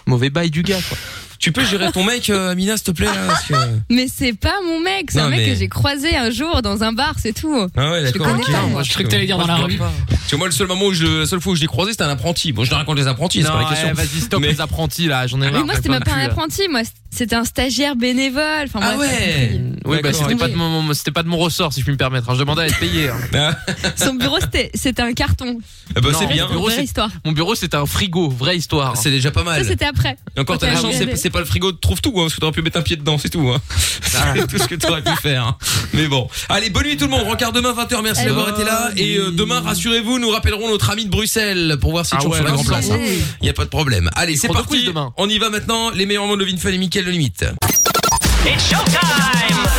[SPEAKER 6] Mauvais bail du gars, quoi.
[SPEAKER 2] Tu peux gérer ton mec, euh, Amina, s'il te plaît là, parce que-
[SPEAKER 4] Mais c'est pas mon mec, c'est
[SPEAKER 2] Non,
[SPEAKER 4] un mec
[SPEAKER 2] mais-
[SPEAKER 4] que j'ai croisé un jour dans un bar, c'est tout.
[SPEAKER 2] Ah ouais,
[SPEAKER 4] Je le
[SPEAKER 2] d'accord.
[SPEAKER 4] connais
[SPEAKER 2] ok.
[SPEAKER 4] pas, moi.
[SPEAKER 2] Moi, je crois pas. Parce que moi, le seul moment où je, la seule fois où je l'ai croisé, c'était un apprenti. Bon, je te raconte les apprentis, c'est
[SPEAKER 6] Non,
[SPEAKER 2] pas la question.
[SPEAKER 6] eh, vas-y, stop les apprentis là, j'en ai marre.
[SPEAKER 4] Mais moi, c'était même pas un
[SPEAKER 6] euh.
[SPEAKER 4] apprenti, moi, c'était un stagiaire bénévole. Enfin,
[SPEAKER 2] Ah
[SPEAKER 4] bref,
[SPEAKER 2] ouais
[SPEAKER 6] Oui, bah
[SPEAKER 2] D'accord,
[SPEAKER 6] c'était
[SPEAKER 2] ok.
[SPEAKER 6] pas, de mon- c'était pas de mon ressort, si je puis me permettre. hein. Je demandais à être payé. hein.
[SPEAKER 4] Son bureau, c'était c'était un carton.
[SPEAKER 2] Eh ben,
[SPEAKER 6] Non,
[SPEAKER 2] bah, c'est bien.
[SPEAKER 6] Mon bureau,
[SPEAKER 4] Vraie
[SPEAKER 6] c'est-
[SPEAKER 4] histoire.
[SPEAKER 6] mon bureau, c'était un frigo, vraie histoire.
[SPEAKER 2] C'est déjà pas mal.
[SPEAKER 4] Ça, c'était après. Ah,
[SPEAKER 2] Et encore, t'as
[SPEAKER 4] Quand
[SPEAKER 2] la
[SPEAKER 4] t'as
[SPEAKER 2] chance, c'est,
[SPEAKER 4] regardé.
[SPEAKER 2] c'est pas le frigo de trouve tout, hein, parce que t'aurais pu mettre un pied dedans, c'est tout. Hein. [laughs] C'est tout ce que t'aurais pu faire. hein. Mais bon. Allez, bonne nuit tout le monde. Rencard demain 20h. Merci
[SPEAKER 6] Allez.
[SPEAKER 2] d'avoir été là. Et euh, demain, rassurez-vous, nous rappellerons notre ami de Bruxelles pour voir si
[SPEAKER 6] Ah
[SPEAKER 2] tu
[SPEAKER 6] ouais,
[SPEAKER 2] sur la grande place. hein.
[SPEAKER 6] Bruxelles.
[SPEAKER 2] Il y a pas de problème. Allez, c'est
[SPEAKER 6] Micro de
[SPEAKER 2] parti.
[SPEAKER 6] quiz demain.
[SPEAKER 2] On y va maintenant. Les meilleurs moments de Levin Fun et Mickaël le limite.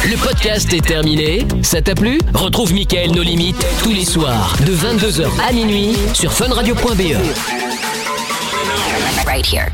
[SPEAKER 3] Le podcast est terminé. Ça t'a plu Retrouve Michael, nos limites, tous les soirs, E. de 22h à minuit sur funradio.be.
[SPEAKER 10] Right here.